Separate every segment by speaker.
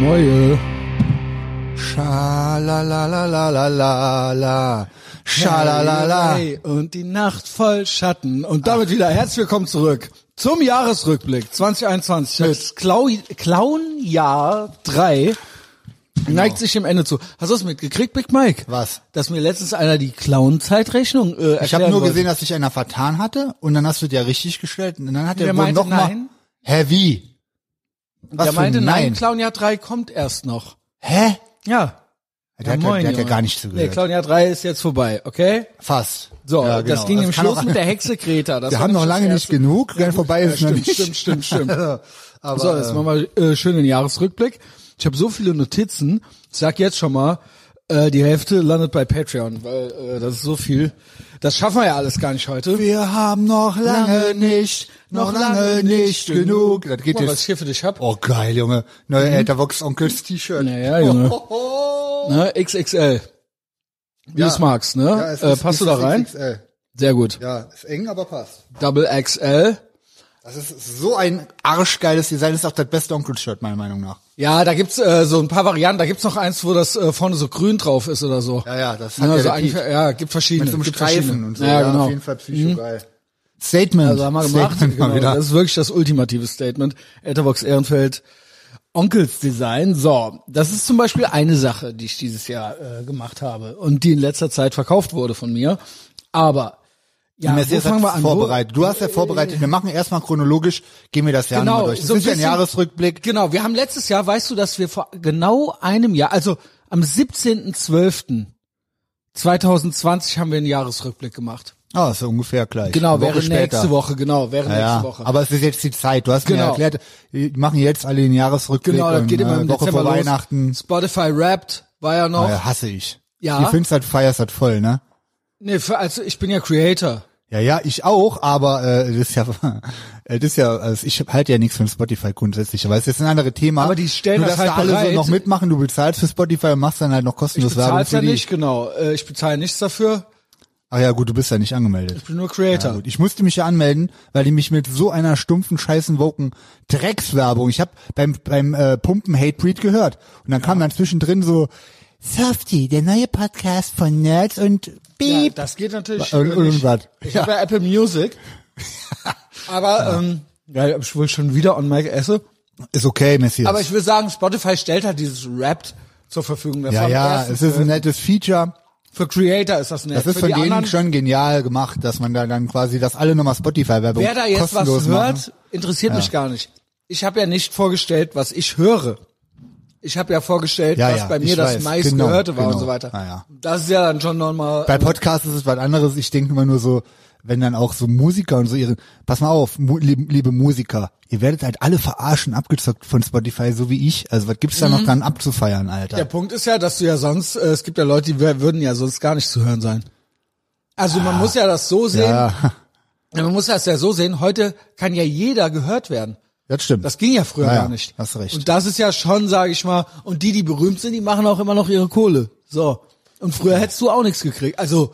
Speaker 1: neue. Schalalalalalala. Schalalala.
Speaker 2: Hey, und die Nacht voll Schatten. Und damit wieder herzlich willkommen zurück zum Jahresrückblick 2021. Das Clau Clown-Jahr 3 neigt sich dem Ende zu. Hast du es mitgekriegt, Big Mike?
Speaker 1: Genau. Was?
Speaker 2: Dass mir letztens einer die Clown-Zeitrechnung äh,
Speaker 1: Ich habe
Speaker 2: erklären
Speaker 1: nur
Speaker 2: wollte.
Speaker 1: gesehen, dass sich einer vertan hatte und dann hast du dir richtig gestellt und dann hat
Speaker 2: Wer
Speaker 1: der wohl
Speaker 2: meinte
Speaker 1: noch mal
Speaker 2: nein?
Speaker 1: Hä wie? Was
Speaker 2: Der
Speaker 1: für
Speaker 2: meinte,
Speaker 1: ein
Speaker 2: nein,
Speaker 1: nein?
Speaker 2: Clown-Jahr 3 kommt erst noch.
Speaker 1: Hä?
Speaker 2: Ja.
Speaker 1: Der hat ja- der hat ja
Speaker 2: Junge.
Speaker 1: gar nicht zugehört.
Speaker 2: Nee, Clown-Jahr 3 ist jetzt vorbei, okay?
Speaker 1: Fast.
Speaker 2: So,
Speaker 1: Ja,
Speaker 2: das
Speaker 1: genau.
Speaker 2: ging im
Speaker 1: kann
Speaker 2: Schluss
Speaker 1: auch-
Speaker 2: mit der Hexe Greta. Das
Speaker 1: Wir
Speaker 2: war
Speaker 1: haben noch
Speaker 2: nämlich
Speaker 1: lange
Speaker 2: das
Speaker 1: nicht
Speaker 2: erste-
Speaker 1: genug, wenn vorbei ist,
Speaker 2: Ja,
Speaker 1: noch
Speaker 2: stimmt,
Speaker 1: nicht.
Speaker 2: stimmt, stimmt, stimmt.
Speaker 1: Aber, ähm,
Speaker 2: so, jetzt machen wir äh, schön den Jahresrückblick. Ich habe so viele Notizen. Ich sag jetzt schon mal, äh, die Hälfte landet bei Patreon, weil äh, das ist so viel. Das schaffen wir ja alles gar nicht heute.
Speaker 1: Wir haben noch lange nicht, noch lange nicht genug. Das geht
Speaker 2: Guck mal, was ich
Speaker 1: jetzt.
Speaker 2: hier für dich hab.
Speaker 1: Oh geil, Junge. Neue Ethervox Onkels T-Shirt.
Speaker 2: Naja, Junge.
Speaker 1: Oh. Hoho.
Speaker 2: Ne, XXL. Wie
Speaker 1: Ja.
Speaker 2: es magst, ne?
Speaker 1: Ja, es
Speaker 2: äh,
Speaker 1: ist-
Speaker 2: passt du
Speaker 1: es
Speaker 2: da
Speaker 1: ist
Speaker 2: rein?
Speaker 1: XXL.
Speaker 2: Sehr gut.
Speaker 1: Ja, ist eng, aber passt.
Speaker 2: Double XL.
Speaker 1: Das ist so ein arschgeiles Design. Das ist auch das beste Onkels-Shirt, meiner Meinung nach.
Speaker 2: Ja, da gibt's äh, so ein paar Varianten. Da gibt's noch eins, wo das äh, vorne so grün drauf ist oder so.
Speaker 1: Ja, ja, das hat
Speaker 2: Ja,
Speaker 1: ja
Speaker 2: so
Speaker 1: der
Speaker 2: eigentlich,
Speaker 1: Pete.
Speaker 2: ja, gibt verschiedene.
Speaker 1: Mit so einem
Speaker 2: gibt
Speaker 1: Streifen
Speaker 2: Hm, verschiedene.
Speaker 1: und so.
Speaker 2: Ja, genau.
Speaker 1: Auf jeden Fall psychogeil. Statement.
Speaker 2: Also haben wir gemacht.
Speaker 1: Statement
Speaker 2: Genau.
Speaker 1: mal wieder.
Speaker 2: Das ist wirklich das ultimative Statement. Etherbox Ehrenfeld, Onkels Design. So, das ist zum Beispiel eine Sache, die ich dieses Jahr äh, gemacht habe und die in letzter Zeit verkauft wurde von mir. Aber ja, wo
Speaker 1: Mercedes
Speaker 2: fangen wir
Speaker 1: hat's
Speaker 2: an? Wo-
Speaker 1: vorbereitet. Du hast ja vorbereitet. Wir machen erstmal chronologisch, gehen wir das Jahr
Speaker 2: Genau,
Speaker 1: nochmal durch. Das
Speaker 2: so ein
Speaker 1: ist ja ein
Speaker 2: bisschen-
Speaker 1: Jahresrückblick.
Speaker 2: Genau, wir haben letztes Jahr, weißt du, dass wir vor genau einem Jahr, also am 17.12.2020 haben wir einen Jahresrückblick gemacht.
Speaker 1: Ah, ist so ungefähr gleich.
Speaker 2: Genau,
Speaker 1: Eine
Speaker 2: wäre
Speaker 1: Woche später.
Speaker 2: nächste Woche, genau, wäre
Speaker 1: Ja,
Speaker 2: nächste
Speaker 1: ja.
Speaker 2: Woche.
Speaker 1: aber es ist jetzt die Zeit. Du hast mir
Speaker 2: Genau.
Speaker 1: ja erklärt, die machen jetzt alle den Jahresrückblick
Speaker 2: Genau, das
Speaker 1: und
Speaker 2: geht immer im
Speaker 1: äh, Woche
Speaker 2: Dezember
Speaker 1: vor
Speaker 2: los.
Speaker 1: Weihnachten.
Speaker 2: Spotify Wrapped war ja noch.
Speaker 1: Ah, ja, hasse ich.
Speaker 2: Ja.
Speaker 1: Die Finster feierst das voll, ne?
Speaker 2: Nee, für, also ich bin ja Creator.
Speaker 1: Ja, ja, ich auch, aber äh, das ist ja, äh, das ist ja, also ich halte ja nichts von Spotify grundsätzlich, aber es ist ein anderes Thema.
Speaker 2: Aber die stellen
Speaker 1: Nur,
Speaker 2: das
Speaker 1: dass
Speaker 2: halt
Speaker 1: da alle
Speaker 2: bereit.
Speaker 1: so noch mitmachen, du bezahlst für Spotify und machst dann halt noch kostenlos Werbung
Speaker 2: Bezahlst
Speaker 1: für
Speaker 2: ja
Speaker 1: die.
Speaker 2: nicht, genau. Äh, Ich bezahle nichts dafür.
Speaker 1: Ach ja, gut, du bist ja nicht angemeldet.
Speaker 2: Ich bin nur
Speaker 1: Ja,
Speaker 2: Creator.
Speaker 1: gut. Ich musste mich ja anmelden, weil die mich mit so einer stumpfen, scheißen, woken Dreckswerbung. Ich habe beim beim äh, Pumpen Hate Breed gehört und dann kam dann zwischendrin so Softy, der neue Podcast von Nerds und
Speaker 2: Ja,
Speaker 1: Beep.
Speaker 2: das geht natürlich. äh,
Speaker 1: Irgend-
Speaker 2: nicht.
Speaker 1: irgendwas.
Speaker 2: Ich
Speaker 1: Ja.
Speaker 2: habe ja Apple Music. Aber ähm, ja, ich wohl schon wieder on Mike esse.
Speaker 1: ist okay, Messias.
Speaker 2: Aber ich will sagen, Spotify stellt halt dieses Wrapped zur Verfügung. Das
Speaker 1: ja,
Speaker 2: haben
Speaker 1: ja,
Speaker 2: erstens-
Speaker 1: es ist ein nettes Feature.
Speaker 2: für Creator ist das nett.
Speaker 1: Das ist
Speaker 2: für
Speaker 1: von
Speaker 2: die anderen,
Speaker 1: denen schon genial gemacht, dass man da dann quasi, dass alle nochmal Spotify-Werbung
Speaker 2: wer da jetzt was
Speaker 1: kostenlos
Speaker 2: hört,
Speaker 1: machen.
Speaker 2: interessiert mich gar nicht. Ich habe ja nicht vorgestellt, was ich höre. Ich habe ja vorgestellt,
Speaker 1: Ja,
Speaker 2: was
Speaker 1: ja,
Speaker 2: bei mir
Speaker 1: ich
Speaker 2: das
Speaker 1: weiß,
Speaker 2: meist
Speaker 1: genau,
Speaker 2: gehörte war und
Speaker 1: genau.
Speaker 2: so weiter.
Speaker 1: Ja, ja.
Speaker 2: Das ist ja dann schon nochmal
Speaker 1: Bei Podcasts ist es was anderes. Ich denke immer nur so, wenn dann auch so Musiker und so ihre, pass mal auf, mu lieb- liebe Musiker, ihr werdet halt alle verarschen, abgezockt von Spotify, so wie ich. Also was gibt's da noch dran abzufeiern, Alter?
Speaker 2: Der Punkt ist Mhm. ja, dass du ja sonst, äh, es gibt ja Leute, die wär- würden ja sonst gar nicht zu hören sein. Also man muss ja das so sehen,
Speaker 1: Ah. ja,
Speaker 2: man muss das ja so sehen, heute kann ja jeder gehört werden.
Speaker 1: das stimmt.
Speaker 2: Das ging ja früher
Speaker 1: Ja, ja,
Speaker 2: gar nicht.
Speaker 1: hast recht.
Speaker 2: Und das ist ja schon, sage ich mal, und die, die berühmt sind, die machen auch immer noch ihre Kohle. So. Und früher hättest du auch nichts gekriegt. Also,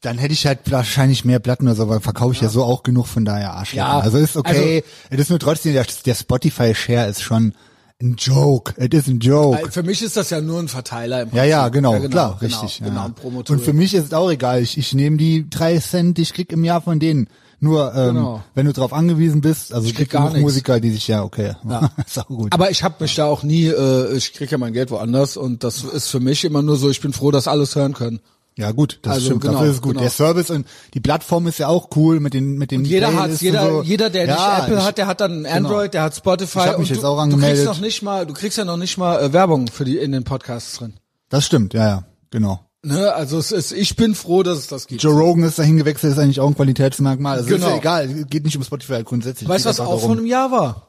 Speaker 1: dann hätte ich halt wahrscheinlich mehr Platten oder so, aber verkaufe ich ja. so auch genug, von daher Arsch.
Speaker 2: Ja,
Speaker 1: Also ist okay. Es ist nur trotzdem, der, der Spotify-Share ist schon ein Joke. Es ist ein Joke.
Speaker 2: äh, für mich ist das ja nur ein Verteiler im
Speaker 1: Ja, ja,
Speaker 2: Prinzip.
Speaker 1: genau, klar, richtig.
Speaker 2: Genau,
Speaker 1: ja.
Speaker 2: genau ein Promotor.
Speaker 1: Und für mich ist es auch egal. Ich, ich nehme die drei Cent, die ich krieg im Jahr von denen. Nur, ähm,
Speaker 2: Genau.
Speaker 1: wenn du drauf angewiesen bist, also es
Speaker 2: krieg
Speaker 1: gibt
Speaker 2: gar
Speaker 1: genug
Speaker 2: nichts.
Speaker 1: Musiker, die sich ja, okay,
Speaker 2: Ja.
Speaker 1: ist auch gut.
Speaker 2: Aber ich habe mich da auch nie, äh, ich krieg ja mein Geld woanders und das ist für mich immer nur so, ich bin froh, dass alles hören können.
Speaker 1: ja, gut, das
Speaker 2: Also,
Speaker 1: stimmt.
Speaker 2: genau,
Speaker 1: Dafür ist es gut.
Speaker 2: genau.
Speaker 1: Der Service und die Plattform ist ja auch cool mit den, mit den
Speaker 2: Jeder hat,
Speaker 1: Playlists und
Speaker 2: jeder,
Speaker 1: so.
Speaker 2: jeder, der
Speaker 1: ja,
Speaker 2: nicht Apple
Speaker 1: ich,
Speaker 2: hat, der hat dann ein Android, der hat Spotify.
Speaker 1: Ich hab mich
Speaker 2: und
Speaker 1: jetzt
Speaker 2: du,
Speaker 1: auch
Speaker 2: Du
Speaker 1: angemeldet.
Speaker 2: kriegst noch nicht mal, du kriegst ja noch nicht mal äh, Werbung für die in den Podcasts drin.
Speaker 1: Das stimmt, ja, ja, genau.
Speaker 2: Ne? Also es ist, ich bin froh, dass es das gibt.
Speaker 1: Joe Rogan ist dahin gewechselt, ist eigentlich auch ein Qualitätsmerkmal. Also
Speaker 2: Genau.
Speaker 1: ist ja egal, geht nicht um Spotify grundsätzlich.
Speaker 2: weißt du,
Speaker 1: geht
Speaker 2: was
Speaker 1: einfach
Speaker 2: auch von
Speaker 1: darum.
Speaker 2: einem Jahr war?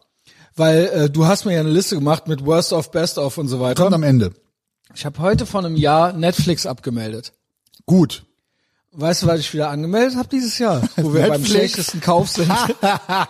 Speaker 2: Weil äh, du hast mir ja eine Liste gemacht mit Worst of, Best of und so weiter.
Speaker 1: kommt am Ende.
Speaker 2: Ich habe heute von einem Jahr Netflix abgemeldet.
Speaker 1: Gut.
Speaker 2: Weißt du, was ich wieder angemeldet habe dieses Jahr? Wo wir beim
Speaker 1: Netflix.
Speaker 2: schlechtesten Kauf sind.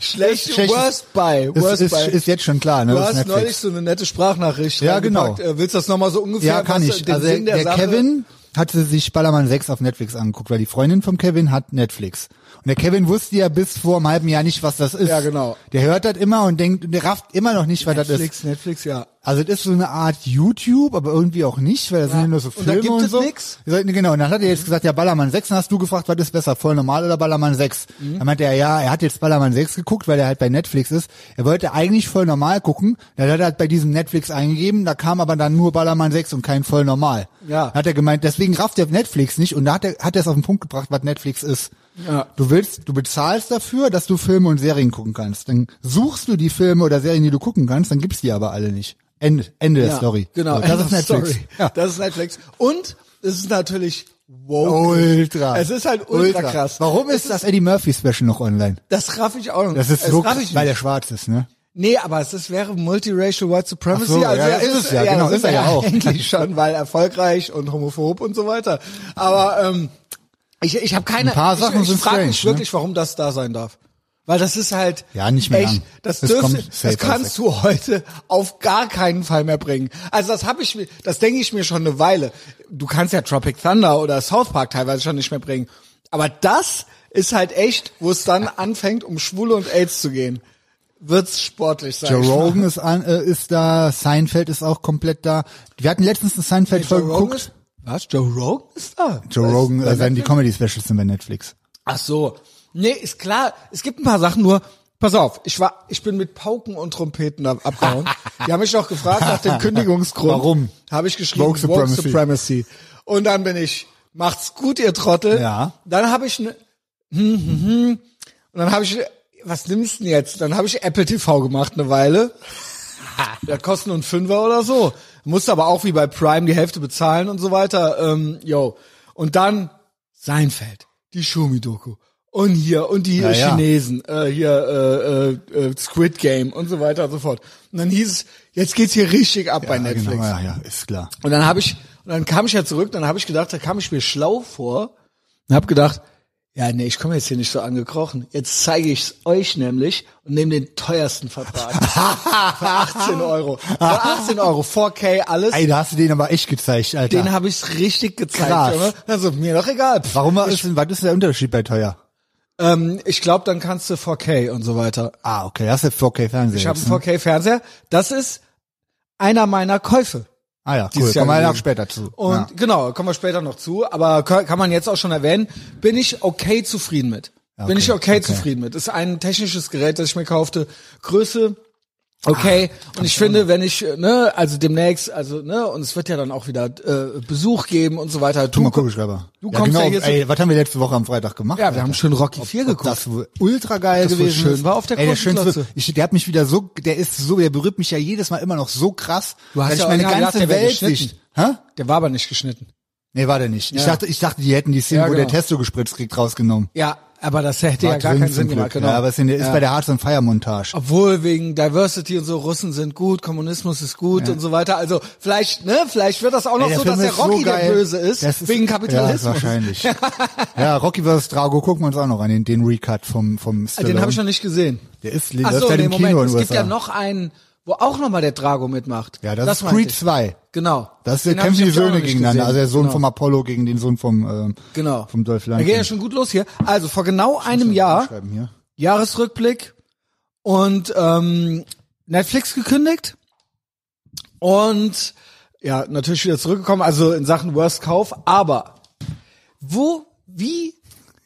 Speaker 2: Schlecht,
Speaker 1: Schlechtes-
Speaker 2: Worst Buy.
Speaker 1: Ist,
Speaker 2: Worst
Speaker 1: ist,
Speaker 2: Buy.
Speaker 1: ist jetzt schon klar, ne?
Speaker 2: Du
Speaker 1: das
Speaker 2: hast
Speaker 1: Netflix.
Speaker 2: neulich so eine nette Sprachnachricht.
Speaker 1: Ja,
Speaker 2: reingepackt.
Speaker 1: genau.
Speaker 2: Äh, Willst du das nochmal so ungefähr?
Speaker 1: Ja, kann
Speaker 2: was,
Speaker 1: ich.
Speaker 2: Den
Speaker 1: Also
Speaker 2: Sinn der,
Speaker 1: der,
Speaker 2: Sache?
Speaker 1: Kevin hatte sich Ballermann 6 auf Netflix angeguckt, weil die Freundin vom Kevin hat Netflix. Und der Kevin wusste ja bis vor einem halben Jahr nicht, was das ist.
Speaker 2: Ja, genau.
Speaker 1: Der hört das immer und denkt, der rafft immer noch nicht, was das ist.
Speaker 2: Netflix, Netflix, ja.
Speaker 1: Also das ist so eine Art YouTube, aber irgendwie auch nicht, weil da sind ja nur so
Speaker 2: Und da
Speaker 1: Filme
Speaker 2: gibt
Speaker 1: und
Speaker 2: es
Speaker 1: so.
Speaker 2: nix?
Speaker 1: Wir sollten- Genau, und dann hat er jetzt gesagt, ja, Ballermann 6, dann hast du gefragt, was ist besser, voll normal oder Ballermann 6?
Speaker 2: Mhm.
Speaker 1: Dann meinte er, ja, er hat jetzt Ballermann 6 geguckt, weil er halt bei Netflix ist. Er wollte eigentlich voll normal gucken, dann hat er halt bei diesem Netflix eingegeben, da kam aber dann nur Ballermann 6 und kein voll normal.
Speaker 2: Ja.
Speaker 1: Dann Hat er gemeint, deswegen rafft er Netflix nicht und da hat er, hat er es auf den Punkt gebracht, was Netflix ist.
Speaker 2: Ja.
Speaker 1: Du willst, du bezahlst dafür, dass du Filme und Serien gucken kannst. Dann suchst du die Filme oder Serien, die du gucken kannst, dann gibt's die aber alle nicht. Ende, Ende der Story.
Speaker 2: Genau.
Speaker 1: So, das ist Netflix.
Speaker 2: Sorry.
Speaker 1: Ja.
Speaker 2: Das ist Netflix. Und es ist natürlich
Speaker 1: Oh.
Speaker 2: woke.
Speaker 1: Ultra.
Speaker 2: Es ist halt ultra, krass.
Speaker 1: Warum ist das Eddie Murphy Special noch online?
Speaker 2: Das raff ich auch noch.
Speaker 1: Das ist
Speaker 2: das
Speaker 1: so,
Speaker 2: raff ich
Speaker 1: weil
Speaker 2: nicht.
Speaker 1: der schwarz ist, ne?
Speaker 2: Nee, aber es ist, wäre Multiracial White Supremacy.
Speaker 1: Ach so,
Speaker 2: also
Speaker 1: ja, das ist es ja, genau,
Speaker 2: das
Speaker 1: ist er ja auch.
Speaker 2: Eigentlich schon, weil erfolgreich und homophob und so weiter. Aber ähm, ich, ich habe keine.
Speaker 1: Ein paar
Speaker 2: ich,
Speaker 1: Sachen
Speaker 2: ich
Speaker 1: sind
Speaker 2: frag mich
Speaker 1: strange, ne?
Speaker 2: wirklich, warum das da sein darf. Weil das ist halt
Speaker 1: Ja, nicht mehr
Speaker 2: echt,
Speaker 1: lang.
Speaker 2: das
Speaker 1: Das
Speaker 2: dürfte,
Speaker 1: kommt safe
Speaker 2: das kannst du heute auf gar keinen Fall mehr bringen. Also das habe ich mir, das denke ich mir schon eine Weile. Du kannst ja Tropic Thunder oder South Park teilweise schon nicht mehr bringen. Aber das ist halt echt, wo es dann anfängt, um Schwule und AIDS zu gehen. Wird's sportlich sein.
Speaker 1: Joe Rogan ist, an, äh, ist da, Seinfeld ist auch komplett da. Wir hatten letztens eine Seinfeld-Folge geguckt.
Speaker 2: Was? Joe Rogan ist da?
Speaker 1: Joe
Speaker 2: Was?
Speaker 1: Rogan, äh, seine, die Comedy-Specials sind bei Netflix.
Speaker 2: Ach so. Nee, ist klar. Es gibt ein paar Sachen nur. Pass auf, ich war, ich bin mit Pauken und Trompeten ab- abgehauen. Die haben mich noch gefragt nach dem Kündigungsgrund.
Speaker 1: Warum?
Speaker 2: Habe ich geschrieben,
Speaker 1: Woke
Speaker 2: Woke
Speaker 1: Supremacy.
Speaker 2: Supremacy. Und dann bin ich, macht's gut, ihr Trottel.
Speaker 1: Ja.
Speaker 2: Dann habe ich, ne, hm, hm, hm. und dann habe ich, was nimmst du denn jetzt? Dann habe ich Apple TV gemacht eine Weile. Das kostet nur ein Fünfer oder so. Musst aber auch wie bei Prime die Hälfte bezahlen und so weiter. Ähm, yo. Und dann Seinfeld, die Schumi-Doku. Und hier, und die
Speaker 1: Ja,
Speaker 2: äh,
Speaker 1: ja.
Speaker 2: Chinesen, äh, hier äh, äh, äh, Squid Game und so weiter und so fort. Und dann hieß es, jetzt geht's hier richtig ab bei
Speaker 1: Ja,
Speaker 2: Netflix.
Speaker 1: Genau, ja, ja, ist klar.
Speaker 2: Und dann habe ich, und dann kam ich ja zurück, dann habe ich gedacht, da kam ich mir schlau vor und habe gedacht, ja, nee, ich komme jetzt hier nicht so angekrochen. Jetzt zeige ich es euch nämlich und nehme den teuersten Vertrag. Für 18 Euro. Für 18 Euro, 4K, alles.
Speaker 1: Ey, da hast du den aber echt gezeigt, Alter.
Speaker 2: Den habe ich richtig gezeigt.
Speaker 1: Krass.
Speaker 2: Junge. Also mir doch egal. Pff,
Speaker 1: Warum war, ist, denn- was ist der Unterschied bei teuer?
Speaker 2: Ähm, ich glaube, dann kannst du 4K und so weiter.
Speaker 1: Ah, okay, das ist 4K-Fernseher.
Speaker 2: Ich habe einen 4K-Fernseher. Das ist einer meiner Käufe.
Speaker 1: Ah ja, cool.
Speaker 2: dieses Jahr
Speaker 1: Kommen wir ja
Speaker 2: gewesen.
Speaker 1: noch später zu.
Speaker 2: Und
Speaker 1: ja.
Speaker 2: genau, kommen wir später noch zu, aber kann kann man jetzt auch schon erwähnen, bin ich okay zufrieden mit.
Speaker 1: Ja,
Speaker 2: Bin
Speaker 1: okay,
Speaker 2: ich okay,
Speaker 1: okay.
Speaker 2: zufrieden mit. Ist ein technisches Gerät, das ich mir kaufte. Größe, okay.
Speaker 1: Ah,
Speaker 2: und ich finde, wenn ich, äh, ne, also demnächst, also, ne, und es wird ja dann auch wieder äh, Besuch geben und so weiter.
Speaker 1: Guck
Speaker 2: Du,
Speaker 1: mal, komisch, aber.
Speaker 2: du
Speaker 1: ja,
Speaker 2: kommst
Speaker 1: genau,
Speaker 2: ja jetzt-
Speaker 1: Ey, was haben wir letzte Woche am Freitag gemacht?
Speaker 2: ja, wir haben schön Rocky 4
Speaker 1: ob
Speaker 2: geguckt.
Speaker 1: das wohl ultra geil
Speaker 2: Das wohl
Speaker 1: gewesen.
Speaker 2: schön
Speaker 1: ist.
Speaker 2: war auf der
Speaker 1: Ey, der,
Speaker 2: großen
Speaker 1: schönste,
Speaker 2: Glotze.
Speaker 1: ich, der hat mich wieder so, der ist so, der berührt mich ja jedes Mal immer noch so krass,
Speaker 2: Du hast
Speaker 1: dass
Speaker 2: ja
Speaker 1: ich
Speaker 2: auch
Speaker 1: meine
Speaker 2: gedacht,
Speaker 1: ganze
Speaker 2: der wäre
Speaker 1: Welt nicht. Hä?
Speaker 2: Der war aber nicht geschnitten.
Speaker 1: Nee, war der nicht. Ich
Speaker 2: Ja.
Speaker 1: dachte, ich dachte, die hätten die Szene,
Speaker 2: Ja,
Speaker 1: wo der
Speaker 2: genau.
Speaker 1: Testo gespritzt kriegt, rausgenommen.
Speaker 2: Ja, aber das hätte ja
Speaker 1: War
Speaker 2: gar
Speaker 1: drin
Speaker 2: keinen
Speaker 1: zum
Speaker 2: Sinn gemacht,
Speaker 1: Glück.
Speaker 2: genau.
Speaker 1: Ja, aber es ist, in der- ist bei der Hearts on Fire Montage.
Speaker 2: Obwohl wegen Diversity und so Russen sind gut, Kommunismus ist gut und so weiter. Also vielleicht, ne, vielleicht wird das auch noch
Speaker 1: Ey,
Speaker 2: so,
Speaker 1: Film
Speaker 2: dass der
Speaker 1: ist
Speaker 2: Rocky der
Speaker 1: geil.
Speaker 2: Böse ist,
Speaker 1: Das
Speaker 2: wegen Kapitalismus.
Speaker 1: Ja, wahrscheinlich. ja, Rocky vs. Drago gucken wir uns auch noch an, den, den Recut vom, vom
Speaker 2: Ah,
Speaker 1: Stallone.
Speaker 2: Den habe ich noch nicht gesehen.
Speaker 1: Der ist,
Speaker 2: Ach
Speaker 1: Genau. läuft
Speaker 2: so,
Speaker 1: halt
Speaker 2: nee,
Speaker 1: im
Speaker 2: Moment,
Speaker 1: Kino in
Speaker 2: es
Speaker 1: den
Speaker 2: gibt ja
Speaker 1: USA.
Speaker 2: noch einen, wo auch nochmal der Drago mitmacht.
Speaker 1: Ja, das, ist
Speaker 2: meinte
Speaker 1: Creed
Speaker 2: ich.
Speaker 1: 2.
Speaker 2: Genau.
Speaker 1: Das sind
Speaker 2: Den hab ich
Speaker 1: kämpfen die
Speaker 2: nämlich auch noch
Speaker 1: Söhne
Speaker 2: nicht
Speaker 1: gegeneinander.
Speaker 2: gesehen.
Speaker 1: Also der Sohn
Speaker 2: genau.
Speaker 1: vom Apollo gegen den Sohn vom, ähm,
Speaker 2: genau.
Speaker 1: vom Dolph
Speaker 2: Da geht ja
Speaker 1: Lundgren.
Speaker 2: schon gut los hier. Also vor genau einem Jahr,
Speaker 1: Schreiben hier.
Speaker 2: Jahresrückblick und ähm, Netflix gekündigt und ja, natürlich wieder zurückgekommen, also in Sachen Worst Kauf, aber wo, wie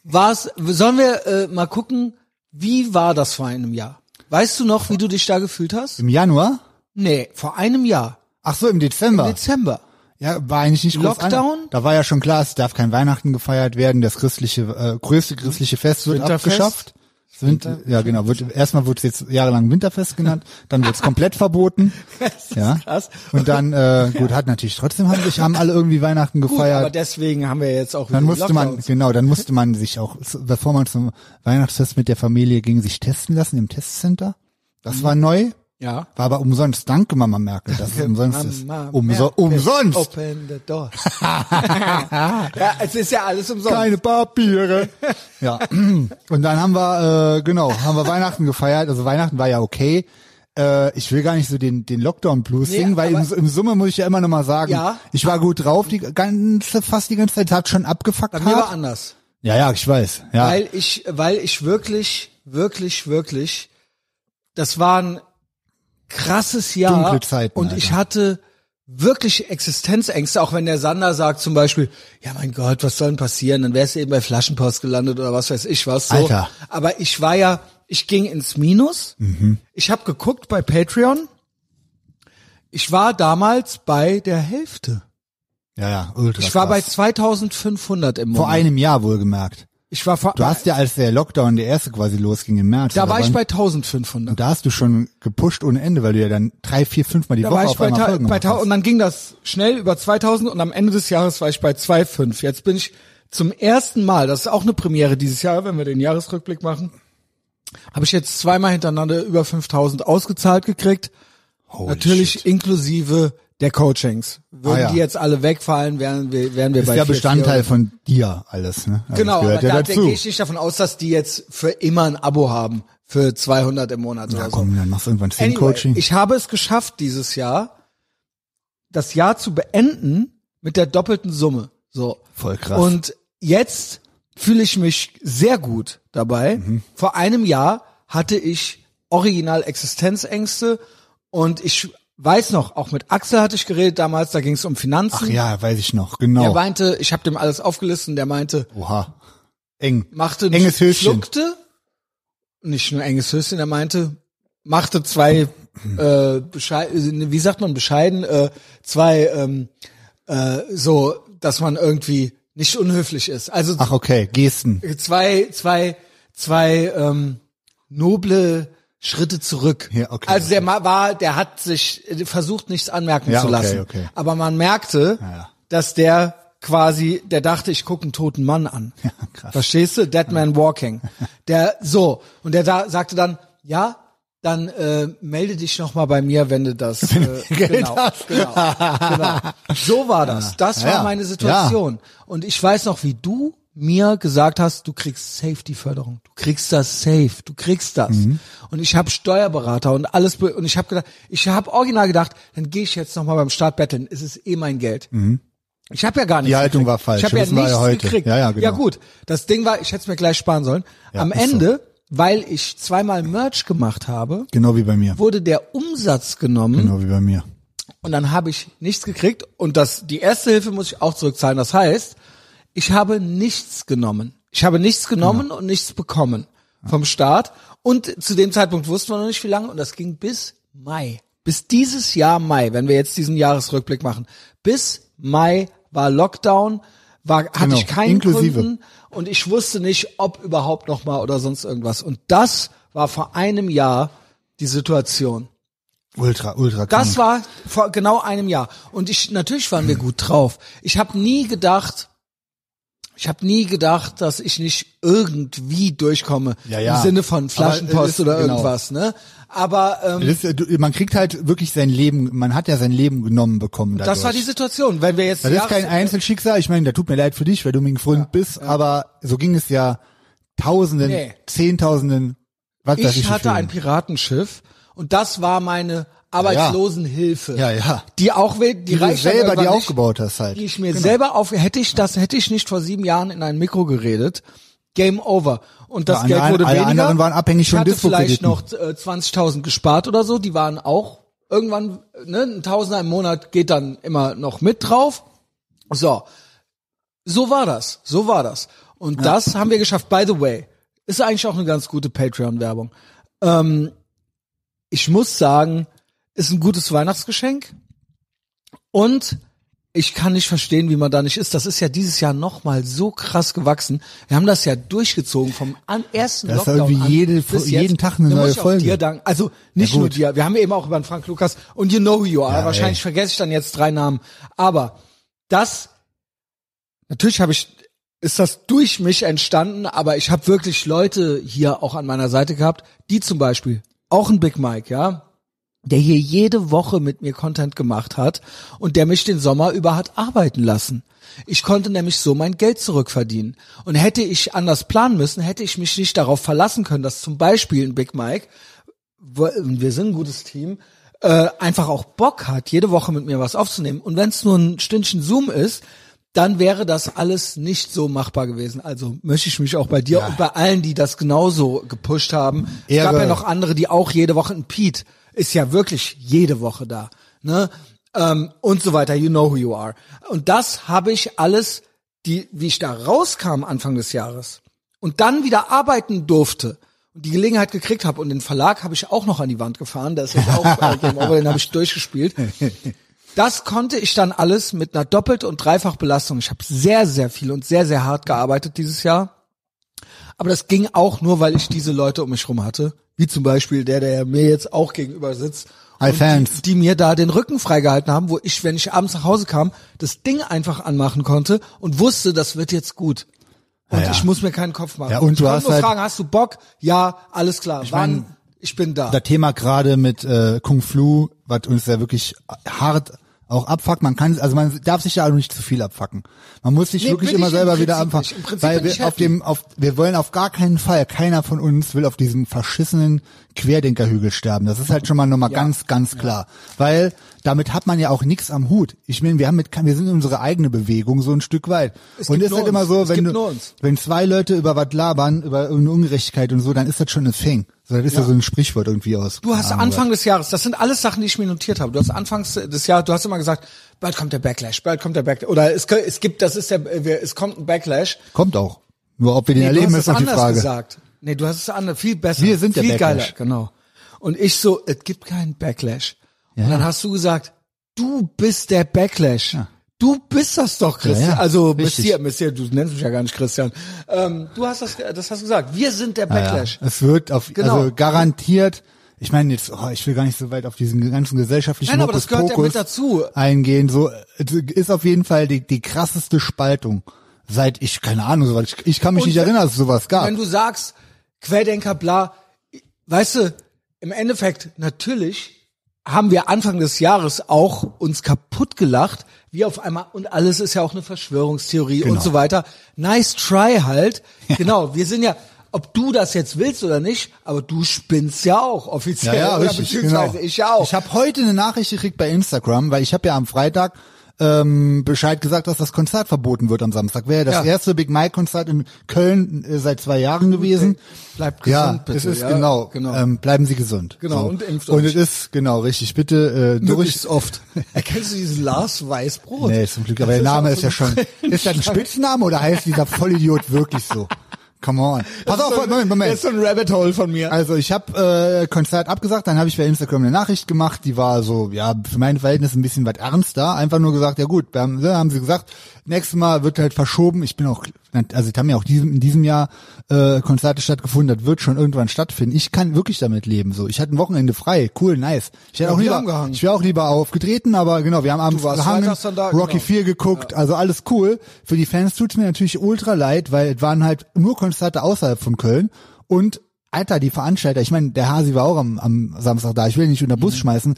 Speaker 2: war's, sollen wir äh, mal gucken, wie war das vor einem Jahr? Weißt du noch, wie du dich da gefühlt hast?
Speaker 1: Im Januar?
Speaker 2: Nee, vor einem Jahr,
Speaker 1: Ach so, im Dezember.
Speaker 2: Dezember.
Speaker 1: ja, war eigentlich nicht groß an-
Speaker 2: Lockdown?
Speaker 1: Da war ja schon klar, es darf kein Weihnachten gefeiert werden. Das christliche, äh, größte christliche Fest wird
Speaker 2: Winterfest?
Speaker 1: abgeschafft. Es Winter- ja, genau. Wird, erstmal wurde es jetzt jahrelang Winterfest genannt, dann wird es komplett verboten. ja.
Speaker 2: krass.
Speaker 1: Und dann, äh, gut, hat natürlich trotzdem haben sich haben alle irgendwie Weihnachten
Speaker 2: Gut,
Speaker 1: gefeiert.
Speaker 2: aber deswegen haben wir jetzt auch wieder
Speaker 1: Dann
Speaker 2: die
Speaker 1: musste man,
Speaker 2: Lockdowns.
Speaker 1: genau, dann musste man sich auch, z- bevor man zum Weihnachtsfest mit der Familie ging, sich testen lassen im Testcenter. Das war
Speaker 2: Mhm.
Speaker 1: neu,
Speaker 2: ja.
Speaker 1: war aber umsonst. Danke, Mama Merkel, dass es umsonst ist.
Speaker 2: Mama,
Speaker 1: Umso
Speaker 2: Merkel,
Speaker 1: umsonst!
Speaker 2: Open the door. ja, es ist ja alles umsonst.
Speaker 1: Keine Papiere. ja. Und dann haben wir, äh, genau, haben wir Weihnachten gefeiert. Also Weihnachten war ja okay. Äh, ich will gar nicht so den, den Lockdown-Blues
Speaker 2: Nee,
Speaker 1: singen, weil im,
Speaker 2: aber-
Speaker 1: im Summe muss ich ja immer noch mal sagen,
Speaker 2: Ja.
Speaker 1: ich war gut drauf, die ganze, fast die ganze Zeit, hat schon abgefuckt.
Speaker 2: Bei mir war
Speaker 1: hart.
Speaker 2: anders.
Speaker 1: Ja, ja, ich weiß. Ja.
Speaker 2: Weil ich, weil ich wirklich, wirklich, wirklich, das waren krasses Jahr.
Speaker 1: Dunkle Zeiten,
Speaker 2: Und ich hatte wirklich Existenzängste, auch wenn der Sander sagt zum Beispiel, ja mein Gott, was soll denn passieren? Dann wärst du eben bei Flaschenpost gelandet oder was weiß ich was. So.
Speaker 1: Alter.
Speaker 2: Aber ich war ja, ich ging ins Minus.
Speaker 1: Mhm.
Speaker 2: Ich habe geguckt bei Patreon. Ich war damals bei der Hälfte.
Speaker 1: Ja, ja, ultra
Speaker 2: Ich war bei
Speaker 1: krass.
Speaker 2: 2500 im Monat.
Speaker 1: vor einem Jahr wohlgemerkt.
Speaker 2: ich war vor,
Speaker 1: Du hast ja, als der Lockdown der erste quasi losging im März,
Speaker 2: da war ich
Speaker 1: waren-
Speaker 2: bei 1500.
Speaker 1: da hast du schon gepusht ohne Ende, weil du ja dann drei, vier, fünfmal die
Speaker 2: Da
Speaker 1: Woche
Speaker 2: war ich
Speaker 1: auf
Speaker 2: bei,
Speaker 1: einmal
Speaker 2: ta-
Speaker 1: Folgen
Speaker 2: bei
Speaker 1: gemacht
Speaker 2: ta-
Speaker 1: hast.
Speaker 2: und dann ging das schnell über 2000 und am Ende des Jahres war ich bei 2,5. Jetzt bin ich zum ersten Mal, das ist auch eine Premiere dieses Jahr, wenn wir den Jahresrückblick machen, habe ich jetzt zweimal hintereinander über 5000 ausgezahlt gekriegt.
Speaker 1: Holy
Speaker 2: Natürlich
Speaker 1: shit.
Speaker 2: inklusive der Coachings. Würden
Speaker 1: Ah, ja.
Speaker 2: die jetzt alle wegfallen, wären wir, wären wir
Speaker 1: ist
Speaker 2: bei
Speaker 1: ja
Speaker 2: 4,4
Speaker 1: Bestandteil von dir alles, ne? Also
Speaker 2: Genau,
Speaker 1: das
Speaker 2: aber
Speaker 1: gehört
Speaker 2: da
Speaker 1: ja dazu.
Speaker 2: gehe ich nicht davon aus, dass die jetzt für immer ein Abo haben für 200 im Monat
Speaker 1: ja,
Speaker 2: oder so.
Speaker 1: komm, dann machst du irgendwann zehn
Speaker 2: Also, Anyway,
Speaker 1: Coaching.
Speaker 2: ich habe es geschafft dieses Jahr, das Jahr zu beenden mit der doppelten Summe. So.
Speaker 1: Voll krass.
Speaker 2: Und jetzt fühle ich mich sehr gut dabei.
Speaker 1: Mhm.
Speaker 2: Vor einem Jahr hatte ich original Existenzängste und ich weiß noch, auch mit Axel hatte ich geredet damals, da ging es um Finanzen.
Speaker 1: Ach ja, weiß ich noch, genau.
Speaker 2: Er meinte, ich habe dem alles aufgelistet und der meinte,
Speaker 1: Oha. Eng.
Speaker 2: machte
Speaker 1: Enges Höschen.
Speaker 2: schluckte nicht nur enges Höschen, er meinte machte zwei
Speaker 1: Hm.
Speaker 2: äh, beschei- wie sagt man bescheiden äh, zwei ähm, äh, so dass man irgendwie nicht unhöflich ist. Also
Speaker 1: Ach, okay, Gesten.
Speaker 2: Äh, zwei zwei zwei ähm, noble Schritte zurück.
Speaker 1: Ja, okay.
Speaker 2: also der ma- war, der hat sich äh, versucht, nichts anmerken
Speaker 1: Ja,
Speaker 2: zu
Speaker 1: okay,
Speaker 2: lassen.
Speaker 1: okay.
Speaker 2: Aber man merkte,
Speaker 1: Ja, ja.
Speaker 2: dass der quasi, der dachte, ich gucke einen toten Mann an.
Speaker 1: Ja, krass.
Speaker 2: Verstehst du? Dead Man Walking. Der so und der da sagte dann, ja, dann äh, melde dich noch mal bei mir, wenn du das äh,
Speaker 1: Geld
Speaker 2: genau,
Speaker 1: hast.
Speaker 2: genau, genau. So war das. Das war
Speaker 1: Ja.
Speaker 2: meine Situation. Und ich weiß noch, wie du mir gesagt hast, du kriegst Safety-Förderung, du kriegst das safe, du kriegst das.
Speaker 1: Mhm.
Speaker 2: Und ich habe Steuerberater und alles be- und ich habe gedacht, ich habe original gedacht, dann gehe ich jetzt noch mal beim Start betteln. Es ist eh mein Geld. Ich habe ja gar nichts.
Speaker 1: Mhm. Haltung
Speaker 2: gekriegt.
Speaker 1: war falsch.
Speaker 2: Ich habe ja
Speaker 1: Wissen wir ja
Speaker 2: nichts
Speaker 1: heute.
Speaker 2: gekriegt.
Speaker 1: Ja, ja, genau.
Speaker 2: gut. Das Ding war, ich hätte es mir gleich sparen sollen.
Speaker 1: Ja,
Speaker 2: Am
Speaker 1: ist so.
Speaker 2: Ende, weil ich zweimal Merch gemacht habe,
Speaker 1: Genau wie bei mir.
Speaker 2: wurde der Umsatz genommen
Speaker 1: Genau wie bei mir.
Speaker 2: und dann habe ich nichts gekriegt und das die erste Hilfe muss ich auch zurückzahlen. Das heißt, ich habe nichts genommen. Ich habe nichts genommen und nichts bekommen vom Staat und zu dem Zeitpunkt wussten wir noch nicht wie lange und das ging bis Mai. Bis dieses Jahr Mai, wenn wir jetzt diesen Jahresrückblick machen. Bis Mai war Lockdown, war hatte
Speaker 1: Genau,
Speaker 2: ich keinen
Speaker 1: inklusive.
Speaker 2: Kunden und ich wusste nicht, ob überhaupt noch mal oder sonst irgendwas und das war vor einem Jahr die Situation.
Speaker 1: Ultra, ultra
Speaker 2: Das war vor genau einem Jahr. Und ich natürlich waren wir
Speaker 1: Hm.
Speaker 2: gut drauf. Ich habe nie gedacht, ich habe nie gedacht, dass ich nicht irgendwie durchkomme
Speaker 1: Ja, ja.
Speaker 2: im Sinne von
Speaker 1: Aber es
Speaker 2: Flaschenpost
Speaker 1: ist-
Speaker 2: oder
Speaker 1: genau.
Speaker 2: irgendwas. Ne, aber ähm,
Speaker 1: Das, äh, du- man kriegt halt wirklich sein Leben, man hat ja sein Leben genommen bekommen. Dadurch.
Speaker 2: das war die Situation. Wenn wir jetzt
Speaker 1: Das ist
Speaker 2: Jahres-
Speaker 1: kein Einzelschicksal. Ich meine, da tut mir leid für dich, weil du mein Freund bist, aber so ging es ja Tausenden,
Speaker 2: Nee.
Speaker 1: Zehntausenden, was weiß
Speaker 2: ich
Speaker 1: ich
Speaker 2: hatte
Speaker 1: wie
Speaker 2: ein
Speaker 1: vielen.
Speaker 2: Piratenschiff und das war meine Arbeitslosenhilfe.
Speaker 1: Ja, ja.
Speaker 2: Die auch we- die,
Speaker 1: Die du
Speaker 2: reicht dann
Speaker 1: selber die
Speaker 2: irgendwann nicht.
Speaker 1: aufgebaut hast halt.
Speaker 2: die ich mir selber auf hätte ich das hätte ich nicht vor sieben Jahren in ein Mikro geredet Game over und das
Speaker 1: Ja,
Speaker 2: Geld
Speaker 1: alle-
Speaker 2: wurde
Speaker 1: alle
Speaker 2: weniger
Speaker 1: anderen waren abhängig
Speaker 2: ich
Speaker 1: von
Speaker 2: hatte vielleicht
Speaker 1: Dispo-Krediten.
Speaker 2: noch äh, 20.000 gespart oder so die waren auch irgendwann ne ein Tausender im Monat geht dann immer noch mit drauf so so war das so war das und das haben wir geschafft by the way ist eigentlich auch eine ganz gute Patreon Werbung ich muss sagen, ist ein gutes Weihnachtsgeschenk. Und ich kann nicht verstehen, wie man da nicht ist. Das ist ja dieses Jahr nochmal so krass gewachsen. Wir haben das ja durchgezogen vom an ersten
Speaker 1: Das ist
Speaker 2: Lockdown
Speaker 1: irgendwie
Speaker 2: an
Speaker 1: jede-
Speaker 2: bis
Speaker 1: jeden
Speaker 2: jetzt.
Speaker 1: Tag eine
Speaker 2: Da muss
Speaker 1: neue
Speaker 2: ich auch
Speaker 1: Folge.
Speaker 2: Dir danken. Also nicht
Speaker 1: Ja,
Speaker 2: nur
Speaker 1: gut.
Speaker 2: dir. Wir haben eben auch über den Frank Lukas und you know who you are.
Speaker 1: ey.
Speaker 2: Wahrscheinlich vergesse ich dann jetzt drei Namen. Aber das Natürlich habe ich, ist das durch mich entstanden, aber ich habe wirklich Leute hier auch an meiner Seite gehabt, die zum Beispiel, auch ein Big Mike, ja, der hier jede Woche mit mir Content gemacht hat und der mich den Sommer über hat arbeiten lassen. Ich konnte nämlich so mein Geld zurückverdienen. Und hätte ich anders planen müssen, hätte ich mich nicht darauf verlassen können, dass zum Beispiel ein Big Mike wo- und wir sind ein gutes Team, äh, einfach auch Bock hat, jede Woche mit mir was aufzunehmen. Und wenn es nur ein Stündchen Zoom ist, dann wäre das alles nicht so machbar gewesen. Also möchte ich mich auch bei dir und bei allen, die das genauso gepusht haben. Es gab
Speaker 1: Ehre.
Speaker 2: ja noch andere, die auch jede Woche, ein Pete ist ja wirklich jede Woche da, ne? Ähm, und so weiter, you know who you are. Und das habe ich alles, die, wie ich da rauskam Anfang des Jahres und dann wieder arbeiten durfte und die Gelegenheit gekriegt habe und den Verlag habe ich auch noch an die Wand gefahren, das ist auch, äh, Game Over, den habe ich durchgespielt. Das konnte ich dann alles mit einer Doppelt- und Dreifachbelastung. Ich habe sehr, sehr viel und sehr, sehr hart gearbeitet dieses Jahr. Aber das ging auch nur, weil ich diese Leute um mich rum hatte. Wie zum Beispiel der, der mir jetzt auch gegenüber sitzt.
Speaker 1: Hi,
Speaker 2: und
Speaker 1: Fans.
Speaker 2: Die, die mir da den Rücken freigehalten haben, wo ich, wenn ich abends nach Hause kam, das Ding einfach anmachen konnte und wusste, das wird jetzt gut. Und
Speaker 1: Ja, ja.
Speaker 2: ich muss mir keinen Kopf machen.
Speaker 1: Ja, und
Speaker 2: ich
Speaker 1: du
Speaker 2: kann
Speaker 1: hast
Speaker 2: nur
Speaker 1: halt-
Speaker 2: fragen, hast du Bock? Ja, alles klar. Wann?
Speaker 1: mein,
Speaker 2: ich bin da.
Speaker 1: das Thema gerade mit äh, Kung Flu, was uns ja wirklich hart auch abfuckt. Man kann, also man darf sich ja auch nicht zu viel abfacken. Man muss sich
Speaker 2: Nee,
Speaker 1: wirklich
Speaker 2: will
Speaker 1: immer
Speaker 2: ich im
Speaker 1: selber
Speaker 2: Prinzip
Speaker 1: wieder abfacken.
Speaker 2: nicht. Im Prinzip
Speaker 1: Weil
Speaker 2: bin ich
Speaker 1: wir auf
Speaker 2: happy.
Speaker 1: dem, auf, wir wollen auf gar keinen Fall, keiner von uns will auf diesem verschissenen Querdenkerhügel sterben. Das ist halt schon mal nochmal ganz, ganz klar. Weil damit hat man ja auch nichts am Hut. Ich meine, wir haben mit, wir sind unsere eigene Bewegung so ein Stück weit.
Speaker 2: Es
Speaker 1: Und
Speaker 2: gibt
Speaker 1: es ist halt
Speaker 2: nur
Speaker 1: immer
Speaker 2: uns.
Speaker 1: so,
Speaker 2: Es
Speaker 1: wenn
Speaker 2: gibt
Speaker 1: du,
Speaker 2: nur uns.
Speaker 1: wenn zwei Leute über was labern, über irgendeine Ungerechtigkeit und so, dann ist das schon ein Thing. So, das ist ja, so ein Sprichwort irgendwie aus.
Speaker 2: Du hast
Speaker 1: keine Ahnung,
Speaker 2: Anfang des Jahres, das sind alles Sachen, die ich mir notiert habe. Du hast Anfangs des Jahres, du hast immer gesagt, bald kommt der Backlash, bald kommt der Backlash. Oder es, kö- es gibt, das ist der, äh, wir- es kommt ein Backlash.
Speaker 1: was. Kommt auch. Nur ob wir den
Speaker 2: Nee,
Speaker 1: erleben,
Speaker 2: du hast
Speaker 1: ist noch
Speaker 2: es
Speaker 1: die
Speaker 2: anders
Speaker 1: Frage.
Speaker 2: gesagt. Nee, du hast es anders, viel besser.
Speaker 1: Wir sind der
Speaker 2: viel
Speaker 1: Backlash.
Speaker 2: geiler, genau. Und ich so, es gibt keinen Backlash. Und dann hast du gesagt, du bist der Backlash. Du bist das doch, Christian.
Speaker 1: Ja, ja,
Speaker 2: also
Speaker 1: richtig.
Speaker 2: Messier, Messier, du nennst mich ja gar nicht Christian. Ähm, du hast das, das hast du gesagt. Wir sind der
Speaker 1: Ja,
Speaker 2: Backlash.
Speaker 1: es wird auf,
Speaker 2: Genau.
Speaker 1: also garantiert, ich meine jetzt, oh, ich will gar nicht so weit auf diesen ganzen gesellschaftlichen
Speaker 2: Nein, aber das gehört ja
Speaker 1: Hokuspokus
Speaker 2: mit dazu.
Speaker 1: eingehen. So es ist auf jeden Fall die, die krasseste Spaltung. Seit ich, keine Ahnung, sowas. Ich, ich kann mich
Speaker 2: Und
Speaker 1: nicht erinnern, dass es sowas gab.
Speaker 2: wenn du sagst, Querdenker, bla, weißt du, im Endeffekt, natürlich haben wir Anfang des Jahres auch uns kaputt gelacht, wie auf einmal, und alles ist ja auch eine Verschwörungstheorie
Speaker 1: Genau.
Speaker 2: und so weiter. Nice try halt. Genau, wir sind ja, ob du das jetzt willst oder nicht, aber du spinnst ja auch offiziell. oder beziehungsweise ich ja auch.
Speaker 1: genau. Ich habe heute eine Nachricht gekriegt bei Instagram, weil ich habe ja am Freitag ähm, Bescheid gesagt, dass das Konzert verboten wird am Samstag. Wäre das
Speaker 2: Ja.
Speaker 1: erste Big Mike Konzert in Köln äh, seit zwei Jahren gewesen.
Speaker 2: Bleibt gesund,
Speaker 1: Ja,
Speaker 2: bitte.
Speaker 1: es ist
Speaker 2: ja,
Speaker 1: genau.
Speaker 2: genau.
Speaker 1: Ähm, bleiben Sie gesund.
Speaker 2: Genau,
Speaker 1: so.
Speaker 2: und impft
Speaker 1: Und
Speaker 2: euch.
Speaker 1: es ist genau richtig. Bitte äh, durch.
Speaker 2: Möglichst oft. Erkennst du diesen Lars Weißbrot?
Speaker 1: Nee, zum Glück. Aber der Name ist ja schon. Ist das ein Spitzname oder heißt dieser Vollidiot wirklich so? Come on. Pass auf, Moment, Moment.
Speaker 2: Das ist so ein Rabbit Hole von mir.
Speaker 1: Also ich habe äh, Konzert abgesagt, dann habe ich bei Instagram eine Nachricht gemacht, die war so, ja, für mein Verhältnis ein bisschen was ernster. Einfach nur gesagt, ja gut, wir haben, ja, haben sie gesagt, nächstes Mal wird halt verschoben. Ich bin auch, also es haben ja auch diesem, in diesem Jahr äh, Konzerte stattgefunden, das wird schon irgendwann stattfinden. Ich kann wirklich damit leben. So, ich hatte ein Wochenende frei, cool, nice. Ich
Speaker 2: Ja,
Speaker 1: hätte auch
Speaker 2: wir
Speaker 1: lieber,
Speaker 2: haben gehangen.
Speaker 1: ich wäre auch lieber aufgetreten, aber genau, wir haben abends
Speaker 2: warst
Speaker 1: gehangen,
Speaker 2: freitags dann da,
Speaker 1: Rocky
Speaker 2: genau.
Speaker 1: 4 geguckt, also alles cool. Für die Fans tut's mir natürlich ultra leid, weil es waren halt nur Konzerte außerhalb von Köln und Alter, die Veranstalter, ich meine, der Hasi war auch am, am Samstag da, ich will ihn nicht unter
Speaker 2: Mhm.
Speaker 1: den Bus schmeißen.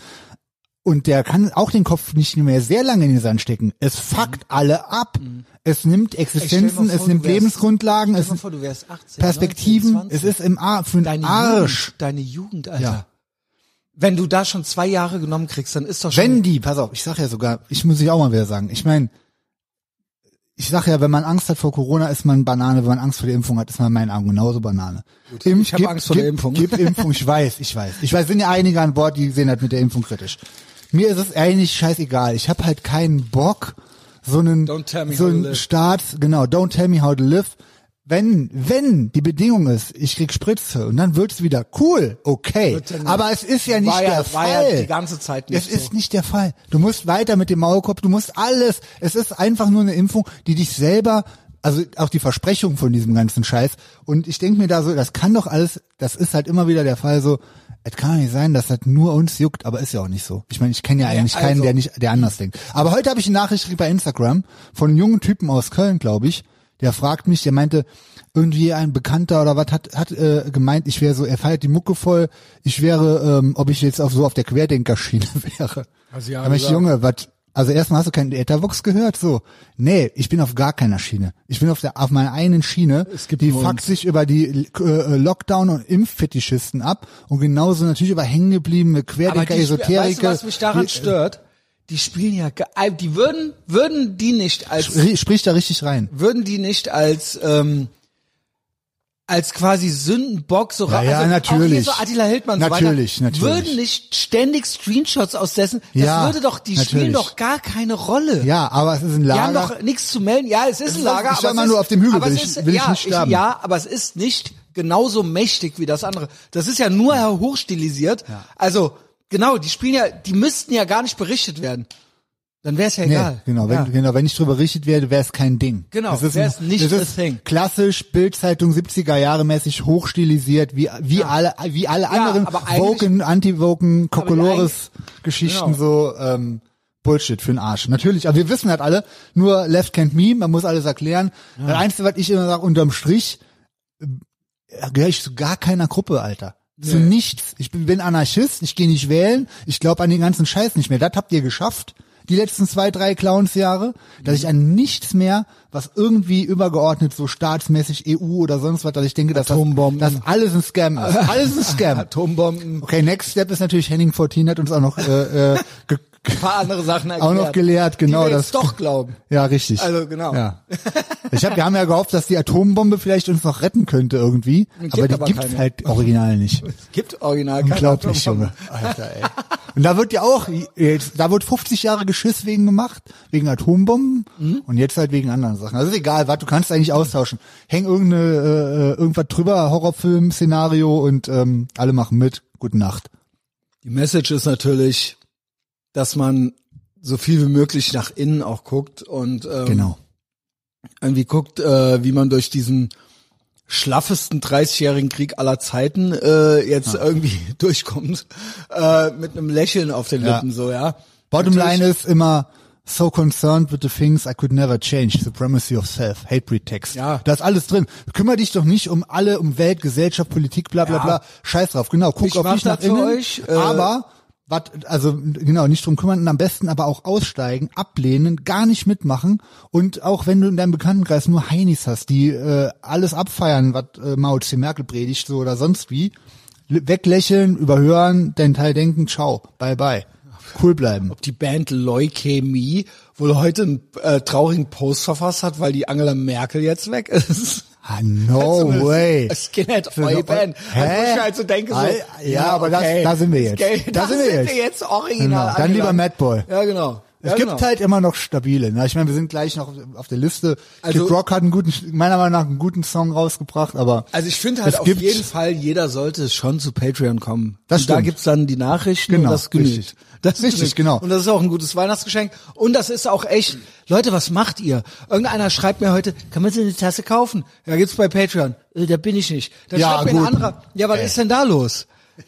Speaker 1: Und der kann auch den Kopf nicht mehr sehr lange in den Sand stecken. Es
Speaker 2: Mhm.
Speaker 1: fuckt alle ab. Es nimmt Existenzen,
Speaker 2: vor,
Speaker 1: es
Speaker 2: du
Speaker 1: nimmt
Speaker 2: wärst-
Speaker 1: Lebensgrundlagen,
Speaker 2: Stell
Speaker 1: es
Speaker 2: dir mal vor, du wärst 18,
Speaker 1: Perspektiven,
Speaker 2: 19, 20.
Speaker 1: es ist im Ar für den
Speaker 2: deine
Speaker 1: Arsch.
Speaker 2: Jugend, deine Jugend, Alter.
Speaker 1: Ja.
Speaker 2: Wenn du da schon zwei Jahre genommen kriegst, dann ist doch schon.
Speaker 1: Wenn die, pass auf, ich sag ja sogar, ich muss ich auch mal wieder sagen, ich meine, ich sag ja, wenn man Angst hat vor Corona, ist man Banane, wenn man Angst vor der Impfung hat, ist man in meinen Augen genauso Banane. Impf-
Speaker 2: ich hab
Speaker 1: gib-
Speaker 2: Angst vor der
Speaker 1: gib-
Speaker 2: Impfung.
Speaker 1: Gib Impfung, ich weiß, ich weiß. Ich weiß, sind ja einige an Bord, die sehen halt mit der Impfung kritisch. Mir ist es eigentlich scheißegal. Ich habe halt keinen Bock, so einen,
Speaker 2: Don't tell me
Speaker 1: so
Speaker 2: how to
Speaker 1: einen
Speaker 2: live.
Speaker 1: Staats, genau, don't tell me how to live. Wenn, wenn die Bedingung ist, ich krieg Spritze und dann wird's wieder cool, okay.
Speaker 2: Wird ja nicht.
Speaker 1: Aber es ist ja nicht
Speaker 2: war
Speaker 1: der
Speaker 2: ja, war
Speaker 1: Fall.
Speaker 2: ja die ganze Zeit nicht
Speaker 1: Es ist
Speaker 2: so.
Speaker 1: nicht der Fall. Du musst weiter mit dem Maulkorb, du musst alles. Es ist einfach nur eine Impfung, die dich selber, also auch die Versprechung von diesem ganzen Scheiß. Und ich denke mir da so, das kann doch alles, das ist halt immer wieder der Fall so, es kann doch nicht sein, dass das nur uns juckt, aber ist ja auch nicht so. Ich meine, ich kenne ja eigentlich
Speaker 2: also-
Speaker 1: keinen, der nicht, der anders denkt. Aber heute habe ich eine Nachricht gekriegt bei Instagram von einem jungen Typen aus Köln, glaube ich. Der fragt mich, der meinte, irgendwie ein Bekannter oder was hat, hat äh, gemeint, ich wäre so, er feiert die Mucke voll, ich wäre, ähm, ob ich jetzt auf so auf der Querdenkerschiene wäre.
Speaker 2: Also ja,
Speaker 1: Aber ich,
Speaker 2: gesagt.
Speaker 1: Junge, was, also erstmal hast du keinen Ethervox gehört, so. Nee, ich bin auf gar keiner Schiene. Ich bin auf der, auf meiner einen Schiene,
Speaker 2: Es gibt
Speaker 1: die
Speaker 2: nur
Speaker 1: fuckt sich über die äh, Lockdown- und Impffetischisten ab und genauso natürlich über hängengebliebene
Speaker 2: Aber
Speaker 1: Querdenker,
Speaker 2: die, weißt du,
Speaker 1: Esoteriker.
Speaker 2: was mich daran
Speaker 1: die- äh,
Speaker 2: stört? die spielen ja, ge- äh, die würden, würden die nicht als
Speaker 1: Ri- Sprich da richtig rein.
Speaker 2: würden die nicht als ähm, als quasi Sündenbock so
Speaker 1: Ja,
Speaker 2: ra- also
Speaker 1: ja,
Speaker 2: Auch hier
Speaker 1: natürlich.
Speaker 2: so Attila Hildmann
Speaker 1: Natürlich,
Speaker 2: so weiter,
Speaker 1: natürlich.
Speaker 2: würden nicht ständig Screenshots aus dessen, das
Speaker 1: Ja,
Speaker 2: würde doch, die spielen
Speaker 1: natürlich.
Speaker 2: doch gar keine Rolle.
Speaker 1: Ja, aber es ist ein
Speaker 2: Die haben
Speaker 1: Lager.
Speaker 2: doch nichts zu melden. Ja, es ist ein
Speaker 1: ist-
Speaker 2: Lager,
Speaker 1: ich
Speaker 2: aber
Speaker 1: sag
Speaker 2: es
Speaker 1: mal
Speaker 2: ist,
Speaker 1: nur, auf dem Hügel
Speaker 2: aber
Speaker 1: will
Speaker 2: es
Speaker 1: ich-
Speaker 2: ist,
Speaker 1: will ich
Speaker 2: ja,
Speaker 1: nicht sterben.
Speaker 2: ja, aber es ist nicht genauso mächtig wie das andere. Das ist ja nur hochstilisiert. Also, genau, die spielen ja, die müssten ja gar nicht berichtet werden. Dann wäre es ja
Speaker 1: Nee,
Speaker 2: egal.
Speaker 1: genau, wenn,
Speaker 2: ja.
Speaker 1: genau, wenn ich drüber richtet werde, wäre es kein Ding.
Speaker 2: Genau,
Speaker 1: das ist
Speaker 2: wär's
Speaker 1: ein-
Speaker 2: nicht
Speaker 1: das
Speaker 2: das
Speaker 1: ist
Speaker 2: Ding.
Speaker 1: klassisch Bildzeitung 70er Jahre mäßig hochstilisiert, wie wie alle wie alle anderen
Speaker 2: aber eigentlich-
Speaker 1: Woken, Anti-Woken, Kokolores Geschichten
Speaker 2: Genau.
Speaker 1: so ähm, Bullshit für den Arsch. Natürlich, aber wir wissen halt alle, nur Left Can't Meme, man muss alles erklären. Das Einzige, was ich immer sage, unterm Strich äh, gehöre ich zu gar keiner Gruppe, Alter. Zu nichts. Ich bin, bin Anarchist, ich gehe nicht wählen, ich glaube an den ganzen Scheiß nicht mehr. Das habt ihr geschafft, die letzten zwei, drei Clownsjahre, dass ich an nichts mehr, was irgendwie übergeordnet, so staatsmäßig EU oder sonst was, dass ich denke, dass, das,
Speaker 2: Atombomben.
Speaker 1: dass alles ein Scam ist. Alles ein Scam.
Speaker 2: Atombomben,
Speaker 1: Okay, next step ist natürlich Henning 14 hat uns auch noch äh, äh, ge-
Speaker 2: ein paar andere Sachen erklärt.
Speaker 1: auch noch gelehrt, genau
Speaker 2: die wir
Speaker 1: das.
Speaker 2: Jetzt doch glauben.
Speaker 1: Ja, richtig.
Speaker 2: Also, genau.
Speaker 1: Ja. Ich hab, wir haben ja gehofft, dass die Atombombe vielleicht uns noch retten könnte irgendwie,
Speaker 2: Gibt
Speaker 1: aber die
Speaker 2: aber
Speaker 1: gibt's
Speaker 2: keine.
Speaker 1: halt original nicht.
Speaker 2: Gibt original keine
Speaker 1: Unglaublich,
Speaker 2: Atombomben.
Speaker 1: Junge. Alter, ey. Und da wird ja auch, jetzt, da wird 50 Jahre Geschiss wegen gemacht, wegen Atombomben
Speaker 2: Mhm.
Speaker 1: und jetzt halt wegen anderen Sachen. Also ist egal, was, du kannst eigentlich austauschen. Häng irgendeine, äh, irgendwas drüber, Horrorfilm, Szenario und ähm, alle machen mit. Gute Nacht.
Speaker 2: Die Message ist natürlich, dass man so viel wie möglich nach innen auch guckt und ähm,
Speaker 1: Genau.
Speaker 2: irgendwie guckt, äh, wie man durch diesen schlaffesten 30-jährigen Krieg aller Zeiten äh, jetzt irgendwie durchkommt äh, mit einem Lächeln auf den
Speaker 1: Ja.
Speaker 2: Lippen so ja.
Speaker 1: Bottom
Speaker 2: Natürlich-
Speaker 1: line ist immer so concerned with the things I could never change, supremacy of self, hate pretext.
Speaker 2: Ja.
Speaker 1: Da ist alles drin. Kümmer dich doch nicht um alle, um Welt, Gesellschaft, Politik, bla bla
Speaker 2: Ja.
Speaker 1: bla. Scheiß drauf, genau. Guck
Speaker 2: Ich
Speaker 1: auf
Speaker 2: mach
Speaker 1: dich
Speaker 2: das
Speaker 1: nach
Speaker 2: für
Speaker 1: innen.
Speaker 2: euch, äh,
Speaker 1: aber wat, also genau, nicht drum kümmern und am besten aber auch aussteigen, ablehnen, gar nicht mitmachen und auch wenn du in deinem Bekanntenkreis nur Heinis hast, die äh, alles abfeiern, was äh, Mao C. Merkel predigt so oder sonst wie, l- weglächeln, überhören, deinen Teil denken, ciao, bye bye. Cool bleiben.
Speaker 2: ob die Band Leukämie wohl heute einen äh, traurigen Post verfasst hat, weil die Angela Merkel jetzt weg ist.
Speaker 1: Ah, no way.
Speaker 2: Skinhead
Speaker 1: Für eine-
Speaker 2: Oi Band.
Speaker 1: Hä?
Speaker 2: Also, wo ich halt so denke, so,
Speaker 1: Al- ja, aber das- da sind wir jetzt.
Speaker 2: Okay,
Speaker 1: Da
Speaker 2: da
Speaker 1: sind
Speaker 2: sind
Speaker 1: wir
Speaker 2: wir
Speaker 1: jetzt.
Speaker 2: jetzt original.
Speaker 1: Genau, dann lieber
Speaker 2: angelangt.
Speaker 1: Madball.
Speaker 2: Ja, genau.
Speaker 1: Es
Speaker 2: ja,
Speaker 1: gibt
Speaker 2: genau.
Speaker 1: halt immer noch stabile. Ne? Ich meine, wir sind gleich noch auf der Liste.
Speaker 2: Also-
Speaker 1: Kid Rock hat einen guten, meiner Meinung nach einen guten Song rausgebracht, aber
Speaker 2: Also ich finde halt
Speaker 1: es
Speaker 2: auf
Speaker 1: gibt-
Speaker 2: jeden Fall, jeder sollte schon zu Patreon kommen.
Speaker 1: Das
Speaker 2: und da
Speaker 1: stimmt.
Speaker 2: gibt's dann die Nachrichten
Speaker 1: Genau,
Speaker 2: und das genügt.
Speaker 1: richtig.
Speaker 2: Das
Speaker 1: Richtig,
Speaker 2: genügt.
Speaker 1: genau.
Speaker 2: Und das ist auch ein gutes Weihnachtsgeschenk. Und das ist auch echt, Leute, was macht ihr? Irgendeiner schreibt mir heute, kann man so eine Tasse kaufen? Ja, gibt's bei Patreon. Äh, da bin ich nicht. Dann
Speaker 1: Ja,
Speaker 2: schreibt mir
Speaker 1: gut. Äh.
Speaker 2: ein anderer, ja, was
Speaker 1: Ey.
Speaker 2: ist denn da los?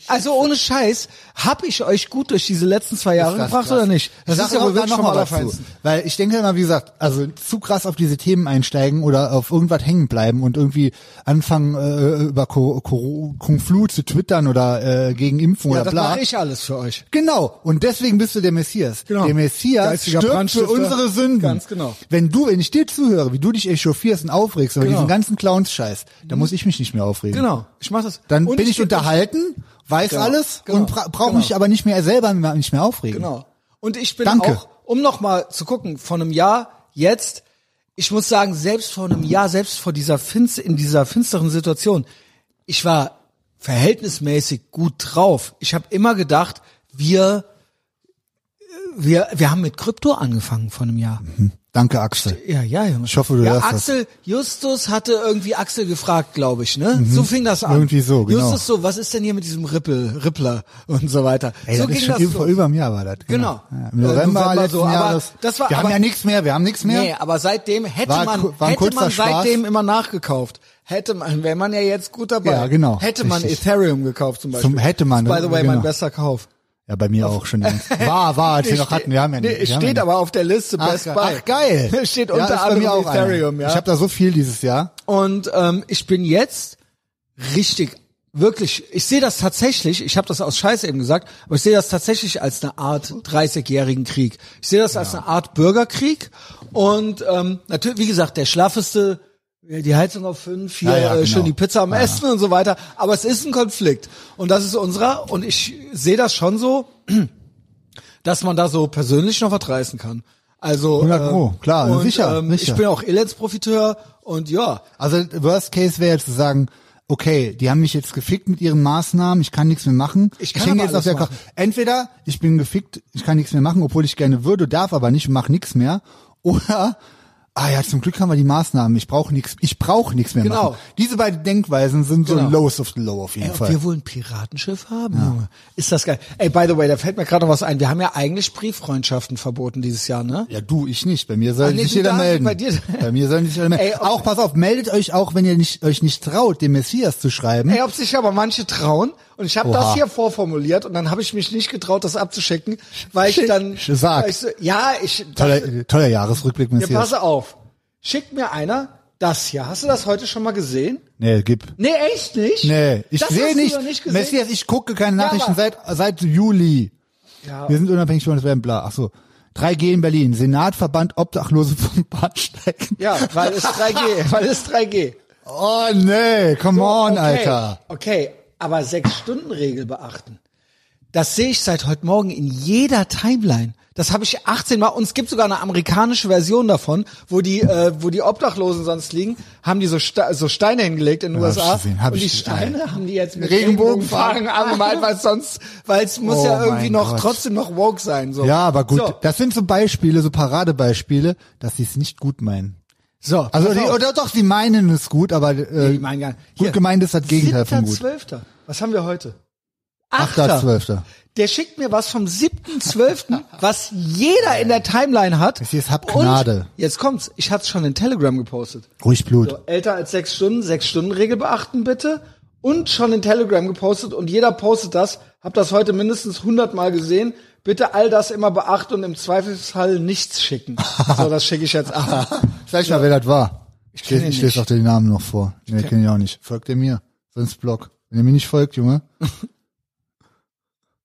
Speaker 2: Also ohne Scheiß, hab ich euch gut durch diese letzten zwei Jahre
Speaker 1: das
Speaker 2: gebracht
Speaker 1: krass.
Speaker 2: oder nicht? Das
Speaker 1: Sag
Speaker 2: ist ja
Speaker 1: doch
Speaker 2: wohl
Speaker 1: da
Speaker 2: wirklich vom
Speaker 1: noch mal was zu.
Speaker 2: Allerfeinsten.
Speaker 1: Weil ich denke immer, wie gesagt, also zu krass auf diese Themen einsteigen oder auf irgendwas hängen bleiben und irgendwie anfangen äh, über Co Co Kung Flu zu twittern oder äh, gegen Impfung
Speaker 2: Ja,
Speaker 1: oder
Speaker 2: das
Speaker 1: bla.
Speaker 2: mache ich alles für euch.
Speaker 1: Genau. Und deswegen bist du der Messias.
Speaker 2: Genau.
Speaker 1: Der Messias
Speaker 2: Geistiger
Speaker 1: stirbt für
Speaker 2: Brandstifter.
Speaker 1: unsere Sünden.
Speaker 2: Ganz genau.
Speaker 1: Wenn du, wenn ich dir zuhöre, wie du dich echauffierst und aufregst über
Speaker 2: Genau. Mhm.
Speaker 1: diesen ganzen Clowns-Scheiß, dann muss ich mich nicht mehr aufregen.
Speaker 2: Genau, ich mache das.
Speaker 1: Dann
Speaker 2: Und
Speaker 1: bin ich
Speaker 2: bin-
Speaker 1: unterhalten, weiß
Speaker 2: Genau.
Speaker 1: alles
Speaker 2: Genau.
Speaker 1: und bra brauche
Speaker 2: Genau.
Speaker 1: mich aber nicht mehr selber nicht mehr aufregen.
Speaker 2: Genau. Und ich bin
Speaker 1: Danke.
Speaker 2: auch, um nochmal zu gucken, vor einem Jahr, jetzt, ich muss sagen, selbst vor einem Jahr, selbst vor dieser finst in dieser finsteren Situation, ich war verhältnismäßig gut drauf. Ich habe immer gedacht, wir, äh, wir, wir haben mit Krypto angefangen vor einem Jahr.
Speaker 1: Danke, Axel.
Speaker 2: Ja, ja, Junge.
Speaker 1: Mhm. Ich hoffe, du
Speaker 2: ja,
Speaker 1: hörst das.
Speaker 2: Axel, Justus hatte irgendwie Axel gefragt, glaube ich, ne? So fing das an.
Speaker 1: Mhm. Irgendwie so, genau.
Speaker 2: Justus so, was ist denn hier mit diesem Ripple, Rippler und so weiter.
Speaker 1: Ey,
Speaker 2: so
Speaker 1: das ist
Speaker 2: ging
Speaker 1: schon
Speaker 2: das
Speaker 1: über,
Speaker 2: so.
Speaker 1: über im Jahr war das.
Speaker 2: Genau.
Speaker 1: Ja, Im
Speaker 2: Äh,
Speaker 1: November,
Speaker 2: November
Speaker 1: letzten
Speaker 2: so, aber
Speaker 1: Jahres.
Speaker 2: das war-
Speaker 1: wir haben
Speaker 2: aber-
Speaker 1: ja nichts mehr, wir haben nichts mehr.
Speaker 2: Nee, aber seitdem hätte
Speaker 1: War
Speaker 2: man,
Speaker 1: ku- war ein
Speaker 2: hätte
Speaker 1: kurzer
Speaker 2: man
Speaker 1: Spaß.
Speaker 2: seitdem immer nachgekauft. Hätte man, wäre man ja jetzt gut dabei.
Speaker 1: Ja, genau.
Speaker 2: Hätte man
Speaker 1: Richtig.
Speaker 2: Ethereum gekauft zum Beispiel.
Speaker 1: Zum- hätte man,
Speaker 2: By the way,
Speaker 1: genau.
Speaker 2: mein bester Kauf.
Speaker 1: Ja, bei mir auch schon. längst. War, war, als wir noch
Speaker 2: ste-
Speaker 1: hatten. Wir haben ja
Speaker 2: nee,
Speaker 1: nicht. wir haben ja
Speaker 2: steht
Speaker 1: nicht.
Speaker 2: aber auf der Liste Best
Speaker 1: ge-
Speaker 2: Buy.
Speaker 1: ach geil.
Speaker 2: steht
Speaker 1: Ja,
Speaker 2: unter
Speaker 1: ist bei mir
Speaker 2: anderem
Speaker 1: auch einer.
Speaker 2: Ethereum, ja.
Speaker 1: Ich habe da so viel dieses Jahr.
Speaker 2: Und ähm, ich bin jetzt richtig, wirklich, ich sehe das tatsächlich, ich habe das aus Scheiß eben gesagt, aber ich sehe das tatsächlich als eine Art 30-jährigen Krieg. Ich sehe das als eine Art Bürgerkrieg. Und ähm, natürlich, wie gesagt, der schlaffeste, äh, die Heizung auf fünf, hier
Speaker 1: Ja, ja,
Speaker 2: äh,
Speaker 1: genau.
Speaker 2: schön die Pizza am
Speaker 1: Ja, ja.
Speaker 2: Essen und so weiter. Aber es ist ein Konflikt. Und das ist unserer. Und ich sehe das schon so, dass man da so persönlich noch was reißen kann. Also
Speaker 1: 100 Pro,
Speaker 2: ähm,
Speaker 1: klar,
Speaker 2: und,
Speaker 1: sicher,
Speaker 2: ähm,
Speaker 1: sicher.
Speaker 2: Ich bin auch Elends-Profiteur und ja,
Speaker 1: Also worst case wäre jetzt zu sagen, okay, die haben mich jetzt gefickt mit ihren Maßnahmen, ich kann nichts mehr machen.
Speaker 2: Ich kann
Speaker 1: hänge
Speaker 2: aber
Speaker 1: jetzt auf der
Speaker 2: alles
Speaker 1: Couch. Entweder ich bin gefickt, ich kann nichts mehr machen, obwohl ich gerne würde, darf aber nicht, mache nichts mehr. Oder Ah ja, zum Glück haben wir die Maßnahmen. Ich brauche nichts, ich brauche nichts mehr
Speaker 2: Genau.
Speaker 1: machen. Diese beiden Denkweisen sind so
Speaker 2: Genau.
Speaker 1: ein Lowest of the Low auf jeden
Speaker 2: Ey, ob
Speaker 1: Fall.
Speaker 2: wir wohl ein Piratenschiff haben, Junge. Ist das geil. Ey, by the way, da fällt mir gerade noch was ein. Wir haben ja eigentlich Brieffreundschaften verboten dieses Jahr, ne?
Speaker 1: Ja, du, ich nicht. Bei mir soll
Speaker 2: nee,
Speaker 1: sich
Speaker 2: du
Speaker 1: jeder
Speaker 2: darfst,
Speaker 1: melden.
Speaker 2: bei dir-
Speaker 1: Bei mir sollen sich alle melden.
Speaker 2: Ey, ob-
Speaker 1: auch pass auf, meldet euch auch, wenn ihr nicht, euch nicht traut, den Messias zu schreiben.
Speaker 2: Ey, ob sich aber manche trauen. Und ich habe
Speaker 1: Oha.
Speaker 2: das hier vorformuliert und dann habe ich mich nicht getraut, das abzuschicken, weil ich
Speaker 1: Schick,
Speaker 2: dann...
Speaker 1: sag.
Speaker 2: Weil ich so, ja, ich...
Speaker 1: toller, toller Jahresrückblick,
Speaker 2: Ja,
Speaker 1: Messias.
Speaker 2: pass auf. Schickt mir einer das hier. Hast du das heute schon mal gesehen?
Speaker 1: nee, gib.
Speaker 2: Nee, echt nicht?
Speaker 1: Nee, ich
Speaker 2: Das hast
Speaker 1: sehe
Speaker 2: du
Speaker 1: nicht.
Speaker 2: noch nicht gesehen?
Speaker 1: Messias, ich gucke keine Nachrichten
Speaker 2: aber-
Speaker 1: seit, seit Juli.
Speaker 2: Ja.
Speaker 1: Wir sind unabhängig von der bla. Ach so. 3G in Berlin. Senat verbannt Obdachlose vom Bahnsteig.
Speaker 2: Ja, weil es 3G, weil es 3G.
Speaker 1: Oh nee, come on,
Speaker 2: okay.
Speaker 1: Alter.
Speaker 2: Okay, aber Sechs-Stunden-Regel beachten. Das sehe ich seit heute Morgen in jeder Timeline. Das habe ich 18 Mal. Und es gibt sogar eine amerikanische Version davon, wo die, äh, wo die Obdachlosen sonst liegen, haben die so, Ste so Steine hingelegt in den
Speaker 1: hab ich
Speaker 2: USA.
Speaker 1: gesehen, hab
Speaker 2: und
Speaker 1: ich
Speaker 2: die
Speaker 1: gesehen.
Speaker 2: Steine haben die jetzt mit
Speaker 1: Regenbogenfarben.
Speaker 2: Regenbogenfarben angemalt, weil es sonst, weil es muss
Speaker 1: Oh
Speaker 2: ja irgendwie
Speaker 1: mein
Speaker 2: noch
Speaker 1: Gott.
Speaker 2: trotzdem noch woke sein. So.
Speaker 1: Ja, aber gut.
Speaker 2: So,
Speaker 1: Das sind so Beispiele, so Paradebeispiele, dass sie es nicht gut meinen.
Speaker 2: so
Speaker 1: Also
Speaker 2: pass
Speaker 1: die,
Speaker 2: auf.
Speaker 1: oder doch, die meinen es gut, aber äh,
Speaker 2: Die meinen gar nicht.
Speaker 1: gut
Speaker 2: Hier,
Speaker 1: gemeint ist das Gegenteil von gut.
Speaker 2: 7.12.. Was haben wir heute?
Speaker 1: 8.12.
Speaker 2: Der schickt mir was vom 7.12., was jeder in der Timeline hat.
Speaker 1: Das hier ist Hab Gnade.
Speaker 2: Und jetzt kommt's. Ich hatte schon in Telegram gepostet.
Speaker 1: Ruhig Blut.
Speaker 2: So, älter als sechs Stunden, sechs Stunden Regel beachten bitte. Und schon in Telegram gepostet und jeder postet das. Hab das heute mindestens 100 Mal gesehen. Bitte all das immer beachten und im Zweifelsfall nichts schicken. So, das schicke ich jetzt ab.
Speaker 1: Sag ich mal, wer das war. Ich
Speaker 2: kenn
Speaker 1: lese,
Speaker 2: ihn
Speaker 1: ich lese
Speaker 2: nicht.
Speaker 1: auch den Namen noch vor. Nee, kenne ich auch nicht. Folgt ihr mir? Sonst Blog. Wenn ihr mir nicht folgt, Junge,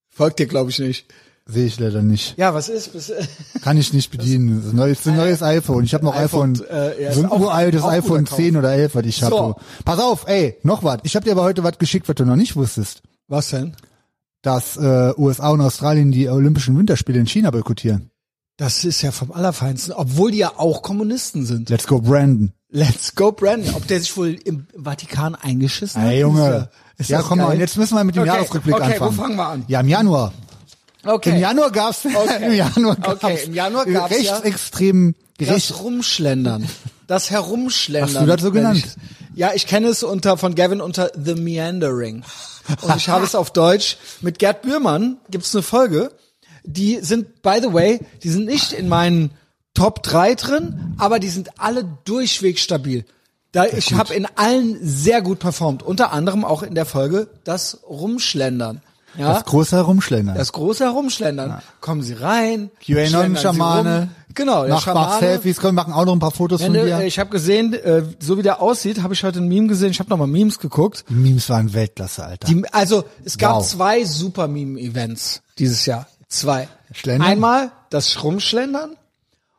Speaker 2: Folgt dir, glaube ich, nicht.
Speaker 1: sehe ich leider nicht.
Speaker 2: Ja, was ist? Bis, äh
Speaker 1: Kann ich nicht bedienen. Das ist ein neues, das ist ein neues iPhone. Ich habe noch
Speaker 2: iPhone,
Speaker 1: iPhone,
Speaker 2: äh, ja,
Speaker 1: so ein
Speaker 2: ist auch-
Speaker 1: uraltes
Speaker 2: auch guter
Speaker 1: iPhone 10 oder 11, was ich habe.
Speaker 2: So.
Speaker 1: Pass auf, ey, noch was. Ich habe dir aber heute was geschickt, was du noch nicht wusstest.
Speaker 2: was denn?
Speaker 1: Dass äh, USA und Australien die Olympischen Winterspiele in China boykottieren.
Speaker 2: Das ist ja vom Allerfeinsten, obwohl die ja auch Kommunisten sind.
Speaker 1: Let's go, Brandon.
Speaker 2: Let's go, Brandon. Ob der sich wohl im Vatikan eingeschissen hat?
Speaker 1: Ey, Junge.
Speaker 2: Ist
Speaker 1: ja,
Speaker 2: das
Speaker 1: komm mal,
Speaker 2: geil?
Speaker 1: jetzt müssen wir mit dem
Speaker 2: Okay,
Speaker 1: Jahresrückblick
Speaker 2: okay,
Speaker 1: anfangen.
Speaker 2: wo fangen wir an?
Speaker 1: Ja, im Januar.
Speaker 2: Okay.
Speaker 1: Im Januar gab's,
Speaker 2: Okay.
Speaker 1: im Januar gab's,
Speaker 2: Okay, im Januar gab's ja-
Speaker 1: rechtsextremen Gericht.
Speaker 2: das Rumschlendern. Das Herumschlendern.
Speaker 1: Hast du das so
Speaker 2: wenn
Speaker 1: genannt?
Speaker 2: Ich, ja, ich kenne es unter von Gavin unter The Meandering. Und ich habe es auf Deutsch. Mit Gerd Bührmann gibt's eine Folge. Die sind, by the way, die sind nicht in meinen Top 3 drin, aber die sind alle durchweg stabil. Da ich habe in allen sehr gut performt. Unter anderem auch in der Folge das Rumschlendern. Ja?
Speaker 1: Das große Herumschlendern.
Speaker 2: Das große Herumschlendern. Kommen Sie rein. schlendern Sie
Speaker 1: QAnon-Schamane.
Speaker 2: rum. Genau, der
Speaker 1: mach, mach
Speaker 2: Schamane.
Speaker 1: Selfies, komm, machen auch noch ein paar Fotos
Speaker 2: Wenn
Speaker 1: von
Speaker 2: du,
Speaker 1: dir.
Speaker 2: äh, ich habe gesehen, äh, so wie der aussieht, habe ich heute ein Meme gesehen. Ich habe nochmal Memes geguckt.
Speaker 1: die Memes waren Weltklasse, Alter.
Speaker 2: Die, also es gab
Speaker 1: Wow.
Speaker 2: zwei super Meme-Events dieses Jahr. Zwei.
Speaker 1: Schlendern?
Speaker 2: Einmal das Rumschlendern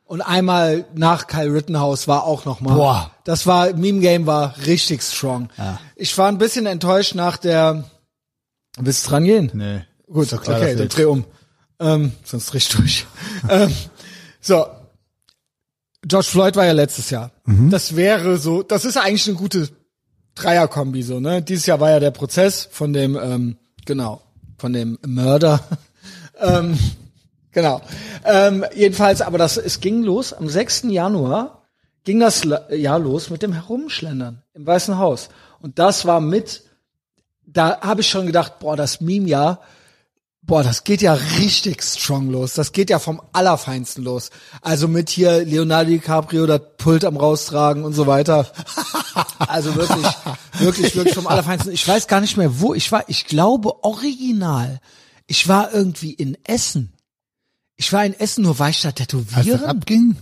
Speaker 2: und einmal nach Kyle Rittenhouse war auch nochmal.
Speaker 1: Boah.
Speaker 2: Das war, Meme Game war richtig strong.
Speaker 1: Ja.
Speaker 2: Ich war ein bisschen enttäuscht nach der. Willst du dran gehen?
Speaker 1: nee.
Speaker 2: Gut,
Speaker 1: Ist doch klar,
Speaker 2: okay,
Speaker 1: dass
Speaker 2: dann
Speaker 1: wir-
Speaker 2: dreh um. Ähm, sonst dreh ich durch. ähm, so. George Floyd war ja letztes Jahr.
Speaker 1: Mhm.
Speaker 2: Das wäre so, das ist eigentlich eine gute Dreierkombi so, ne? Dieses Jahr war ja der Prozess von dem, ähm, genau, von dem Mörder. ähm, genau. Ähm, jedenfalls, aber das, es ging los am 6. Januar, ging das La- Jahr los mit dem Herumschlendern im Weißen Haus. Und das war mit, da habe ich schon gedacht, boah, das Meme-Jahr, Boah, das geht ja richtig strong los. Das geht ja vom Allerfeinsten los. Also mit hier Leonardo DiCaprio das Pult am raustragen und so weiter. Also wirklich, wirklich, wirklich vom Allerfeinsten. Ich weiß gar nicht mehr, wo ich war. Ich glaube, original. Ich war irgendwie in Essen. Ich war in Essen, nur war ich da
Speaker 1: Als das
Speaker 2: tätowieren.
Speaker 1: abging,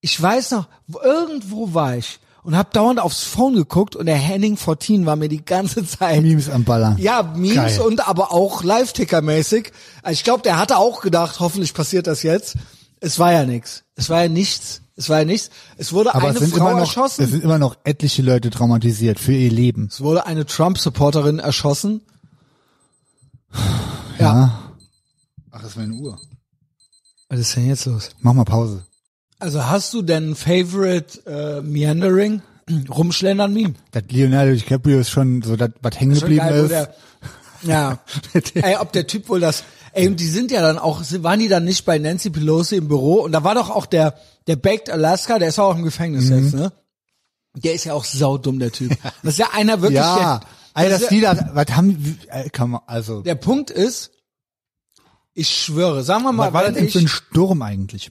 Speaker 2: Ich weiß noch, wo- irgendwo war ich und hab dauernd aufs Phone geguckt und der Henning 14 war mir die ganze Zeit
Speaker 1: Memes am Ballern.
Speaker 2: ja, Memes
Speaker 1: Geil.
Speaker 2: und aber auch Live-Ticker-mäßig. Also ich glaube, der hatte auch gedacht, hoffentlich passiert das jetzt. Es war ja nichts. Es war ja nichts. Es war ja nichts. Es wurde
Speaker 1: aber
Speaker 2: eine
Speaker 1: es sind,
Speaker 2: Frau
Speaker 1: immer noch, es
Speaker 2: erschossen.
Speaker 1: sind immer noch etliche Leute traumatisiert für ihr Leben.
Speaker 2: Es wurde eine Trump-Supporterin erschossen. Ja.
Speaker 1: Ach, Das ist meine Uhr.
Speaker 2: Was ist denn jetzt los?
Speaker 1: Mach mal Pause.
Speaker 2: Also hast du denn ein Favorite äh, Meandering? Rumschlendern Meme.
Speaker 1: Das Leonardo DiCaprio ist schon so, das, was hängen
Speaker 2: Schon
Speaker 1: geblieben
Speaker 2: geil, wo
Speaker 1: ist.
Speaker 2: der, ja. ey, ob der Typ wohl das. Ey, und die sind ja dann auch, waren die dann nicht bei Nancy Pelosi im Büro? Und da war doch auch der, der Baked Alaska, der ist auch im Gefängnis
Speaker 1: Mhm.
Speaker 2: jetzt, ne? Der ist ja auch saudumm, der Typ. Das ist ja einer wirklich,
Speaker 1: ja,
Speaker 2: der,
Speaker 1: all das
Speaker 2: ist ja-
Speaker 1: Lieder, was haben, wie- äh, kann man, also,
Speaker 2: der Punkt ist, ich schwöre, sagen wir mal,
Speaker 1: was war das
Speaker 2: wenn
Speaker 1: denn
Speaker 2: ich,
Speaker 1: für ein Sturm eigentlich?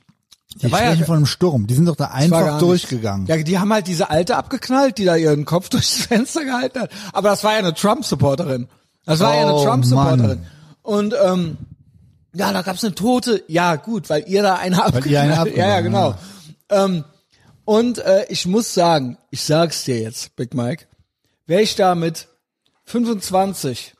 Speaker 1: Die
Speaker 2: war ja-
Speaker 1: sprechen von einem Sturm, die sind doch da
Speaker 2: war
Speaker 1: einfach
Speaker 2: gar
Speaker 1: durchgegangen.
Speaker 2: Ja, die haben halt diese Alte abgeknallt, die da ihren Kopf durchs Fenster gehalten hat. Aber das war ja eine Trump-Supporterin. Das war ja eine
Speaker 1: Oh,
Speaker 2: Trump-Supporterin.
Speaker 1: Mann.
Speaker 2: Und ähm, ja, da gab's eine Tote. Ja, gut, weil ihr da eine abgeknallt.
Speaker 1: ihr eine
Speaker 2: ja, ja,
Speaker 1: abgeknallt,
Speaker 2: genau. Ähm, und äh, ich muss sagen, ich sag's dir jetzt, Big Mike, wäre ich da mit 25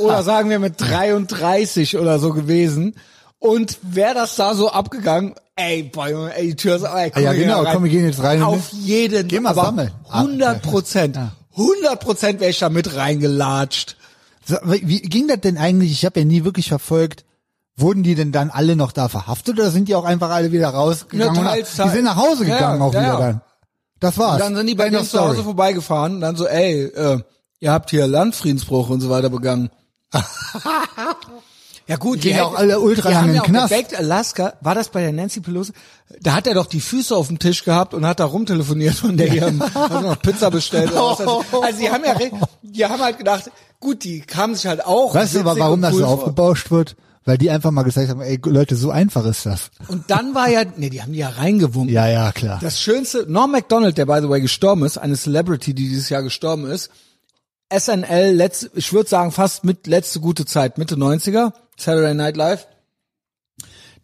Speaker 2: oder sagen wir mit 33 oder so gewesen. Und wäre das da so abgegangen, ey, boy, Junge, ey, die Tür ist, ey, komm,
Speaker 1: Ja,
Speaker 2: wir gehen
Speaker 1: genau,
Speaker 2: da rein.
Speaker 1: komm, wir gehen jetzt rein.
Speaker 2: Auf jeden,
Speaker 1: Geh mal
Speaker 2: aber
Speaker 1: sammeln. Ah,
Speaker 2: 100 Prozent, 100 Prozent wäre ich da mit reingelatscht.
Speaker 1: So, wie wie ging das denn eigentlich? Ich habe ja nie wirklich verfolgt. Wurden die denn dann alle noch da verhaftet oder sind die auch einfach alle wieder rausgegangen?
Speaker 2: Na,
Speaker 1: und nach-
Speaker 2: teils, teils.
Speaker 1: die sind nach Hause
Speaker 2: Ja,
Speaker 1: gegangen auch
Speaker 2: ja,
Speaker 1: wieder
Speaker 2: ja.
Speaker 1: dann. Das war's.
Speaker 2: Und dann sind die bei
Speaker 1: End
Speaker 2: denen
Speaker 1: of
Speaker 2: zu Hause
Speaker 1: story.
Speaker 2: vorbeigefahren und dann so, ey, äh, ihr habt hier Landfriedensbruch und so weiter begangen. ja gut,
Speaker 1: gehen
Speaker 2: die
Speaker 1: auch
Speaker 2: hätten-
Speaker 1: alle ultra
Speaker 2: die
Speaker 1: lange
Speaker 2: haben
Speaker 1: in
Speaker 2: ja
Speaker 1: den
Speaker 2: auch
Speaker 1: Knast.
Speaker 2: Baked Alaska, war das bei der Nancy Pelosi? Da hat er doch die Füße auf dem Tisch gehabt und hat da rumtelefoniert von der hier hat noch Pizza bestellt. oder was weiß ich. also die haben ja, re- die haben halt gedacht, gut, die kamen sich halt auch.
Speaker 1: Weißt du,
Speaker 2: witzig
Speaker 1: aber warum
Speaker 2: und
Speaker 1: das
Speaker 2: cool
Speaker 1: so
Speaker 2: vor.
Speaker 1: aufgebauscht wird? Weil die einfach mal gesagt haben, ey Leute, so einfach ist das.
Speaker 2: Und dann war ja, nee, die haben die ja reingewunken.
Speaker 1: Ja, ja, klar.
Speaker 2: Das Schönste, Norm MacDonald, der by the way gestorben ist, eine Celebrity, die dieses Jahr gestorben ist, SNL, letz, ich würde sagen fast mit letzte gute Zeit, Mitte 90er, Saturday Night Live.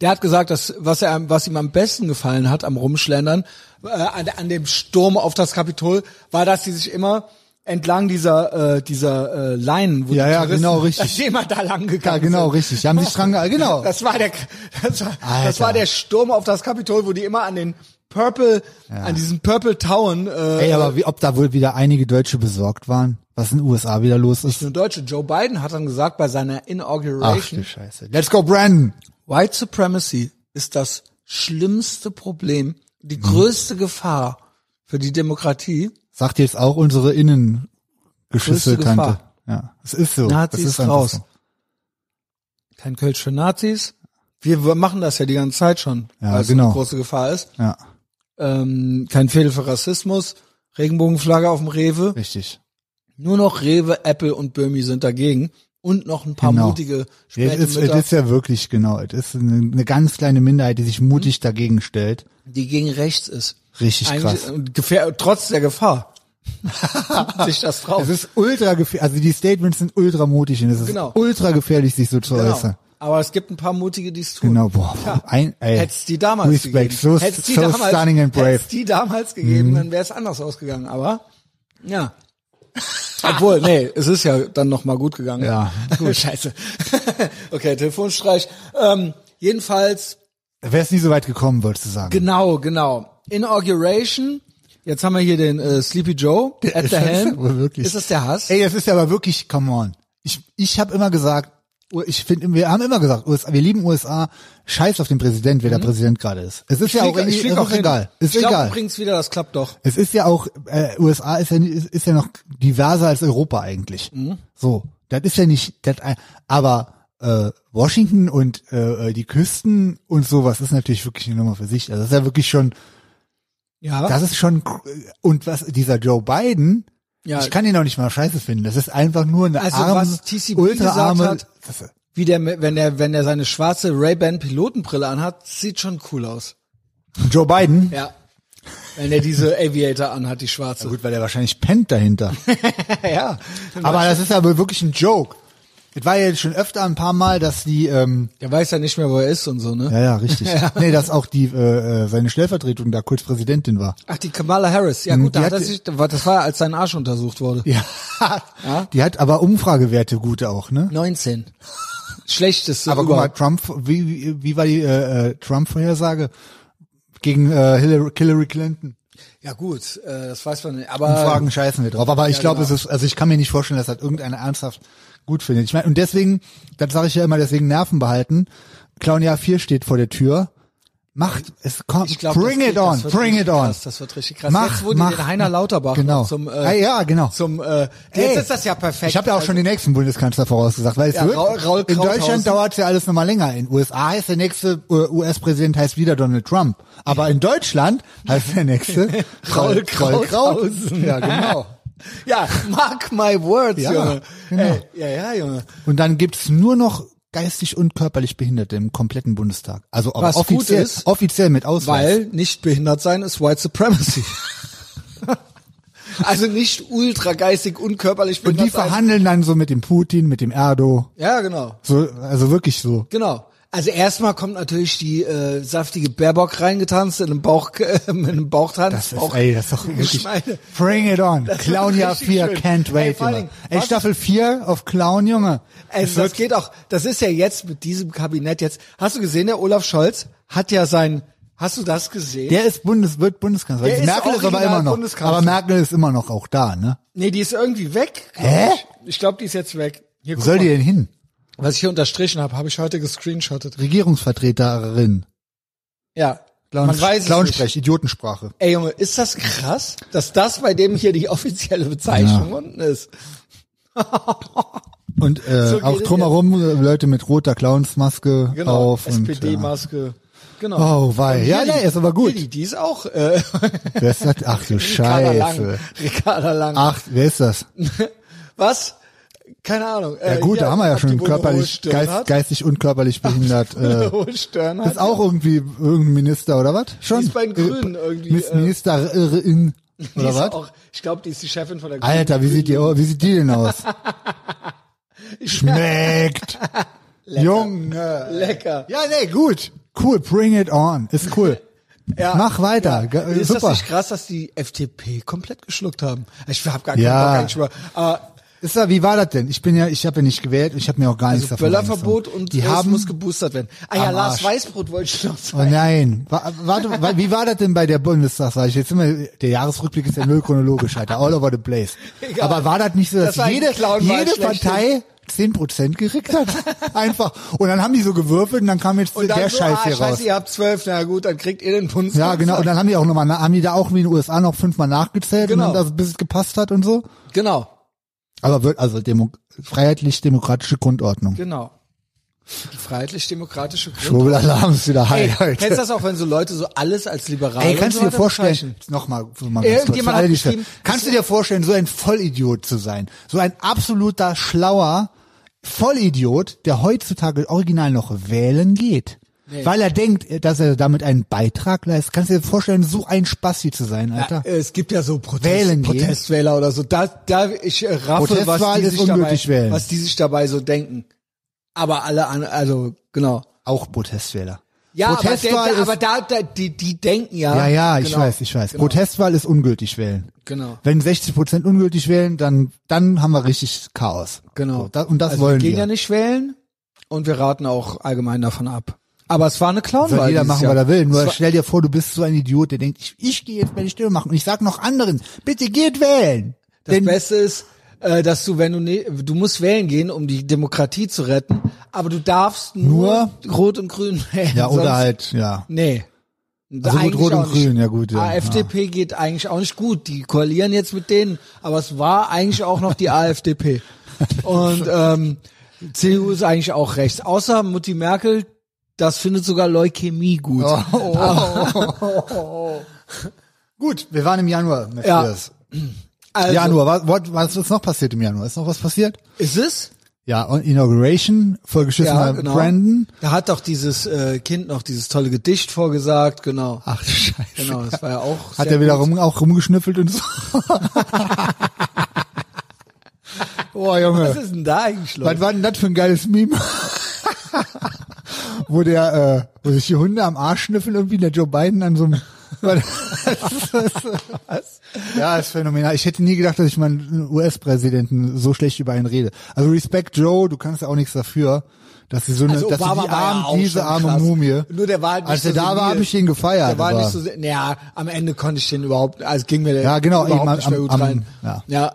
Speaker 2: Der hat gesagt, dass was er am- was ihm am besten gefallen hat am Rumschlendern äh, an, an dem Sturm auf das Kapitol war, dass die sich immer entlang dieser äh, dieser äh, Leinen, wo
Speaker 1: Ja,
Speaker 2: die
Speaker 1: ja,
Speaker 2: Touristen-
Speaker 1: genau, richtig.
Speaker 2: dass die immer da lang gegangen
Speaker 1: ja, genau,
Speaker 2: sind.
Speaker 1: richtig. Die haben sich dran, ge- genau.
Speaker 2: Das war der, das war, das
Speaker 1: Alter.
Speaker 2: war der Sturm auf das Kapitol, wo die immer an den Purple, an diesen Purple Town, äh,
Speaker 1: Ey, aber wie, ob da wohl wieder einige Deutsche besorgt waren, was in den USA wieder los ist?
Speaker 2: eine Deutsche, Joe Biden hat dann gesagt bei seiner
Speaker 1: Ach
Speaker 2: Inauguration,
Speaker 1: du Scheiße. Let's go, Brandon!
Speaker 2: White Supremacy ist das schlimmste Problem,
Speaker 1: Hm.
Speaker 2: die größte Gefahr für die Demokratie.
Speaker 1: Sagt jetzt auch unsere Innengeschüsseltante.
Speaker 2: Gefahr.
Speaker 1: Ja, es ist so.
Speaker 2: Nazis
Speaker 1: es ist einfach
Speaker 2: raus.
Speaker 1: So.
Speaker 2: Kein Kölsch für Nazis. Wir machen das ja die ganze Zeit schon,
Speaker 1: Ja,
Speaker 2: weil es
Speaker 1: genau.
Speaker 2: eine große Gefahr ist.
Speaker 1: Ja,
Speaker 2: Ähm, kein Fehler für Rassismus. Regenbogenflagge auf dem Rewe.
Speaker 1: richtig.
Speaker 2: Nur noch Rewe, Apple und Böhmi sind dagegen und noch ein paar
Speaker 1: Genau.
Speaker 2: mutige
Speaker 1: Es ist, es
Speaker 2: Spätmütter,
Speaker 1: ist ja wirklich, genau. Es ist eine, eine ganz kleine Minderheit, die sich
Speaker 2: Mhm.
Speaker 1: mutig dagegen stellt.
Speaker 2: die gegen rechts ist.
Speaker 1: Richtig
Speaker 2: Eigentlich- äh,
Speaker 1: krass.
Speaker 2: und gefähr trotz der Gefahr. sich das
Speaker 1: Es
Speaker 2: drauf.
Speaker 1: ist ultra gefährlich, also die Statements sind ultra mutig und es ist
Speaker 2: Genau.
Speaker 1: ultra gefährlich, sich so zu äußern.
Speaker 2: Genau. Aber es gibt ein paar mutige, die es tun.
Speaker 1: Genau, boah, ein, ey,
Speaker 2: Hätt's die damals
Speaker 1: Respect,
Speaker 2: gegeben.
Speaker 1: so,
Speaker 2: Hätt's die
Speaker 1: so
Speaker 2: damals,
Speaker 1: stunning and brave. Mhm.
Speaker 2: hätt's die damals gegeben, dann wäre es anders ausgegangen. Aber ja. Obwohl, nee, es ist ja dann nochmal gut gegangen.
Speaker 1: Ja,
Speaker 2: Scheiße. okay, Telefonstreich. Ähm, jedenfalls
Speaker 1: Wär's nie so weit gekommen, wolltest du sagen.
Speaker 2: Genau, genau. Inauguration. Jetzt haben wir hier den äh, Sleepy Joe at
Speaker 1: Ist
Speaker 2: the
Speaker 1: das
Speaker 2: helm.
Speaker 1: wohl wirklich?
Speaker 2: Ist das der Hass?
Speaker 1: Ey, das ist ja aber wirklich, come on. Ich, ich habe immer gesagt, ich finde, wir haben immer gesagt, USA, wir lieben USA, scheiß auf den Präsident, wer
Speaker 2: Mhm.
Speaker 1: der Präsident gerade ist. Es ist ja auch,
Speaker 2: flieg-
Speaker 1: irgendwie-
Speaker 2: flieg
Speaker 1: es ist
Speaker 2: hin.
Speaker 1: egal. Ist
Speaker 2: ich
Speaker 1: egal.
Speaker 2: Glaub, übrigens wieder, das klappt doch.
Speaker 1: Es ist ja auch, äh, USA ist ja, nie- ist- ist ja noch diverser als Europa eigentlich.
Speaker 2: Mhm.
Speaker 1: So, das ist ja nicht, das, ein- aber äh, Washington und äh, äh, die Küsten und sowas ist natürlich wirklich eine Nummer für sich. Also das ist ja wirklich schon,
Speaker 2: Ja.
Speaker 1: das ist schon, cr- und was dieser Joe Biden,
Speaker 2: Ja.
Speaker 1: ich kann ihn auch nicht mal scheiße finden. Das ist einfach nur eine
Speaker 2: Also,
Speaker 1: arme,
Speaker 2: was TCB
Speaker 1: ultraarme,
Speaker 2: gesagt
Speaker 1: das,
Speaker 2: Wie der, wenn der, wenn der seine schwarze Ray-Ban Pilotenbrille anhat, sieht schon cool aus.
Speaker 1: Joe Biden.
Speaker 2: Ja. Wenn er diese Aviator anhat, die schwarze.
Speaker 1: Gut, weil er wahrscheinlich pennt dahinter.
Speaker 2: ja.
Speaker 1: aber das ist aber wirklich ein Joke. Es war ja jetzt schon öfter ein paar Mal, dass die, ähm,
Speaker 2: Der weiß ja nicht mehr, wo er ist und so, ne?
Speaker 1: Ja, ja, richtig. Nee, dass auch die äh, äh, seine Stellvertretung da kurz Präsidentin war.
Speaker 2: Ach, die Kamala Harris. Ja
Speaker 1: Mhm,
Speaker 2: gut, da
Speaker 1: die
Speaker 2: hat er
Speaker 1: hat-
Speaker 2: sich, das war, als sein Arsch untersucht wurde.
Speaker 1: Ja.
Speaker 2: Ja?
Speaker 1: Die hat aber Umfragewerte gut auch, ne?
Speaker 2: 19. Schlechteste
Speaker 1: Aber guck mal,
Speaker 2: überhaupt.
Speaker 1: Trump, wie, wie, wie war die äh, äh, Trump-Vorhersage gegen äh, Hillary, Hillary Clinton?
Speaker 2: Ja gut, äh, das weiß man nicht. Aber
Speaker 1: Umfragen scheißen wir drauf. Aber ich glaube,
Speaker 2: genau.
Speaker 1: es ist, also ich kann mir nicht vorstellen, dass das irgendeiner ernsthaft gut findet. Ich meine, und deswegen, das sage ich ja immer, deswegen Nerven behalten. Clown Jahr 4 steht vor der Tür. Macht, es kommt,
Speaker 2: Ich glaub,
Speaker 1: bring
Speaker 2: das,
Speaker 1: it
Speaker 2: das
Speaker 1: on,
Speaker 2: wird
Speaker 1: bring
Speaker 2: richtig
Speaker 1: it on.
Speaker 2: Krass, das wird richtig krass.
Speaker 1: Mach,
Speaker 2: jetzt wurde
Speaker 1: mach,
Speaker 2: den Heiner Lauterbach
Speaker 1: Genau.
Speaker 2: zum, äh,
Speaker 1: Ah, ja, genau.
Speaker 2: zum, äh, jetzt
Speaker 1: Ey,
Speaker 2: ist das ja perfekt.
Speaker 1: Ich habe ja auch schon den nächsten Bundeskanzler vorausgesagt, weißt
Speaker 2: Ja,
Speaker 1: du?
Speaker 2: Raul- Raul
Speaker 1: in
Speaker 2: Krauthausen.
Speaker 1: Deutschland dauert ja alles nochmal länger. In USA heißt der nächste äh, US-Präsident heißt wieder Donald Trump. Aber in Deutschland heißt der nächste
Speaker 2: Raul
Speaker 1: Raul
Speaker 2: Krauthausen.
Speaker 1: Ja, genau.
Speaker 2: Ja, mark my words,
Speaker 1: Ja,
Speaker 2: Junge.
Speaker 1: genau.
Speaker 2: Ey, ja, ja, Junge.
Speaker 1: Und dann gibt's nur noch geistig und körperlich Behinderte im kompletten Bundestag. Also aber
Speaker 2: Was gut
Speaker 1: offiziell,
Speaker 2: ist,
Speaker 1: offiziell mit Ausweis.
Speaker 2: Weil nicht behindert sein ist White Supremacy. also nicht ultra geistig, unkörperlich
Speaker 1: und die
Speaker 2: behindert sein.
Speaker 1: verhandeln dann so mit dem Putin, mit dem Erdo.
Speaker 2: Ja, genau.
Speaker 1: So, also wirklich so.
Speaker 2: Genau. Also erstmal kommt natürlich die äh, saftige Baerbock reingetanzt in einem Bauch äh, mit einem Bauchtanz.
Speaker 1: Das ist,
Speaker 2: Bauch-
Speaker 1: ey, das ist doch wirklich,
Speaker 2: Ich meine,
Speaker 1: bring it on.
Speaker 2: das ist
Speaker 1: Clownjahr
Speaker 2: richtig
Speaker 1: 4,
Speaker 2: schön.
Speaker 1: can't
Speaker 2: Ey,
Speaker 1: wait,
Speaker 2: vor allen
Speaker 1: Junge.
Speaker 2: Dingen,
Speaker 1: Ey,
Speaker 2: was-
Speaker 1: Staffel 4 auf Clown, Junge.
Speaker 2: Also das geht auch. Das ist ja jetzt mit diesem Kabinett jetzt. Hast du gesehen, der Olaf Scholz hat ja sein. Hast du das gesehen?
Speaker 1: Der ist Bundes, wird Bundeskanzler.
Speaker 2: Der ist
Speaker 1: Merkel ist aber
Speaker 2: original
Speaker 1: immer noch,
Speaker 2: Bundeskanzler.
Speaker 1: aber Merkel ist immer noch auch da, ne?
Speaker 2: nee, die ist irgendwie weg. glaub
Speaker 1: Hä?
Speaker 2: Ich, ich glaube, die ist jetzt weg. Hier,
Speaker 1: Wo
Speaker 2: guck
Speaker 1: soll
Speaker 2: mal.
Speaker 1: die denn hin?
Speaker 2: Was ich hier unterstrichen habe, habe ich heute gescreenshottet.
Speaker 1: Regierungsvertreterin.
Speaker 2: Ja.
Speaker 1: Clown,
Speaker 2: man weiß es nicht.
Speaker 1: Clownsprech, Idiotensprache.
Speaker 2: Ey Junge, ist das krass, dass das bei dem hier die offizielle Bezeichnung unten ist?
Speaker 1: Und äh,
Speaker 2: So geht
Speaker 1: auch
Speaker 2: es
Speaker 1: drumherum äh, Leute mit roter Clownsmaske
Speaker 2: Genau.
Speaker 1: auf. und, äh,
Speaker 2: SPD-Maske. Genau.
Speaker 1: Oh, wei. Ja,
Speaker 2: Hier
Speaker 1: nee,
Speaker 2: die-
Speaker 1: ist aber gut.
Speaker 2: Hier, die, die ist auch äh,
Speaker 1: Wer ist das? Ach du
Speaker 2: Ricarda Lang.
Speaker 1: Scheiße.
Speaker 2: Ricarda Lang.
Speaker 1: Ach, wer ist das?
Speaker 2: Was? Keine Ahnung. Äh,
Speaker 1: Ja gut, da haben wir ja schon körperlich, geist,
Speaker 2: geist,
Speaker 1: geistig und körperlich behindert. Äh,
Speaker 2: hohe Stirn
Speaker 1: ist
Speaker 2: hat.
Speaker 1: auch irgendwie irgendein Minister oder was? Schon.
Speaker 2: Die ist bei den
Speaker 1: Äh,
Speaker 2: Grünen irgendwie,
Speaker 1: Miss-
Speaker 2: äh,
Speaker 1: Ministerin
Speaker 2: Die
Speaker 1: oder
Speaker 2: ist
Speaker 1: was?
Speaker 2: auch- Ich glaube, die ist die Chefin von der
Speaker 1: Alter, wie sieht die, wie sieht die denn aus? Schmeckt. Junge.
Speaker 2: Lecker.
Speaker 1: Ja, nee, gut. Cool, bring it on. Ist cool.
Speaker 2: Ja.
Speaker 1: Mach weiter. Ge- äh,
Speaker 2: Ist
Speaker 1: Super.
Speaker 2: das nicht krass, dass die FDP komplett geschluckt haben? Ich habe gar keinen
Speaker 1: Ja.
Speaker 2: Bock eigentlich über. äh, Aber
Speaker 1: Ist da, wie war das denn? Ich bin ja, ich habe ja nicht gewählt und ich habe mir auch gar nichts
Speaker 2: also
Speaker 1: davon
Speaker 2: Böllerverbot
Speaker 1: reingezogen.
Speaker 2: und äh,
Speaker 1: die
Speaker 2: es
Speaker 1: haben
Speaker 2: muss geboostert werden. Ah ja,
Speaker 1: am
Speaker 2: Lars
Speaker 1: Arsch.
Speaker 2: Weißbrot wollte ich noch sagen.
Speaker 1: Oh nein, Wa- warte, wa- wie war das denn bei der Bundestagswahl? Jetzt immer der Jahresrückblick ist ja null chronologisch, Alter, all over the place.
Speaker 2: Egal.
Speaker 1: Aber war das nicht so, dass
Speaker 2: Das war ein
Speaker 1: jede,
Speaker 2: Clownwahl
Speaker 1: jede
Speaker 2: schlechthin.
Speaker 1: Partei 10% gekriegt hat? Einfach. Und dann haben die so gewürfelt und dann kam jetzt
Speaker 2: Und dann
Speaker 1: der
Speaker 2: so,
Speaker 1: Scheiß
Speaker 2: ah,
Speaker 1: hier
Speaker 2: scheiße,
Speaker 1: raus.
Speaker 2: ihr habt zwölf, na gut, dann kriegt ihr den Punkt.
Speaker 1: Ja, genau. Und dann haben die auch nochmal, haben die da auch wie in den USA noch fünfmal nachgezählt,
Speaker 2: Genau.
Speaker 1: und dann, das, bis es gepasst hat und so.
Speaker 2: Genau,
Speaker 1: Aber wird, also demo, freiheitlich-demokratische Grundordnung.
Speaker 2: genau. Die freiheitlich-demokratische Grund.
Speaker 1: Schwurbelalarm ist wieder
Speaker 2: Genau. Ey,
Speaker 1: high,
Speaker 2: kennst du
Speaker 1: Alter.
Speaker 2: das auch, wenn so Leute so alles als liberal
Speaker 1: Ey,
Speaker 2: und
Speaker 1: kannst
Speaker 2: so
Speaker 1: du dir
Speaker 2: weiter bezeichnen?
Speaker 1: vorstellen, nochmal, mal ganz kurz, für
Speaker 2: Irgendjemand
Speaker 1: alle,
Speaker 2: hat
Speaker 1: die stellen.
Speaker 2: geschrieben,
Speaker 1: kannst du dir vorstellen, so ein Vollidiot zu sein? So ein absoluter, schlauer Vollidiot, der heutzutage original noch wählen geht. Weil er denkt, dass er damit einen Beitrag leistet. Kannst du dir vorstellen, so ein Spassi zu sein, Alter?
Speaker 2: Ja, es gibt ja so Protest,
Speaker 1: Wählen gehen.
Speaker 2: Protestwähler oder so. Da, da ich äh, raffe, was
Speaker 1: Protestwahl
Speaker 2: die,
Speaker 1: ist
Speaker 2: sich dabei,
Speaker 1: ungültig wählen.
Speaker 2: was die sich dabei so denken. Aber alle an, also genau.
Speaker 1: Auch Protestwähler.
Speaker 2: Ja, aber, der,
Speaker 1: Protestwahl
Speaker 2: da,
Speaker 1: ist,
Speaker 2: aber da, da die, die denken ja.
Speaker 1: ja, ja, ich
Speaker 2: genau,
Speaker 1: weiß, ich weiß.
Speaker 2: Genau.
Speaker 1: Protestwahl ist ungültig wählen.
Speaker 2: Genau.
Speaker 1: Wenn 60 Prozent ungültig wählen, dann, dann haben wir richtig Chaos.
Speaker 2: Genau.
Speaker 1: So, da, und das
Speaker 2: also
Speaker 1: wollen
Speaker 2: wir gehen
Speaker 1: wir.
Speaker 2: ja nicht wählen und wir raten auch allgemein davon ab. Aber es war eine Clownwahl.
Speaker 1: Soll jeder
Speaker 2: dieses
Speaker 1: machen,
Speaker 2: Jahr.
Speaker 1: was er will.
Speaker 2: Es
Speaker 1: Nur
Speaker 2: war,
Speaker 1: stell dir vor, du bist so ein Idiot, der denkt, ich, ich gehe jetzt meine Stimme machen und ich sag noch anderen, bitte geht wählen.
Speaker 2: das
Speaker 1: Denn
Speaker 2: Beste ist, äh, dass du, wenn du ne, du musst wählen gehen, um die Demokratie zu retten, aber du darfst nur, Rot und Grün wählen.
Speaker 1: ja,
Speaker 2: sonst-
Speaker 1: oder halt, ja.
Speaker 2: Nee.
Speaker 1: Also gut,
Speaker 2: Eigentlich
Speaker 1: Rot und
Speaker 2: auch nicht.
Speaker 1: Grün, ja gut, ja.
Speaker 2: AfDP geht eigentlich auch nicht gut. Die koalieren jetzt mit denen, aber es war eigentlich auch noch die AfDP. Und ähm, CDU ist eigentlich auch rechts. Außer Mutti Merkel, das findet sogar Leukämie gut.
Speaker 1: Oh. Gut, wir waren im Januar,
Speaker 2: Ja.
Speaker 1: Matthias.
Speaker 2: Also,
Speaker 1: Januar, was, was, was ist noch passiert im Januar? Ist noch was passiert?
Speaker 2: Ist es?
Speaker 1: Ja, und Inauguration, vollgeschissener Brandon.
Speaker 2: Da genau. hat doch dieses äh, Kind noch dieses tolle Gedicht vorgesagt, genau.
Speaker 1: Ach du Scheiße.
Speaker 2: Genau, das war ja auch
Speaker 1: Hat
Speaker 2: sehr
Speaker 1: er wieder
Speaker 2: gut.
Speaker 1: rum, auch rumgeschnüffelt und so. Boah, Junge.
Speaker 2: Was ist denn da eigentlich los?
Speaker 1: Was war denn das für ein geiles Meme? wo der, äh, wo sich die Hunde am Arsch schnüffeln irgendwie, der Joe Biden an so einem. Was? ja, ist phänomenal. Ich hätte nie gedacht, dass ich meinen US-Präsidenten so schlecht über ihn rede. Also Respekt, Joe, du kannst ja auch nichts dafür, dass sie so eine,
Speaker 2: Also
Speaker 1: dass sie
Speaker 2: Obama
Speaker 1: die
Speaker 2: war ja
Speaker 1: arme,
Speaker 2: auch
Speaker 1: diese
Speaker 2: schon
Speaker 1: arme
Speaker 2: krass.
Speaker 1: Mumie.
Speaker 2: Nur der war halt nicht
Speaker 1: Als er
Speaker 2: so
Speaker 1: da war,
Speaker 2: senil.
Speaker 1: habe ich ihn gefeiert.
Speaker 2: Der war halt
Speaker 1: aber-
Speaker 2: nicht so, sehr- ja, am Ende konnte ich den überhaupt, also ging mir der
Speaker 1: Ja, genau,
Speaker 2: überhaupt
Speaker 1: eben am-
Speaker 2: nicht mehr gut
Speaker 1: am- am-
Speaker 2: rein.
Speaker 1: ja.
Speaker 2: ja.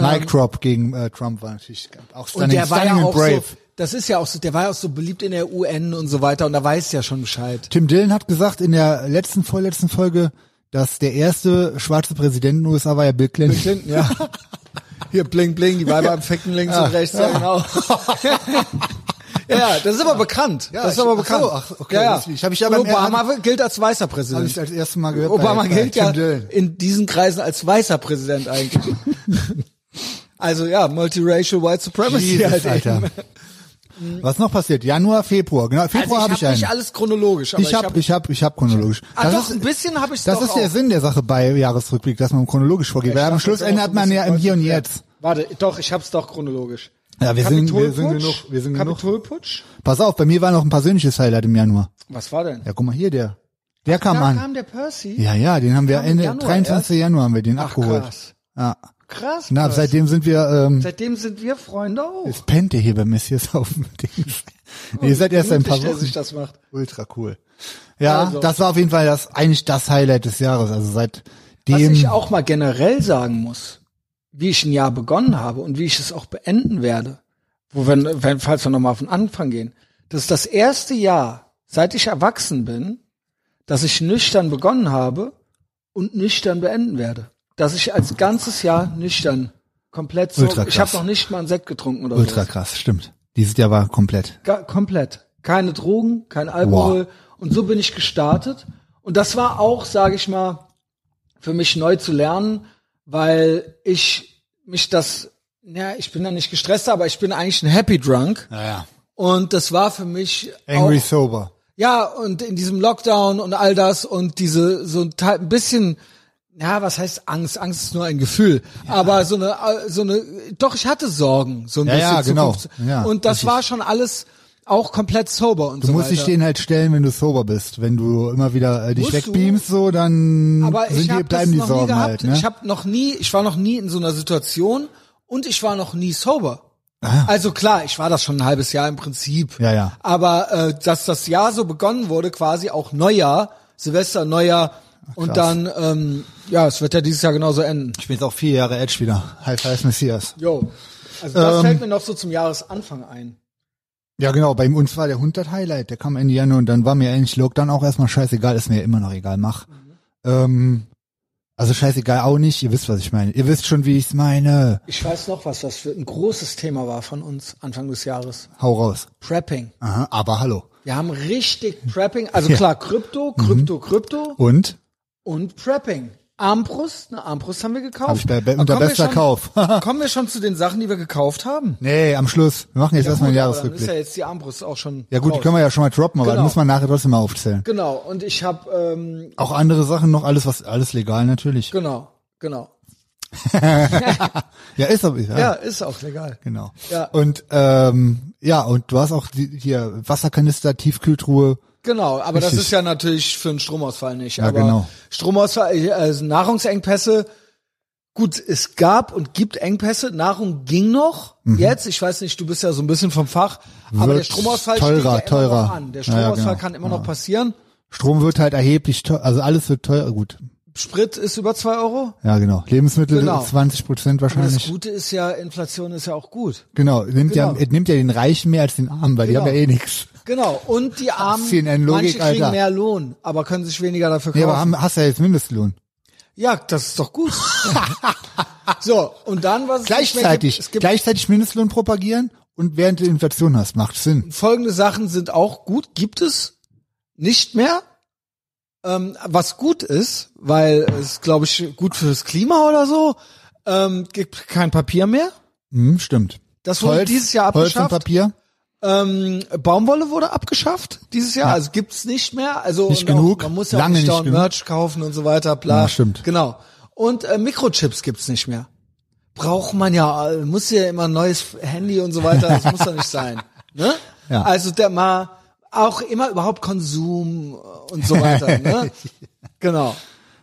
Speaker 1: Mike Crop gegen äh, Trump war natürlich auch stunning,
Speaker 2: Und der war
Speaker 1: stunning
Speaker 2: ja auch
Speaker 1: and brave.
Speaker 2: so, das ist ja auch so, der war ja auch so beliebt in der UN und so weiter und da weiß ja schon Bescheid.
Speaker 1: Tim Dillon hat gesagt in der letzten, vorletzten Folge, dass der erste schwarze Präsident in den USA war ja Bill Clinton.
Speaker 2: Clinton, ja. Hier bling bling, die Weiber am Ficken links
Speaker 1: Ah.
Speaker 2: und rechts, ja, genau. ja, das ist aber bekannt.
Speaker 1: Ja,
Speaker 2: das ist
Speaker 1: ich-
Speaker 2: aber
Speaker 1: ach
Speaker 2: bekannt.
Speaker 1: so, ach, okay,
Speaker 2: ja, ja.
Speaker 1: das- ich hab ich ja
Speaker 2: Und
Speaker 1: beim-
Speaker 2: Obama gilt als weißer
Speaker 1: Habe ich
Speaker 2: Präsident.
Speaker 1: als erstes Mal gehört.
Speaker 2: Obama
Speaker 1: bei, bei
Speaker 2: gilt
Speaker 1: Tim
Speaker 2: ja
Speaker 1: Dillon.
Speaker 2: in diesen Kreisen als weißer Präsident eigentlich. also ja, multiracial white supremacy
Speaker 1: Jesus,
Speaker 2: halt eben.
Speaker 1: Alter. Was noch passiert? Januar, Februar. Genau,
Speaker 2: Also
Speaker 1: Februar
Speaker 2: ich
Speaker 1: habe
Speaker 2: hab
Speaker 1: ich einen.
Speaker 2: nicht alles chronologisch, aber
Speaker 1: ich habe, ich habe, ich habe chronologisch.
Speaker 2: Ah,
Speaker 1: das
Speaker 2: doch,
Speaker 1: ist,
Speaker 2: ein bisschen habe ich
Speaker 1: das
Speaker 2: doch
Speaker 1: ist der
Speaker 2: auch.
Speaker 1: Sinn der Sache bei Jahresrückblick, dass man chronologisch vorgeht. Weil am
Speaker 2: dachte,
Speaker 1: Schluss
Speaker 2: das ist
Speaker 1: ändert
Speaker 2: auch so ein
Speaker 1: man ja im
Speaker 2: bisschen
Speaker 1: Hier und
Speaker 2: konzentriert.
Speaker 1: Jetzt.
Speaker 2: Warte, doch, ich hab's doch chronologisch.
Speaker 1: Ja, wir sind, wir sind
Speaker 2: Kapitolputsch?
Speaker 1: genug, wir sind genug.
Speaker 2: Kapitolputsch?
Speaker 1: Pass auf, bei mir war noch ein persönliches Highlight im Januar.
Speaker 2: Was war denn?
Speaker 1: Ja, guck mal hier, der, der kam
Speaker 2: da
Speaker 1: an.
Speaker 2: kam der Percy.
Speaker 1: ja, ja, den haben wir
Speaker 2: Kam im
Speaker 1: Ende,
Speaker 2: Januar
Speaker 1: 23. Januar haben wir den
Speaker 2: Ach,
Speaker 1: abgeholt.
Speaker 2: krass.
Speaker 1: Ja.
Speaker 2: Krass.
Speaker 1: Na, ab
Speaker 2: Percy.
Speaker 1: seitdem sind wir, ähm,
Speaker 2: Seitdem sind wir Freunde Oh, auch.
Speaker 1: jetzt pennt ihr hier bei Messias auf dem Ding.
Speaker 2: Oh,
Speaker 1: Nee, ihr seid erst ein paar
Speaker 2: Mutig, dass
Speaker 1: Wochen.
Speaker 2: ich das macht.
Speaker 1: Ultra cool. Ja,
Speaker 2: Also.
Speaker 1: das war auf jeden Fall das, eigentlich das Highlight des Jahres. Also seit
Speaker 2: Was
Speaker 1: dem,
Speaker 2: ich auch mal generell sagen muss, wie ich ein Jahr begonnen habe und wie ich es auch beenden werde, wo wenn, wenn falls wir nochmal auf den Anfang gehen, das ist das erste Jahr, seit ich erwachsen bin, dass ich nüchtern begonnen habe und nüchtern beenden werde. Dass ich als ganzes Jahr nüchtern komplett so,
Speaker 1: Ultra
Speaker 2: ich habe
Speaker 1: krass.
Speaker 2: noch nicht mal einen Sekt getrunken oder
Speaker 1: ultra
Speaker 2: so.
Speaker 1: krass, stimmt. Dieses Jahr war komplett.
Speaker 2: Ga- komplett. Keine Drogen, kein Alkohol. Und so bin ich gestartet. Und das war auch, sage ich mal, für mich neu zu lernen, weil ich mich das, ja, ich bin da nicht gestresst, aber ich bin eigentlich ein Happy Drunk.
Speaker 1: Naja.
Speaker 2: Und das war für mich
Speaker 1: Angry
Speaker 2: auch,
Speaker 1: Sober.
Speaker 2: ja, und in diesem Lockdown und all das und diese, so ein, Teil- ein bisschen, ja, was heißt Angst? Angst ist nur ein Gefühl. Aber so eine, so eine, doch, ich hatte Sorgen, so ein
Speaker 1: Ja,
Speaker 2: bisschen.
Speaker 1: ja, genau.
Speaker 2: Zukunfts-
Speaker 1: Ja,
Speaker 2: und das
Speaker 1: richtig.
Speaker 2: war schon alles auch komplett sober und
Speaker 1: Du
Speaker 2: so
Speaker 1: musst dich
Speaker 2: weiter.
Speaker 1: denen halt stellen, wenn du sober bist. Wenn du immer wieder äh, dich
Speaker 2: Musst du.
Speaker 1: wegbeamst, so, dann
Speaker 2: aber ich
Speaker 1: Hm, sind die,
Speaker 2: habe das
Speaker 1: bleiben die
Speaker 2: noch nie
Speaker 1: Sorgen
Speaker 2: gehabt.
Speaker 1: halt. Ne?
Speaker 2: Ich habe noch nie, ich war noch nie in so einer Situation und ich war noch nie sober. Also klar, ich war das schon ein halbes Jahr im Prinzip.
Speaker 1: Ah. Ja, ja.
Speaker 2: Aber äh, dass das Jahr so begonnen wurde, quasi auch Neujahr, Silvester, Neujahr und dann, ähm, ja, es wird ja dieses Jahr genauso enden.
Speaker 1: Ich bin jetzt auch vier Jahre Edge wieder. High Five Messias.
Speaker 2: Jo. Also das
Speaker 1: Ähm.
Speaker 2: fällt mir noch so zum Jahresanfang ein.
Speaker 1: Ja, genau. Bei uns war der Hund das Highlight. Der kam Ende Januar und dann war mir eigentlich Lockdown auch erstmal scheißegal. Ist mir ja immer noch egal. Mach.
Speaker 2: Mhm.
Speaker 1: Ähm, also scheißegal auch nicht. Ihr wisst, was ich meine. Ihr wisst schon, wie ich's meine.
Speaker 2: Ich weiß noch, was das für ein großes Thema war von uns Anfang des Jahres.
Speaker 1: Hau raus.
Speaker 2: Prepping.
Speaker 1: Aha, aber hallo.
Speaker 2: Wir haben richtig Prepping, also
Speaker 1: Ja. Mhm.
Speaker 2: klar, Krypto, Krypto, Krypto.
Speaker 1: Und?
Speaker 2: und Prepping. Armbrust, eine Armbrust haben wir gekauft.
Speaker 1: Hab ich bei- bei-
Speaker 2: Aber
Speaker 1: unter
Speaker 2: kommen wir
Speaker 1: bester
Speaker 2: schon,
Speaker 1: Kauf.
Speaker 2: kommen wir schon zu den Sachen, die wir gekauft haben.
Speaker 1: Nee, am Schluss. Wir machen jetzt erstmal den
Speaker 2: Ja, gut, aber dann ist ja
Speaker 1: Jahresrückblick.
Speaker 2: jetzt die Armbrust auch schon.
Speaker 1: Ja gut, die
Speaker 2: raus.
Speaker 1: können wir ja schon mal droppen, aber
Speaker 2: Genau.
Speaker 1: dann muss man nachher trotzdem mal aufzählen.
Speaker 2: Genau, und ich habe, ähm,
Speaker 1: Auch andere Sachen noch, alles was alles legal natürlich.
Speaker 2: genau, genau.
Speaker 1: Ja, ist aber ja,
Speaker 2: Ja, ist auch legal.
Speaker 1: genau.
Speaker 2: Ja.
Speaker 1: Und ähm, ja, und du hast auch die, hier Wasserkanister, Tiefkühltruhe.
Speaker 2: Genau, aber das
Speaker 1: Richtig.
Speaker 2: ist ja natürlich für einen Stromausfall nicht.
Speaker 1: Ja,
Speaker 2: aber
Speaker 1: genau.
Speaker 2: Stromausfall, äh, also Nahrungsengpässe. Gut, es gab und gibt Engpässe. Nahrung ging noch. Jetzt, ich weiß nicht, du bist ja so ein bisschen vom Fach, aber
Speaker 1: Mhm. Wird
Speaker 2: der Stromausfall steht ja
Speaker 1: teurer,
Speaker 2: immer
Speaker 1: teurer.
Speaker 2: noch an. Der
Speaker 1: Ja, ja,
Speaker 2: Stromausfall
Speaker 1: genau.
Speaker 2: kann immer
Speaker 1: Ja.
Speaker 2: noch passieren.
Speaker 1: Strom wird halt erheblich teuer, also alles wird teuer, gut.
Speaker 2: Sprit ist über zwei Euro.
Speaker 1: Ja, genau. Lebensmittel
Speaker 2: Genau.
Speaker 1: 20 Prozent
Speaker 2: Aber das
Speaker 1: wahrscheinlich.
Speaker 2: Gute ist ja, Inflation ist ja auch gut.
Speaker 1: Genau, nimmt
Speaker 2: Genau.
Speaker 1: ja es nimmt ja den Reichen mehr als den Armen, weil
Speaker 2: Genau.
Speaker 1: die haben ja eh nichts.
Speaker 2: Genau. Und die Armen,
Speaker 1: CNN-Logik,
Speaker 2: manche kriegen
Speaker 1: Alter.
Speaker 2: mehr Lohn, aber können sich weniger dafür kaufen.
Speaker 1: Nee, aber haben, hast ja jetzt Mindestlohn.
Speaker 2: ja, das ist doch gut. so, und dann, was es nicht mehr
Speaker 1: Gleichzeitig,
Speaker 2: Gibt, es gibt
Speaker 1: gleichzeitig Mindestlohn propagieren und während du Inflation hast, macht Sinn.
Speaker 2: folgende Sachen sind auch gut, gibt es nicht mehr. Ähm, was gut ist, weil es, glaube ich, gut fürs Klima oder so, ähm, gibt kein Papier mehr.
Speaker 1: Hm, stimmt.
Speaker 2: Das wurde
Speaker 1: Holz,
Speaker 2: dieses Jahr
Speaker 1: Holz und
Speaker 2: abgeschafft.
Speaker 1: Papier.
Speaker 2: Ähm, Baumwolle wurde abgeschafft dieses Jahr, also gibt's nicht mehr. Also
Speaker 1: Nicht
Speaker 2: und
Speaker 1: genug,
Speaker 2: Auch, man muss ja
Speaker 1: lange
Speaker 2: auch
Speaker 1: nicht
Speaker 2: dauernd
Speaker 1: genug.
Speaker 2: Merch kaufen und so weiter. Bla.
Speaker 1: Ja, stimmt.
Speaker 2: Genau. Und äh, Mikrochips gibt's nicht mehr. Braucht man ja, äh, muss ja immer ein neues Handy und so weiter. Das muss doch nicht sein. Ne?
Speaker 1: Ja.
Speaker 2: Also der mal auch immer überhaupt Konsum äh, und so weiter. Ne? Genau.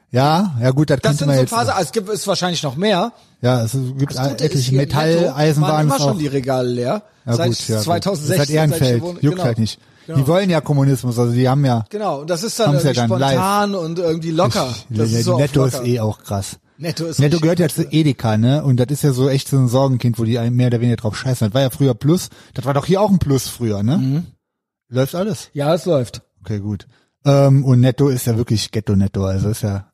Speaker 1: Ja, ja gut, das,
Speaker 2: Das
Speaker 1: könnte
Speaker 2: sind
Speaker 1: man
Speaker 2: so
Speaker 1: jetzt.
Speaker 2: Phasen. Also es gibt es wahrscheinlich noch mehr.
Speaker 1: Ja, es gibt
Speaker 2: Das Gute ist,
Speaker 1: etliche
Speaker 2: hier im
Speaker 1: Metall,
Speaker 2: Netto waren
Speaker 1: Eisenbahn
Speaker 2: immer
Speaker 1: ist
Speaker 2: schon
Speaker 1: auch.
Speaker 2: die Regale leer.
Speaker 1: Ja,
Speaker 2: seit
Speaker 1: gut, ja,
Speaker 2: 2016.
Speaker 1: Gut. Das ist halt
Speaker 2: seit ich hier
Speaker 1: Ehrenfeld,
Speaker 2: wohne-
Speaker 1: juckt
Speaker 2: genau.
Speaker 1: halt nicht.
Speaker 2: Genau.
Speaker 1: Die wollen ja Kommunismus, also die haben ja.
Speaker 2: Genau, und das ist dann
Speaker 1: Haben's ja
Speaker 2: irgendwie
Speaker 1: dann live.
Speaker 2: spontan und irgendwie locker.
Speaker 1: Ja,
Speaker 2: Das
Speaker 1: die
Speaker 2: ist so auf
Speaker 1: Netto ist
Speaker 2: locker.
Speaker 1: eh auch krass.
Speaker 2: Netto ist
Speaker 1: Netto
Speaker 2: richtig.
Speaker 1: gehört ja zu Edeka, ne? Und das ist ja so echt so ein Sorgenkind, wo die einem mehr oder weniger drauf scheißen. Das war ja früher Plus. Das war doch hier auch ein Plus früher, ne?
Speaker 2: Mhm.
Speaker 1: Läuft alles.
Speaker 2: Ja, es läuft.
Speaker 1: Okay, gut. Ähm, und Netto ist ja wirklich Ghetto-Netto. Also ist ja,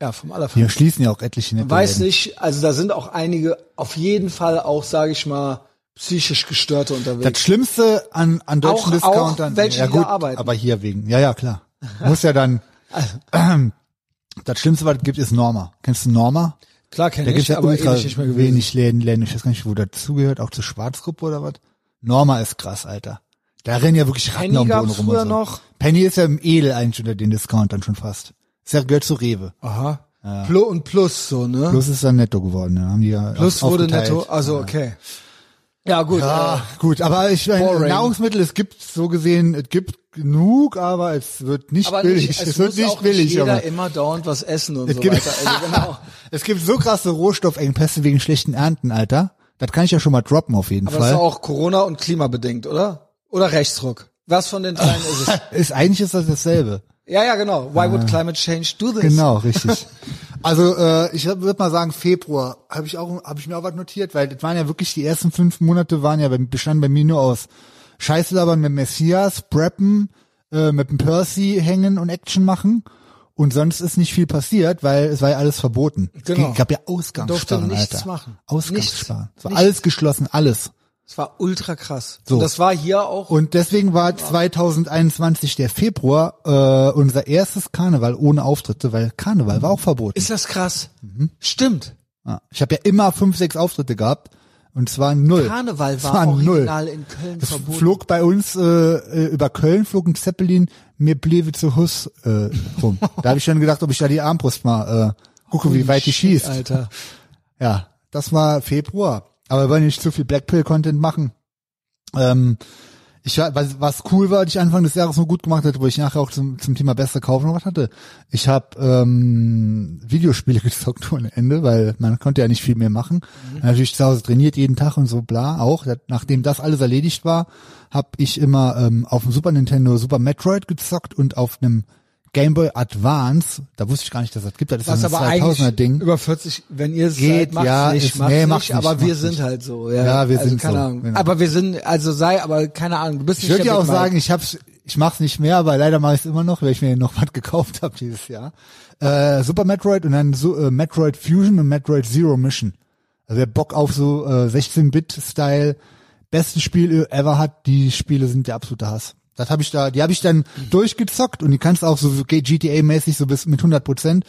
Speaker 2: Ja, vom Allerfall.
Speaker 1: wir schließen ja auch etliche Netto.
Speaker 2: Weiß nicht, also da sind auch einige auf jeden Fall auch, sage ich mal, psychisch gestörte
Speaker 1: Das
Speaker 2: unterwegs.
Speaker 1: Schlimmste an, an deutschen
Speaker 2: Auch-
Speaker 1: Discountern.
Speaker 2: auch welche,
Speaker 1: ja,
Speaker 2: die da
Speaker 1: gut,
Speaker 2: arbeiten.
Speaker 1: aber hier wegen. Ja, ja, klar. Muss ja dann. Das Schlimmste, was es gibt, ist Norma. Kennst du Norma?
Speaker 2: Klar kenne
Speaker 1: Da
Speaker 2: ich,
Speaker 1: gibt's ja
Speaker 2: aber
Speaker 1: ultra
Speaker 2: ewig nicht mehr gewesen.
Speaker 1: wenig Läden, Läden. Ich weiß gar nicht, wo dazugehört. Auch zur Schwarzgruppe oder was? Norma ist krass, Alter. Da rennen ja wirklich Ratten
Speaker 2: Penny
Speaker 1: am Boden
Speaker 2: gab's
Speaker 1: rum.
Speaker 2: früher
Speaker 1: und so.
Speaker 2: noch.
Speaker 1: Penny ist ja im Edel eigentlich unter den Discountern schon fast. Ist ja gehört zu Rewe.
Speaker 2: Aha. Plus und Plus so, ne? Plus,
Speaker 1: Plus ist dann netto geworden. Ne? Haben die ja auf-
Speaker 2: wurde
Speaker 1: aufgeteilt.
Speaker 2: netto, also okay. Ja, gut.
Speaker 1: Ja,
Speaker 2: äh,
Speaker 1: gut, aber ich meine,
Speaker 2: Boring.
Speaker 1: Nahrungsmittel, es gibt so gesehen, es gibt genug, aber es wird nicht
Speaker 2: aber
Speaker 1: billig.
Speaker 2: nicht,
Speaker 1: es
Speaker 2: es,
Speaker 1: wird
Speaker 2: muss
Speaker 1: nicht
Speaker 2: auch nicht
Speaker 1: billig,
Speaker 2: jeder
Speaker 1: aber
Speaker 2: immer dauernd was essen und so
Speaker 1: gibt-
Speaker 2: weiter. Also genau.
Speaker 1: es gibt so krasse Rohstoffengpässe wegen schlechten Ernten, Alter. Das kann ich ja schon mal droppen auf jeden
Speaker 2: Aber das ist
Speaker 1: Fall.
Speaker 2: auch Corona und klimabedingt, oder? Oder Rechtsruck. Was von den dreien ist es?
Speaker 1: Ist eigentlich ist das dasselbe.
Speaker 2: Ja, ja, genau. Why would climate change do this?
Speaker 1: Ah. Genau, richtig. Also äh, ich würde mal sagen Februar habe ich auch habe ich mir auch was notiert, weil das waren ja wirklich die ersten fünf Monate waren ja bei, bestanden bei mir nur aus Scheißlabern mit Messias, Preppen, äh, mit dem Percy hängen und Action machen und sonst ist nicht viel passiert, weil es war ja alles verboten.
Speaker 2: Genau.
Speaker 1: Es gab ja
Speaker 2: Durfte
Speaker 1: Ausgangssperren,
Speaker 2: nichts
Speaker 1: Alter.
Speaker 2: machen.
Speaker 1: Ausgangssperren.
Speaker 2: Nichts.
Speaker 1: Es war
Speaker 2: Nichts.
Speaker 1: alles geschlossen, alles.
Speaker 2: Es war ultra krass.
Speaker 1: So.
Speaker 2: Und das war hier auch.
Speaker 1: Und deswegen war 2021 der Februar äh, unser erstes Karneval ohne Auftritte, weil Karneval war auch verboten.
Speaker 2: ist das krass?
Speaker 1: Mhm.
Speaker 2: Stimmt.
Speaker 1: Ja. Ah. Ich habe ja immer fünf, sechs Auftritte gehabt und es waren null.
Speaker 2: Karneval
Speaker 1: Es
Speaker 2: war
Speaker 1: waren
Speaker 2: original in Köln
Speaker 1: Es
Speaker 2: verboten.
Speaker 1: flog bei uns äh, äh, über Köln, flog ein Zeppelin, mir bliebe zu Huss äh, rum. da habe ich schon gedacht, ob ich da die Armbrust mal äh, gucke, wie weit die
Speaker 2: Shit,
Speaker 1: schießt.
Speaker 2: Alter.
Speaker 1: Ja, das war Februar. Aber wir wollen nicht zu viel Blackpill-Content machen. Ähm, ich, wa- was, was cool war, was ich Anfang des Jahres so gut gemacht hatte, wo ich nachher auch zum, zum Thema Beste kaufen noch was hatte. Ich habe ähm, Videospiele gezockt ohne Ende, weil man konnte ja nicht viel mehr machen.
Speaker 2: Mhm.
Speaker 1: Natürlich zu Hause trainiert jeden Tag und so bla auch. Das- Nachdem das alles erledigt war, habe ich immer ähm, auf dem Super Nintendo Super Metroid gezockt und auf einem Game Boy Advance. Da wusste ich gar nicht, dass das gibt. Das ist
Speaker 2: Was
Speaker 1: so ein
Speaker 2: aber eigentlich
Speaker 1: 2000er Ding.
Speaker 2: über 40, wenn ihr es seid,
Speaker 1: Geht,
Speaker 2: macht's
Speaker 1: ja,
Speaker 2: nicht,
Speaker 1: ist-
Speaker 2: macht's
Speaker 1: nee,
Speaker 2: nicht,
Speaker 1: macht's nicht,
Speaker 2: aber wir
Speaker 1: macht's
Speaker 2: sind
Speaker 1: nicht.
Speaker 2: halt so, ja.
Speaker 1: Ja, wir
Speaker 2: also,
Speaker 1: sind
Speaker 2: keine
Speaker 1: so,
Speaker 2: Ahnung.
Speaker 1: genau.
Speaker 2: Aber wir sind, also sei, aber keine Ahnung, du bist
Speaker 1: Ich
Speaker 2: nicht
Speaker 1: würde ja
Speaker 2: der
Speaker 1: auch
Speaker 2: Big Mike.
Speaker 1: sagen, ich hab's, ich mach's nicht mehr, aber leider mache ich es immer noch, weil ich mir noch was gekauft habe dieses Jahr. Äh, Super Metroid und dann so, äh, Metroid Fusion und Metroid Zero Mission. Also wer Bock auf so äh, 16-Bit-Style, besten Spiel ever hat, die Spiele sind der absolute Hass. Das habe ich da, die habe ich dann
Speaker 2: Mhm.
Speaker 1: durchgezockt und die kannst du auch so GTA-mäßig so bis mit 100 Prozent.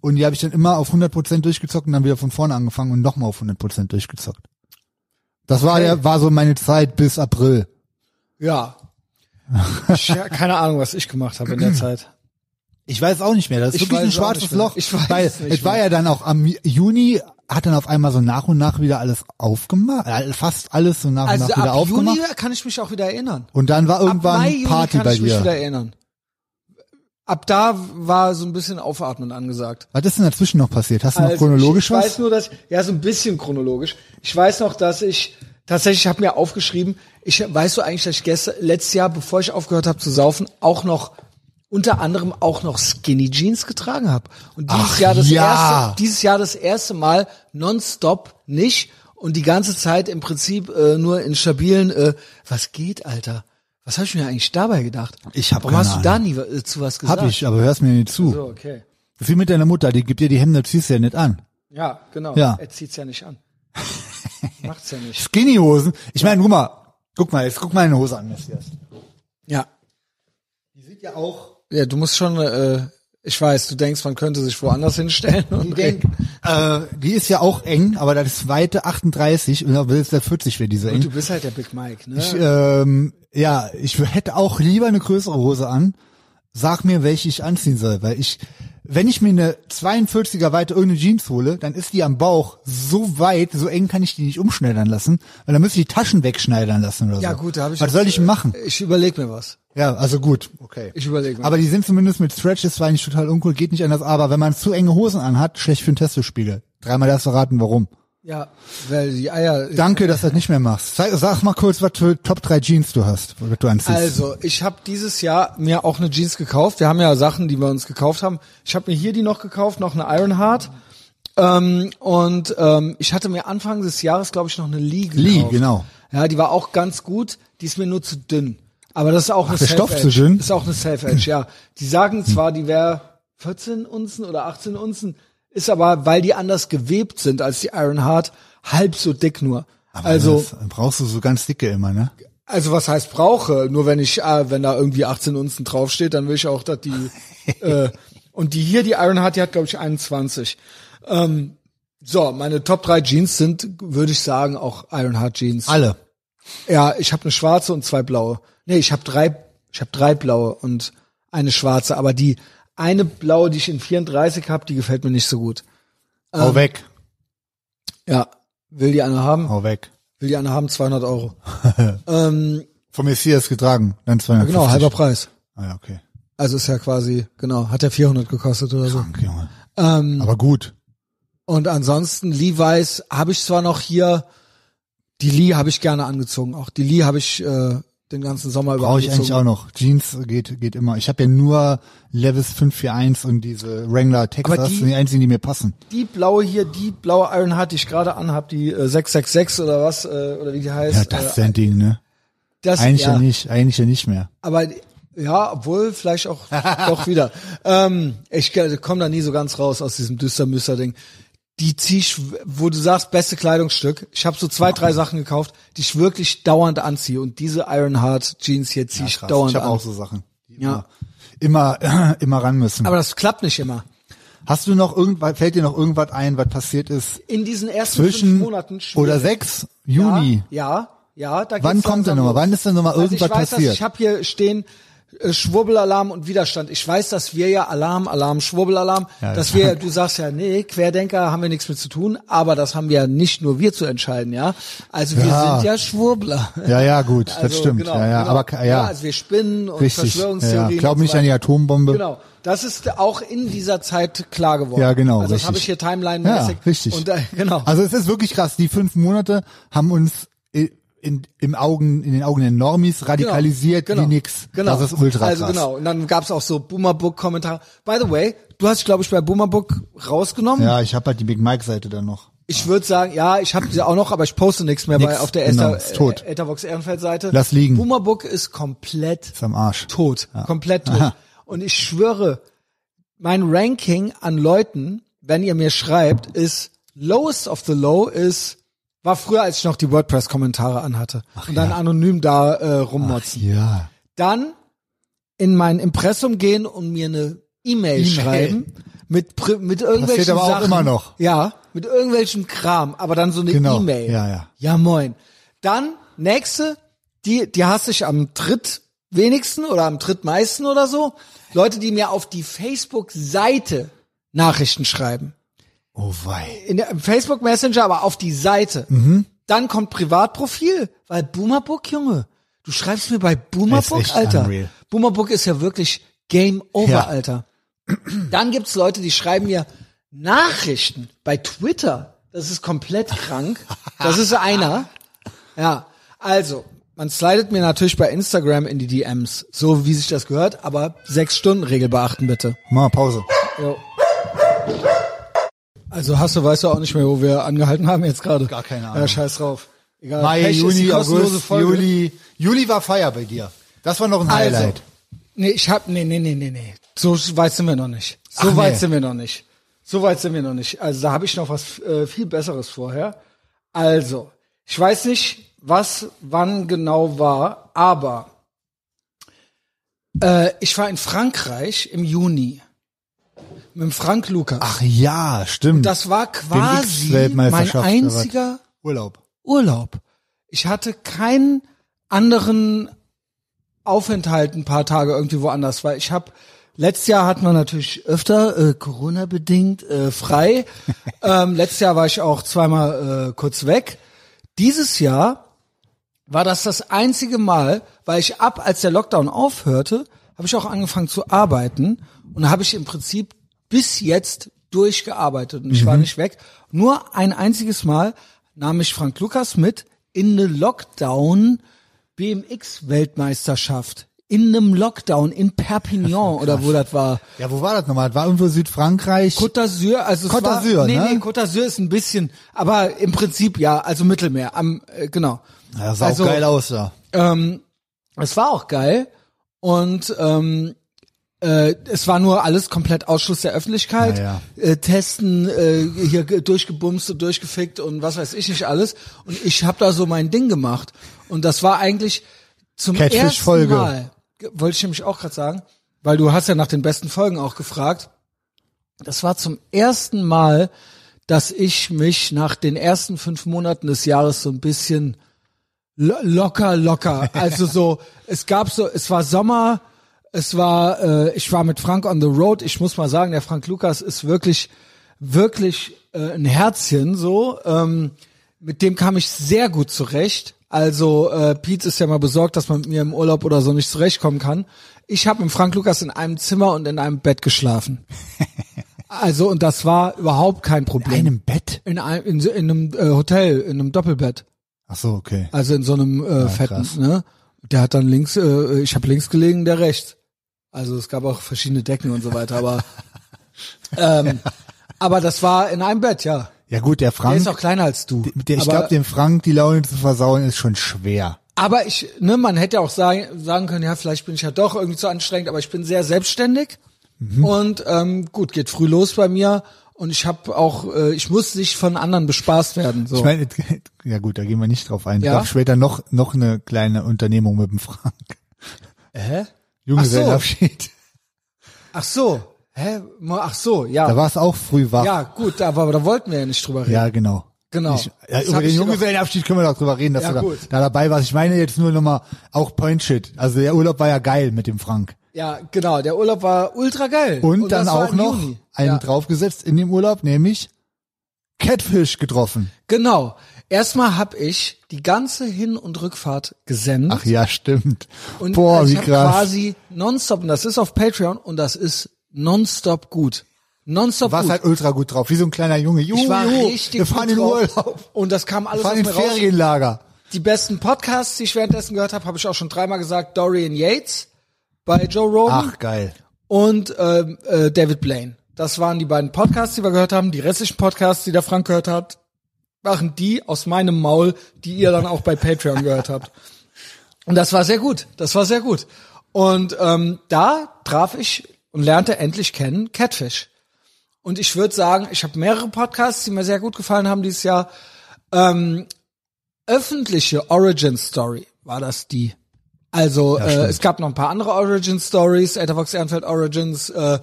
Speaker 1: Und die habe ich dann immer auf 100 Prozent durchgezockt und dann wieder von vorne angefangen und nochmal auf 100 Prozent durchgezockt. Das war
Speaker 2: Okay.
Speaker 1: ja, war so meine Zeit bis April.
Speaker 2: Ja. Ich, ja. Keine Ahnung, was ich gemacht habe in der Zeit.
Speaker 1: Ich weiß auch nicht mehr. Das ist
Speaker 2: Ich
Speaker 1: wirklich ein
Speaker 2: weiß auch
Speaker 1: schwarzes
Speaker 2: nicht mehr.
Speaker 1: Loch.
Speaker 2: Ich weiß
Speaker 1: weil
Speaker 2: es nicht
Speaker 1: es war
Speaker 2: mehr.
Speaker 1: ja dann auch am Juni hat dann auf einmal so nach und nach wieder alles aufgemacht, äh, fast alles so nach
Speaker 2: Also
Speaker 1: und nach wieder
Speaker 2: ab
Speaker 1: aufgemacht.
Speaker 2: Juni kann ich mich auch wieder erinnern.
Speaker 1: und dann war irgendwann
Speaker 2: ab Mai, Juni
Speaker 1: Party
Speaker 2: kann
Speaker 1: bei
Speaker 2: ich mich wieder
Speaker 1: dir.
Speaker 2: erinnern. Ab da war so ein bisschen Aufatmen angesagt.
Speaker 1: Was ist denn dazwischen noch passiert? Hast du noch
Speaker 2: Also
Speaker 1: chronologisch
Speaker 2: ich, Ich weiß
Speaker 1: was?
Speaker 2: nur, dass ja so ein bisschen chronologisch. Ich weiß noch, dass ich tatsächlich habe mir aufgeschrieben. Ich weißt du eigentlich, dass ich gestern letztes Jahr, bevor ich aufgehört habe zu saufen, auch noch unter anderem auch noch Skinny Jeans getragen habe und dieses
Speaker 1: Ach,
Speaker 2: Jahr das
Speaker 1: ja.
Speaker 2: erste dieses Jahr das erste Mal nonstop nicht und die ganze Zeit im Prinzip äh, nur in stabilen äh, was geht Alter was habe ich mir eigentlich dabei gedacht
Speaker 1: Ich hab
Speaker 2: warum
Speaker 1: keine
Speaker 2: hast du Also- da nie äh, zu was gesagt
Speaker 1: Hab ich, aber hörst mir nicht zu.
Speaker 2: so okay
Speaker 1: Wie mit deiner Mutter, die gibt dir die Hemden, das ziehst du ja nicht an.
Speaker 2: ja, genau.
Speaker 1: Ja.
Speaker 2: Er zieht's ja nicht an. Macht's ja nicht.
Speaker 1: Skinny-Hosen. Ich meine, guck mal, guck mal, jetzt guck mal eine Hose an, Messias.
Speaker 2: Ja.
Speaker 1: Die sieht ja auch.
Speaker 2: Ja, du musst schon, äh, ich weiß, du denkst, man könnte sich woanders hinstellen.
Speaker 1: Die,
Speaker 2: Und
Speaker 1: denk, äh, die ist ja auch eng, aber das ist weite 38 und das ist der 40 wäre diese eng.
Speaker 2: Und du bist halt der Big Mike, ne?
Speaker 1: Ich, ähm, ja, ich hätte auch lieber eine größere Hose an. Sag mir, welche ich anziehen soll, weil ich, wenn ich mir eine 42er weite irgendeine Jeans hole, dann ist die am Bauch so weit, so eng kann ich die nicht umschneidern lassen, weil dann müsste ich die Taschen wegschneidern lassen oder so.
Speaker 2: ja, gut, da habe ich.
Speaker 1: Was
Speaker 2: jetzt,
Speaker 1: soll ich
Speaker 2: äh,
Speaker 1: machen?
Speaker 2: Ich überleg mir was.
Speaker 1: Ja, also gut, okay.
Speaker 2: Ich überleg mir.
Speaker 1: aber die sind zumindest mit Stretches, war nicht total uncool, geht nicht anders, aber wenn man zu enge Hosen anhat, schlecht für den Testospiegel. Dreimal darfst du raten, warum.
Speaker 2: ja, weil die Eier.
Speaker 1: Danke, dass du das nicht mehr machst. Sag, sag mal kurz, was für Top 3 Jeans du hast, was du anziehst.
Speaker 2: Also, ich habe dieses Jahr mir auch eine Jeans gekauft. Wir haben ja Sachen, die wir uns gekauft haben. Ich habe mir hier die noch gekauft, noch eine Ironheart. Ähm, und ähm, ich hatte mir Anfang des Jahres, glaube ich, noch eine Lee gekauft.
Speaker 1: Lee, genau.
Speaker 2: Ja, die war auch ganz gut. Die ist mir nur zu dünn. Aber das ist auch eine
Speaker 1: der Stoff
Speaker 2: Safe
Speaker 1: zu
Speaker 2: Edge.
Speaker 1: dünn? Hm.
Speaker 2: Ist auch eine Safe Edge, ja. Die sagen zwar, die wäre 14 Unzen oder 18 Unzen, ist aber, weil die anders gewebt sind als die Iron Heart, halb so dick nur.
Speaker 1: Aber
Speaker 2: also
Speaker 1: das brauchst du so ganz dicke immer, ne?
Speaker 2: also was heißt brauche? Nur wenn ich, äh, wenn da irgendwie 18 Unzen draufsteht, dann will ich auch, dass die äh, und die hier, die Ironheart, die hat glaube ich 21. Ähm, so, meine Top 3 Jeans sind, würde ich sagen, auch Ironheart Jeans.
Speaker 1: Alle.
Speaker 2: Ja, ich habe eine schwarze und zwei blaue. Nee, ich habe drei, ich habe drei blaue und eine schwarze. Aber die eine blaue, die ich in 34 habe, die gefällt mir nicht so gut. Ähm,
Speaker 1: Hau weg.
Speaker 2: Ja, will die eine haben?
Speaker 1: Hau weg.
Speaker 2: Will die eine haben? 200 Euro. ähm,
Speaker 1: Vom Messias getragen. Dann 250.
Speaker 2: genau, halber Preis.
Speaker 1: Ah, ja, okay.
Speaker 2: Also ist ja quasi, genau, hat er 400 gekostet oder so.
Speaker 1: Danke, Junge.
Speaker 2: Ähm,
Speaker 1: Aber gut.
Speaker 2: Und ansonsten Levi's habe ich zwar noch hier, die Lee habe ich gerne angezogen. Auch die Lee habe ich äh, den ganzen Sommer über
Speaker 1: Brauche ich
Speaker 2: angezogen.
Speaker 1: eigentlich auch noch. Jeans geht, geht immer. Ich habe ja nur Levis 541 und diese Wrangler Texas.
Speaker 2: Aber die-
Speaker 1: die, sind die einzigen, die mir passen.
Speaker 2: Die blaue hier, die blaue Ironheart, die ich gerade anhab, die äh, 666 oder was, äh, oder wie die heißt.
Speaker 1: Ja, das ist
Speaker 2: äh,
Speaker 1: dein Ding, ne?
Speaker 2: das
Speaker 1: Eigentlich ja.
Speaker 2: ja,
Speaker 1: nicht, eigentlich ja nicht mehr.
Speaker 2: Aber ja, obwohl, vielleicht auch doch wieder. Ähm, ich komme da nie so ganz raus aus diesem Düstermüster-Ding. Die zieh ich, wo du sagst, beste Kleidungsstück. Ich habe so zwei, drei Sachen gekauft, die ich wirklich dauernd anziehe. Und diese Ironheart Jeans hier zieh ich
Speaker 1: Krass.
Speaker 2: dauernd
Speaker 1: ich habe
Speaker 2: an.
Speaker 1: auch so Sachen. die
Speaker 2: Ja.
Speaker 1: Immer, immer, immer ran müssen.
Speaker 2: Aber das klappt nicht immer.
Speaker 1: Hast du noch irgendwas, fällt dir noch irgendwas ein, was passiert ist
Speaker 2: In diesen ersten fünf
Speaker 1: zwischen
Speaker 2: Monaten schwierig.
Speaker 1: oder sechs Juni?
Speaker 2: Ja, ja, ja da
Speaker 1: Wann
Speaker 2: geht's
Speaker 1: kommt denn
Speaker 2: langsam
Speaker 1: nochmal?
Speaker 2: los.
Speaker 1: Wann ist denn nochmal
Speaker 2: Also
Speaker 1: irgendwas
Speaker 2: ich weiß,
Speaker 1: passiert?
Speaker 2: Dass ich habe hier stehen äh, Schwurbelalarm und Widerstand. Ich weiß, dass wir ja Alarm, Alarm, Schwurbelalarm,
Speaker 1: Ja,
Speaker 2: dass
Speaker 1: ja.
Speaker 2: wir, du sagst ja, nee, Querdenker haben wir nichts mit zu tun, aber das haben ja nicht nur wir zu entscheiden, ja. Also wir
Speaker 1: Ja.
Speaker 2: sind ja Schwurbler.
Speaker 1: Ja, ja, gut, das
Speaker 2: Also,
Speaker 1: stimmt.
Speaker 2: genau,
Speaker 1: ja, ja,
Speaker 2: genau.
Speaker 1: aber ka-
Speaker 2: ja,
Speaker 1: ja,
Speaker 2: also wir spinnen und
Speaker 1: richtig. Ja,
Speaker 2: Verschwörungstheorien.
Speaker 1: ja. Glaub
Speaker 2: und so
Speaker 1: nicht an die
Speaker 2: weiter.
Speaker 1: Atombombe.
Speaker 2: Genau. Das ist auch in dieser Zeit klar geworden.
Speaker 1: Ja, genau,
Speaker 2: Also das
Speaker 1: richtig.
Speaker 2: habe ich hier
Speaker 1: Ja,
Speaker 2: Timeline-mäßig.
Speaker 1: richtig.
Speaker 2: Und, äh, genau.
Speaker 1: Also es ist wirklich krass. Die fünf Monate haben uns i- in, im Augen, in den Augen der Normis radikalisiert wie nix. Das ist
Speaker 2: Genau,
Speaker 1: ultra
Speaker 2: Also
Speaker 1: krass.
Speaker 2: genau, und dann gab's auch so Boomerbook-Kommentare. By the way, du hast, glaube ich, bei Boomerbook rausgenommen.
Speaker 1: Ja, ich habe halt die Big Mike Seite dann noch.
Speaker 2: Ich würde sagen, ja, ich habe sie auch noch, aber ich poste nichts mehr
Speaker 1: Nix,
Speaker 2: bei, auf der
Speaker 1: genau,
Speaker 2: Esther,
Speaker 1: ist tot.
Speaker 2: äh, Etherbox Ehrenfeld-Seite.
Speaker 1: Lass liegen.
Speaker 2: Boomerbook ist komplett
Speaker 1: Ist am Arsch.
Speaker 2: tot, komplett tot.
Speaker 1: Aha.
Speaker 2: Und ich schwöre, mein Ranking an Leuten, wenn ihr mir schreibt, ist lowest of the low ist war früher, als ich noch die WordPress-Kommentare anhatte und dann anonym da äh, rummotzen.
Speaker 1: Ja.
Speaker 2: Dann in mein Impressum gehen und mir eine E-Mail schreiben mit Pri- mit irgendwelchen
Speaker 1: aber auch
Speaker 2: Sachen.
Speaker 1: immer noch.
Speaker 2: Ja, mit irgendwelchem Kram, aber dann so eine
Speaker 1: Genau,
Speaker 2: E-Mail.
Speaker 1: ja, ja.
Speaker 2: Ja, moin. Dann nächste, die, die hasse ich am drittwenigsten oder am drittmeisten oder so. Leute, die mir auf die Facebook-Seite Nachrichten schreiben.
Speaker 1: Oh wei.
Speaker 2: In der, Im Facebook Messenger, aber auf die Seite.
Speaker 1: Mhm.
Speaker 2: Dann kommt Privatprofil, weil Boomerbook, Junge, du schreibst mir bei Boomerbook,
Speaker 1: Ist echt
Speaker 2: Alter.
Speaker 1: unreal.
Speaker 2: Boomerbook ist ja wirklich Game Over,
Speaker 1: Ja.
Speaker 2: Alter. Dann gibt's Leute, die schreiben mir Nachrichten bei Twitter. Das ist komplett krank. Das ist einer. Ja, also, man slidet mir natürlich bei Instagram in die DMs, so wie sich das gehört, aber sechs Stunden Regel beachten bitte.
Speaker 1: Mal Pause.
Speaker 2: Jo. Also Hasse weiß ja auch nicht mehr, wo wir angehalten haben jetzt gerade.
Speaker 1: Gar keine Ahnung.
Speaker 2: Ja, scheiß drauf. Egal.
Speaker 1: Mai,
Speaker 2: Äh, Pech ist die
Speaker 1: Juni,
Speaker 2: kostenlose
Speaker 1: August,
Speaker 2: Folge.
Speaker 1: Juli. Juli war Feier bei dir. Das war noch ein
Speaker 2: Also,
Speaker 1: Highlight.
Speaker 2: nee, ich hab, nee, nee, nee, nee, nee. So weit sind wir noch nicht. So
Speaker 1: Ach,
Speaker 2: weit
Speaker 1: nee.
Speaker 2: sind wir noch nicht. So weit sind wir noch nicht. Also da habe ich noch was äh, viel Besseres vorher. Also, ich weiß nicht, was wann genau war, aber äh, ich war in Frankreich im Juni mit dem Frank Lukas.
Speaker 1: Ach ja, stimmt.
Speaker 2: Das war quasi mein
Speaker 1: Weltmeisterschaft,
Speaker 2: einziger
Speaker 1: Urlaub.
Speaker 2: Urlaub. Ich hatte keinen anderen Aufenthalt ein paar Tage irgendwie woanders, weil ich habe letztes Jahr hatten wir natürlich öfter äh, Corona bedingt äh, frei. ähm, letztes Jahr war ich auch zweimal äh, kurz weg. Dieses Jahr war das das einzige Mal, weil ich ab, als der Lockdown aufhörte, habe ich auch angefangen zu arbeiten und habe ich im Prinzip bis jetzt durchgearbeitet und ich war nicht weg. Nur ein einziges Mal nahm ich Frank Lukas mit in eine Lockdown BMX Weltmeisterschaft in einem Lockdown in Perpignan oder wo das war.
Speaker 1: Ja, wo war das nochmal? Das war irgendwo Südfrankreich.
Speaker 2: Côte d'Azur, also es
Speaker 1: Côte
Speaker 2: war,
Speaker 1: d'Azur,
Speaker 2: nee,
Speaker 1: ne?
Speaker 2: nee, Côte d'Azur ist ein bisschen, aber im Prinzip ja, also Mittelmeer, am äh, genau.
Speaker 1: Ja, sah
Speaker 2: also,
Speaker 1: auch geil aus da.
Speaker 2: Ähm, es war auch geil und ähm, äh, es war nur alles komplett Ausschluss der Öffentlichkeit.
Speaker 1: Na
Speaker 2: Äh, testen, äh, hier ge- durchgebumst und durchgefickt und was weiß ich nicht alles. Und ich habe da so mein Ding gemacht. Und das war eigentlich zum
Speaker 1: Catfish
Speaker 2: ersten
Speaker 1: Folge.
Speaker 2: Mal, ge- wollte ich nämlich auch gerade sagen, weil du hast ja nach den besten Folgen auch gefragt. Das war zum ersten Mal, dass ich mich nach den ersten fünf Monaten des Jahres so ein bisschen lo locker, locker. Also so, es gab so, es war Sommer, es war, äh, ich war mit Frank on the road. Ich muss mal sagen, der Frank Lukas ist wirklich, wirklich äh, ein Herzchen so. Ähm, mit dem kam ich sehr gut zurecht. Also äh, Pete ist ja mal besorgt, dass man mit mir im Urlaub oder so nicht zurechtkommen kann. Ich habe mit Frank Lukas in einem Zimmer und in einem Bett geschlafen. Also und das war überhaupt kein Problem.
Speaker 1: Einem Bett?
Speaker 2: In einem, in, so- in einem äh, Hotel, in einem Doppelbett.
Speaker 1: Ach so, okay.
Speaker 2: Also in so einem äh, fetten,
Speaker 1: krass.
Speaker 2: ne? Der hat dann links, äh, ich habe links gelegen, der rechts. Also es gab auch verschiedene Decken und so weiter, aber ähm, aber das war in einem Bett, ja.
Speaker 1: Ja gut, der
Speaker 2: Der
Speaker 1: Frank,
Speaker 2: ist auch kleiner als du.
Speaker 1: der, ich
Speaker 2: aber,
Speaker 1: glaube, dem Frank die Laune zu versauen ist schon schwer.
Speaker 2: aber ich, ne, man hätte auch sagen, sagen können, ja, vielleicht bin ich ja doch irgendwie zu anstrengend, aber ich bin sehr selbstständig
Speaker 1: Mhm.
Speaker 2: und ähm, gut, geht früh los bei mir und ich habe auch, äh, ich muss nicht von anderen bespaßt werden. So.
Speaker 1: Ich meine, ja gut, da gehen wir nicht drauf ein.
Speaker 2: Ja?
Speaker 1: Ich glaube später noch noch eine kleine Unternehmung mit dem Frank.
Speaker 2: Hä?
Speaker 1: Junggesellenabschied.
Speaker 2: Ach so. Hä? Mo- Ach so, ja.
Speaker 1: Da war es auch früh wach.
Speaker 2: ja, gut, aber da wollten wir ja nicht drüber reden.
Speaker 1: Ja, genau.
Speaker 2: Genau.
Speaker 1: Ich, ja,
Speaker 2: Das
Speaker 1: über
Speaker 2: hab
Speaker 1: den
Speaker 2: ich dir
Speaker 1: Junggesellenabschied können wir doch drüber reden, dass
Speaker 2: Ja,
Speaker 1: du da,
Speaker 2: gut.
Speaker 1: da dabei warst. Ich meine jetzt nur nochmal auch Point Shit. Also der Urlaub war ja geil mit dem Frank.
Speaker 2: Ja, genau. Der Urlaub war ultra geil.
Speaker 1: Und, dann
Speaker 2: das war
Speaker 1: auch
Speaker 2: im
Speaker 1: noch
Speaker 2: Juni.
Speaker 1: einen
Speaker 2: ja.
Speaker 1: draufgesetzt in dem Urlaub, nämlich Catfish getroffen.
Speaker 2: Genau. Erstmal hab ich die ganze Hin- und Rückfahrt gesendet.
Speaker 1: Ach ja, stimmt.
Speaker 2: und
Speaker 1: Boah,
Speaker 2: ich
Speaker 1: wie
Speaker 2: hab
Speaker 1: krass.
Speaker 2: quasi nonstop, und das ist auf Patreon, und das ist nonstop gut. Nonstop
Speaker 1: Du warst
Speaker 2: gut.
Speaker 1: halt ultra gut drauf, wie so ein kleiner Junge. Juhu,
Speaker 2: ich war
Speaker 1: juhu,
Speaker 2: richtig
Speaker 1: wir fahren
Speaker 2: gut
Speaker 1: in den
Speaker 2: drauf.
Speaker 1: Urlaub.
Speaker 2: Und das kam
Speaker 1: Wir
Speaker 2: alles
Speaker 1: fahren
Speaker 2: aus
Speaker 1: in
Speaker 2: mir raus.
Speaker 1: Ferienlager.
Speaker 2: Die besten Podcasts, die ich währenddessen gehört habe, habe ich auch schon dreimal gesagt. Dorian Yates bei Joe Rogan.
Speaker 1: Ach, geil.
Speaker 2: und ähm, äh, David Blaine. Das waren die beiden Podcasts, die wir gehört haben. Die restlichen Podcasts, die der Frank gehört hat, waren die aus meinem Maul, die ihr dann auch bei Patreon gehört habt. Und das war sehr gut. Das war sehr gut. Und ähm, da traf ich und lernte endlich kennen Catfish. Und ich würde sagen, ich habe mehrere Podcasts, die mir sehr gut gefallen haben dieses Jahr. Ähm, öffentliche Origin Story war das die. Also äh,
Speaker 1: stimmt.
Speaker 2: es gab noch ein paar andere Origin Stories, Etavox Ehrenfeld Origins. Äh,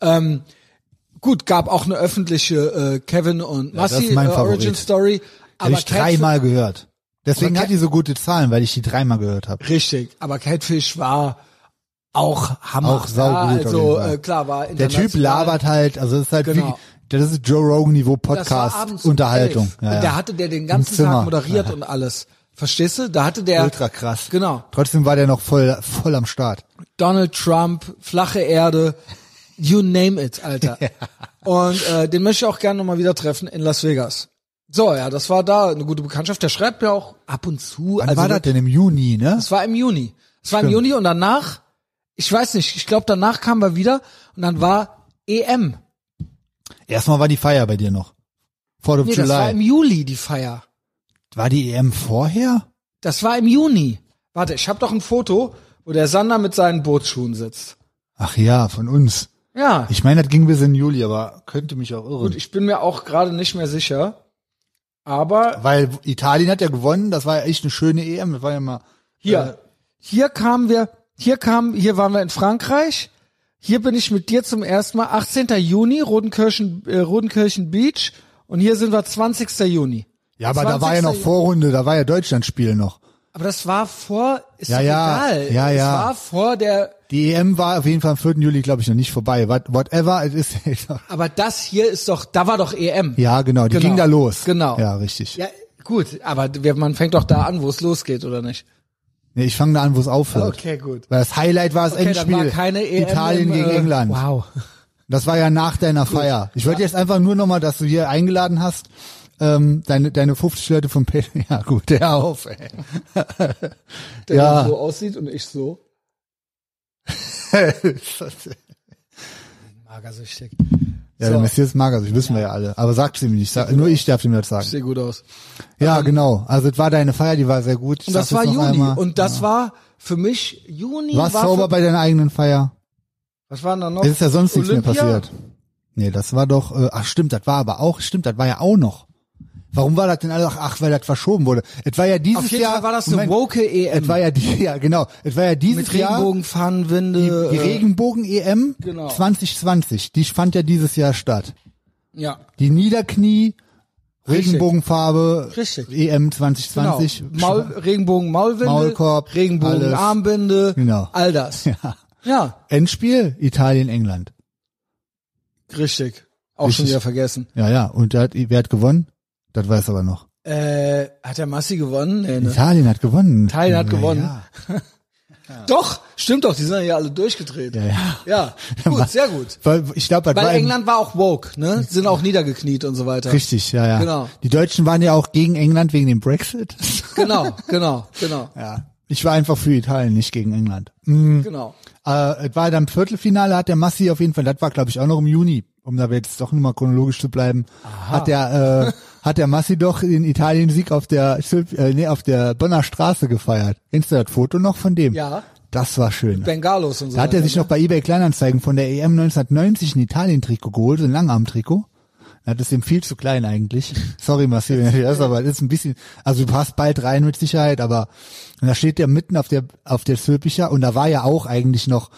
Speaker 2: ähm, gut, gab auch eine öffentliche äh, Kevin und
Speaker 1: das
Speaker 2: Massi
Speaker 1: ist mein
Speaker 2: äh, Origin
Speaker 1: Favorit.
Speaker 2: Story.
Speaker 1: Habe
Speaker 2: Aber
Speaker 1: ich
Speaker 2: Catfish,
Speaker 1: dreimal gehört. Deswegen
Speaker 2: Aber
Speaker 1: hat die so gute Zahlen, weil ich die dreimal gehört habe.
Speaker 2: richtig, aber Catfish war auch Hammer.
Speaker 1: Auch saugut
Speaker 2: ja,
Speaker 1: auf jeden
Speaker 2: also
Speaker 1: Fall.
Speaker 2: äh, klar war
Speaker 1: Der Typ
Speaker 2: international.
Speaker 1: labert halt, also das ist halt
Speaker 2: Genau.
Speaker 1: wie, das ist Joe Rogan Niveau
Speaker 2: Das war
Speaker 1: Podcast
Speaker 2: abends um
Speaker 1: Unterhaltung.
Speaker 2: elf.
Speaker 1: Ja, ja.
Speaker 2: Und der hatte der den ganzen
Speaker 1: Zimmer.
Speaker 2: Tag moderiert und alles. Verstehst du? Da hatte der
Speaker 1: ultra krass.
Speaker 2: Genau.
Speaker 1: Trotzdem war der noch voll voll am Start.
Speaker 2: Donald Trump, flache Erde, you name it, Alter. Und äh, den möchte ich auch gerne nochmal wieder treffen in Las Vegas. So, ja, das war da eine gute Bekanntschaft. Der schreibt mir auch ab und zu. Also
Speaker 1: Wann war das denn im Juni, ne?
Speaker 2: Das war im Juni. Das war im Juni und danach, ich weiß nicht, ich glaube danach kamen wir wieder und dann war E EM.
Speaker 1: Erstmal war die Feier bei dir noch. Vor dem
Speaker 2: Nee, das war
Speaker 1: July.
Speaker 2: im
Speaker 1: War,
Speaker 2: Juli die Feier.
Speaker 1: die EM vorher?
Speaker 2: Das war im Juni. Warte, ich habe doch ein Foto, wo der Sander mit seinen Bootsschuhen sitzt.
Speaker 1: Ach ja, von uns.
Speaker 2: Ja.
Speaker 1: Ich meine, das ging bis in Juli, aber könnte mich auch irren.
Speaker 2: Gut, ich bin mir auch gerade nicht mehr sicher. Aber
Speaker 1: Weil Italien hat ja gewonnen, das war ja echt eine schöne EM, das war ja mal äh,
Speaker 2: hier, hier kamen wir, hier kamen, hier waren wir in Frankreich. Hier bin ich mit dir zum ersten Mal 18. Juni, Rodenkirchen, äh, Rodenkirchen Beach. Und hier sind wir 20. Juni.
Speaker 1: Ja, aber da war ja noch
Speaker 2: 20.
Speaker 1: Vorrunde, da war ja Deutschlandspiel noch.
Speaker 2: Aber das war vor, ist
Speaker 1: Ja,
Speaker 2: doch
Speaker 1: ja,
Speaker 2: egal.
Speaker 1: ja,
Speaker 2: Es
Speaker 1: ja.
Speaker 2: war vor der,
Speaker 1: Die EM war auf jeden Fall am 4. Juli, glaube ich, noch nicht vorbei. What, whatever, es ist
Speaker 2: aber das hier ist doch, da war doch EM.
Speaker 1: Ja, genau, die
Speaker 2: Genau.
Speaker 1: ging da los.
Speaker 2: Genau.
Speaker 1: Ja, richtig.
Speaker 2: Ja, gut, aber wir- man fängt doch da an, wo es losgeht, oder nicht?
Speaker 1: Nee, ich fange da an, wo es aufhört.
Speaker 2: Okay, gut.
Speaker 1: Weil das Highlight war das
Speaker 2: Okay, dann
Speaker 1: Endspiel.
Speaker 2: war keine EM
Speaker 1: Italien
Speaker 2: im,
Speaker 1: gegen
Speaker 2: äh,
Speaker 1: England.
Speaker 2: Wow.
Speaker 1: Das war ja nach deiner Feier. Ich wollte jetzt einfach nur nochmal, dass du hier eingeladen hast, ähm, deine, deine 50 Leute vom P. Ja, gut, hör auf, ey.
Speaker 2: Der
Speaker 1: Ja.
Speaker 2: so aussieht und ich so. Magersüchtig.
Speaker 1: Ja, der Messias ist magersüchtig, wissen wir ja alle. Aber sag's ihm nicht, sag, nur ich darf ihm das sagen.
Speaker 2: Sieht gut aus.
Speaker 1: Ja, genau. Also es war deine Feier, die war sehr gut. Ich
Speaker 2: Und das
Speaker 1: sag
Speaker 2: war
Speaker 1: noch
Speaker 2: Juni.
Speaker 1: einmal.
Speaker 2: Und das war für mich Juni.
Speaker 1: Warst
Speaker 2: war
Speaker 1: sauber
Speaker 2: für,
Speaker 1: bei deiner eigenen Feier?
Speaker 2: Was war denn da noch?
Speaker 1: Es ist ja sonst nichts mehr
Speaker 2: Olympia?
Speaker 1: passiert. Nee, das war doch, äh, ach stimmt, das war aber auch, stimmt, das war ja auch noch. Warum war das denn alles? Ach, weil das verschoben wurde. Es war ja dieses
Speaker 2: Auf jeden
Speaker 1: Jahr.
Speaker 2: Fall war das eine
Speaker 1: Moment,
Speaker 2: woke
Speaker 1: Es
Speaker 2: EM.
Speaker 1: war ja die, ja genau. Es war ja dieses
Speaker 2: Mit
Speaker 1: Jahr
Speaker 2: Regenbogenfahnenwinde.
Speaker 1: die E
Speaker 2: äh,
Speaker 1: Regenbogen-EM
Speaker 2: Genau.
Speaker 1: 2020. Die fand ja dieses Jahr statt.
Speaker 2: Ja.
Speaker 1: Die Niederknie,
Speaker 2: Richtig.
Speaker 1: Regenbogenfarbe, E
Speaker 2: Richtig.
Speaker 1: EM 2020.
Speaker 2: Genau. Maul, Regenbogen Maulwinde,
Speaker 1: Maulkorb,
Speaker 2: Regenbogen
Speaker 1: alles.
Speaker 2: Armbinde,
Speaker 1: Genau.
Speaker 2: all das.
Speaker 1: Ja.
Speaker 2: Ja,
Speaker 1: Endspiel, Italien, England.
Speaker 2: richtig. Auch schon
Speaker 1: Richtig.
Speaker 2: wieder vergessen.
Speaker 1: Ja, ja. Und der hat, wer hat gewonnen? Das weiß aber noch.
Speaker 2: Äh, hat der Massi gewonnen? Nee, ne?
Speaker 1: Italien hat gewonnen.
Speaker 2: Italien hat
Speaker 1: Ja,
Speaker 2: gewonnen.
Speaker 1: Ja.
Speaker 2: Doch, stimmt doch, die sind ja hier alle durchgedreht.
Speaker 1: Ja, ja.
Speaker 2: Ja, gut, sehr gut.
Speaker 1: Weil, ich glaube, das war
Speaker 2: Weil
Speaker 1: ein-
Speaker 2: England war auch woke, ne? Sind auch niedergekniet und so weiter.
Speaker 1: Richtig, ja, ja.
Speaker 2: Genau.
Speaker 1: Die Deutschen waren ja auch gegen England wegen dem Brexit.
Speaker 2: Genau, genau, genau,
Speaker 1: ja. Ich war einfach für Italien, nicht gegen England.
Speaker 2: genau.
Speaker 1: Äh, es war dann Viertelfinale, hat der Massi auf jeden Fall, das war glaube ich auch noch im Juni, um da jetzt doch nochmal chronologisch zu bleiben, hat der, äh, hat der Massi doch den Italien-Sieg auf der, Schil- äh, nee, auf der Bonner Straße gefeiert. Kennst du das Foto noch von dem?
Speaker 2: Ja.
Speaker 1: Das war schön.
Speaker 2: Bengalos und so
Speaker 1: Da hat er
Speaker 2: weiter,
Speaker 1: sich
Speaker 2: ne?
Speaker 1: noch bei eBay Kleinanzeigen von der EM 1990 ein Italien-Trikot geholt, so ein Langarm-Trikot. Das ist ihm viel zu klein eigentlich. Sorry, Marcel, wenn du das aber das ist ein bisschen, also du passt bald rein mit Sicherheit, aber und da steht der mitten auf der, auf der Zülpicher und da war ja auch eigentlich noch,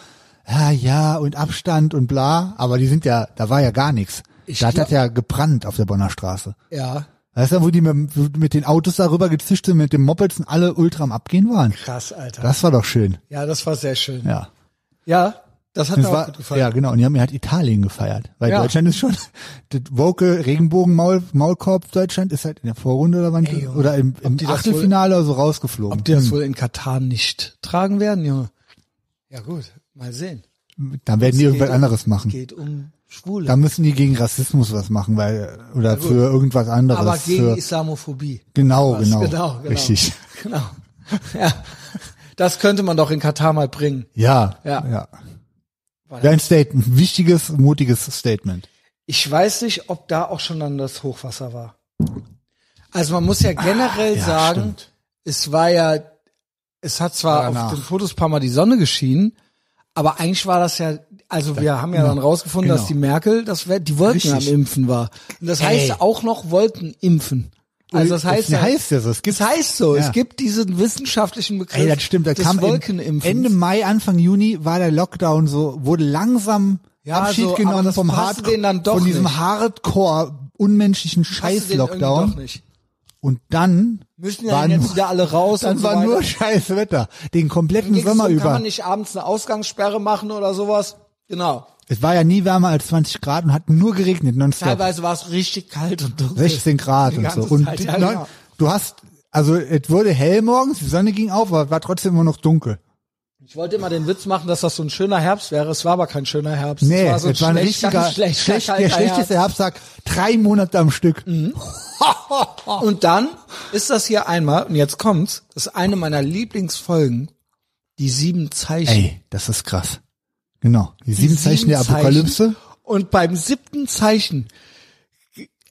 Speaker 1: ja, ja, und Abstand und bla, aber die sind ja, da war ja gar nichts.
Speaker 2: Ich
Speaker 1: Da hat
Speaker 2: glaub-
Speaker 1: das ja gebrannt auf der Bonner Straße.
Speaker 2: Ja,
Speaker 1: Weißt du, wo die mit, mit den Autos darüber gezischt sind, mit den Mopeds und alle ultra am Abgehen waren?
Speaker 2: krass, Alter.
Speaker 1: Das war doch schön,
Speaker 2: Ja, das war sehr schön. Ja,
Speaker 1: ja.
Speaker 2: das hat mir
Speaker 1: Und es
Speaker 2: auch
Speaker 1: war,
Speaker 2: gut gefallen.
Speaker 1: Ja, genau. Und die haben ja halt Italien gefeiert. Weil
Speaker 2: Ja.
Speaker 1: Deutschland ist schon, das woke Regenbogen Maul, Maulkorb Deutschland ist halt in der Vorrunde oder wann, oder im, im
Speaker 2: die das
Speaker 1: Achtelfinale oder so rausgeflogen.
Speaker 2: Ob die das wohl in Katar nicht tragen werden, Junge? Ja gut, mal sehen.
Speaker 1: Hm. Dann werden die irgendwas
Speaker 2: geht-
Speaker 1: anderes machen.
Speaker 2: Geht um Schwule,
Speaker 1: Da müssen die gegen Rassismus was machen, weil, oder
Speaker 2: gut.
Speaker 1: für irgendwas anderes.
Speaker 2: Also, aber gegen
Speaker 1: für,
Speaker 2: Islamophobie.
Speaker 1: genau,
Speaker 2: Was?
Speaker 1: genau,
Speaker 2: genau, genau.
Speaker 1: Richtig.
Speaker 2: Genau. Ja, das könnte man doch in Katar mal bringen.
Speaker 1: Ja,
Speaker 2: Ja.
Speaker 1: ja. ja.
Speaker 2: War
Speaker 1: Dein Statement, wichtiges, mutiges Statement.
Speaker 2: Ich weiß nicht, ob da auch schon dann das Hochwasser war. Also man muss ja generell
Speaker 1: Ah, ja,
Speaker 2: sagen,
Speaker 1: stimmt.
Speaker 2: es war ja, es hat zwar
Speaker 1: Danach.
Speaker 2: auf den Fotos ein paar Mal die Sonne geschienen, aber eigentlich war das ja, also wir haben ja dann rausgefunden, dass die
Speaker 1: genau.
Speaker 2: Merkel, das wär, die wollten
Speaker 1: Richtig.
Speaker 2: am Impfen war. Und das
Speaker 1: Ey.
Speaker 2: heißt auch noch wollten impfen. Also das heißt,
Speaker 1: das heißt ja so, es
Speaker 2: das
Speaker 1: gibt
Speaker 2: heißt so,
Speaker 1: Ja.
Speaker 2: es gibt diesen wissenschaftlichen Begriff
Speaker 1: Ey, das stimmt, da
Speaker 2: des
Speaker 1: kam im,
Speaker 2: Wolkenimpfens.
Speaker 1: Ende Mai, Anfang Juni war der Lockdown so, wurde langsam
Speaker 2: Ja,
Speaker 1: Abschied
Speaker 2: so, aber
Speaker 1: genommen
Speaker 2: das
Speaker 1: vom
Speaker 2: passte
Speaker 1: Hardcore,
Speaker 2: denen dann doch
Speaker 1: von diesem
Speaker 2: nicht.
Speaker 1: Hardcore unmenschlichen
Speaker 2: Hast du den irgendwie doch
Speaker 1: Scheiß-Lockdown.
Speaker 2: nicht.
Speaker 1: Und dann
Speaker 2: Müssen ja
Speaker 1: waren,
Speaker 2: jetzt wieder alle raus
Speaker 1: dann
Speaker 2: und so
Speaker 1: war
Speaker 2: weiter.
Speaker 1: nur scheiß Wetter, den kompletten
Speaker 2: Nächstes
Speaker 1: Sommer
Speaker 2: Mal Kann
Speaker 1: über.
Speaker 2: man nicht abends eine Ausgangssperre machen oder sowas? Genau.
Speaker 1: Es war ja nie wärmer als 20 Grad und hat nur geregnet nonstop.
Speaker 2: Teilweise war es richtig kalt und dunkel.
Speaker 1: 16 Grad
Speaker 2: Die
Speaker 1: und so.
Speaker 2: ganze
Speaker 1: Und
Speaker 2: Zeit,
Speaker 1: die-
Speaker 2: ja,
Speaker 1: neun-
Speaker 2: genau.
Speaker 1: du hast, also es wurde hell morgens, die Sonne ging auf, aber war trotzdem immer noch dunkel.
Speaker 2: Ich wollte immer den Witz machen, dass das so ein schöner Herbst wäre. Es war aber kein schöner Herbst.
Speaker 1: Nee,
Speaker 2: es war so
Speaker 1: das war ein
Speaker 2: schlechter,
Speaker 1: richtiger,
Speaker 2: schlechter,
Speaker 1: schlecht, der
Speaker 2: kalter
Speaker 1: schlechteste Herbsttag, drei Monate am Stück.
Speaker 2: Mhm. Herbst. Und dann ist das hier einmal, und jetzt kommt's, das ist eine meiner Lieblingsfolgen, die sieben Zeichen.
Speaker 1: Ey, das ist krass. Genau, die sieben
Speaker 2: Die
Speaker 1: Zeichen der
Speaker 2: sieben
Speaker 1: Apokalypse.
Speaker 2: Zeichen. Und beim siebten Zeichen,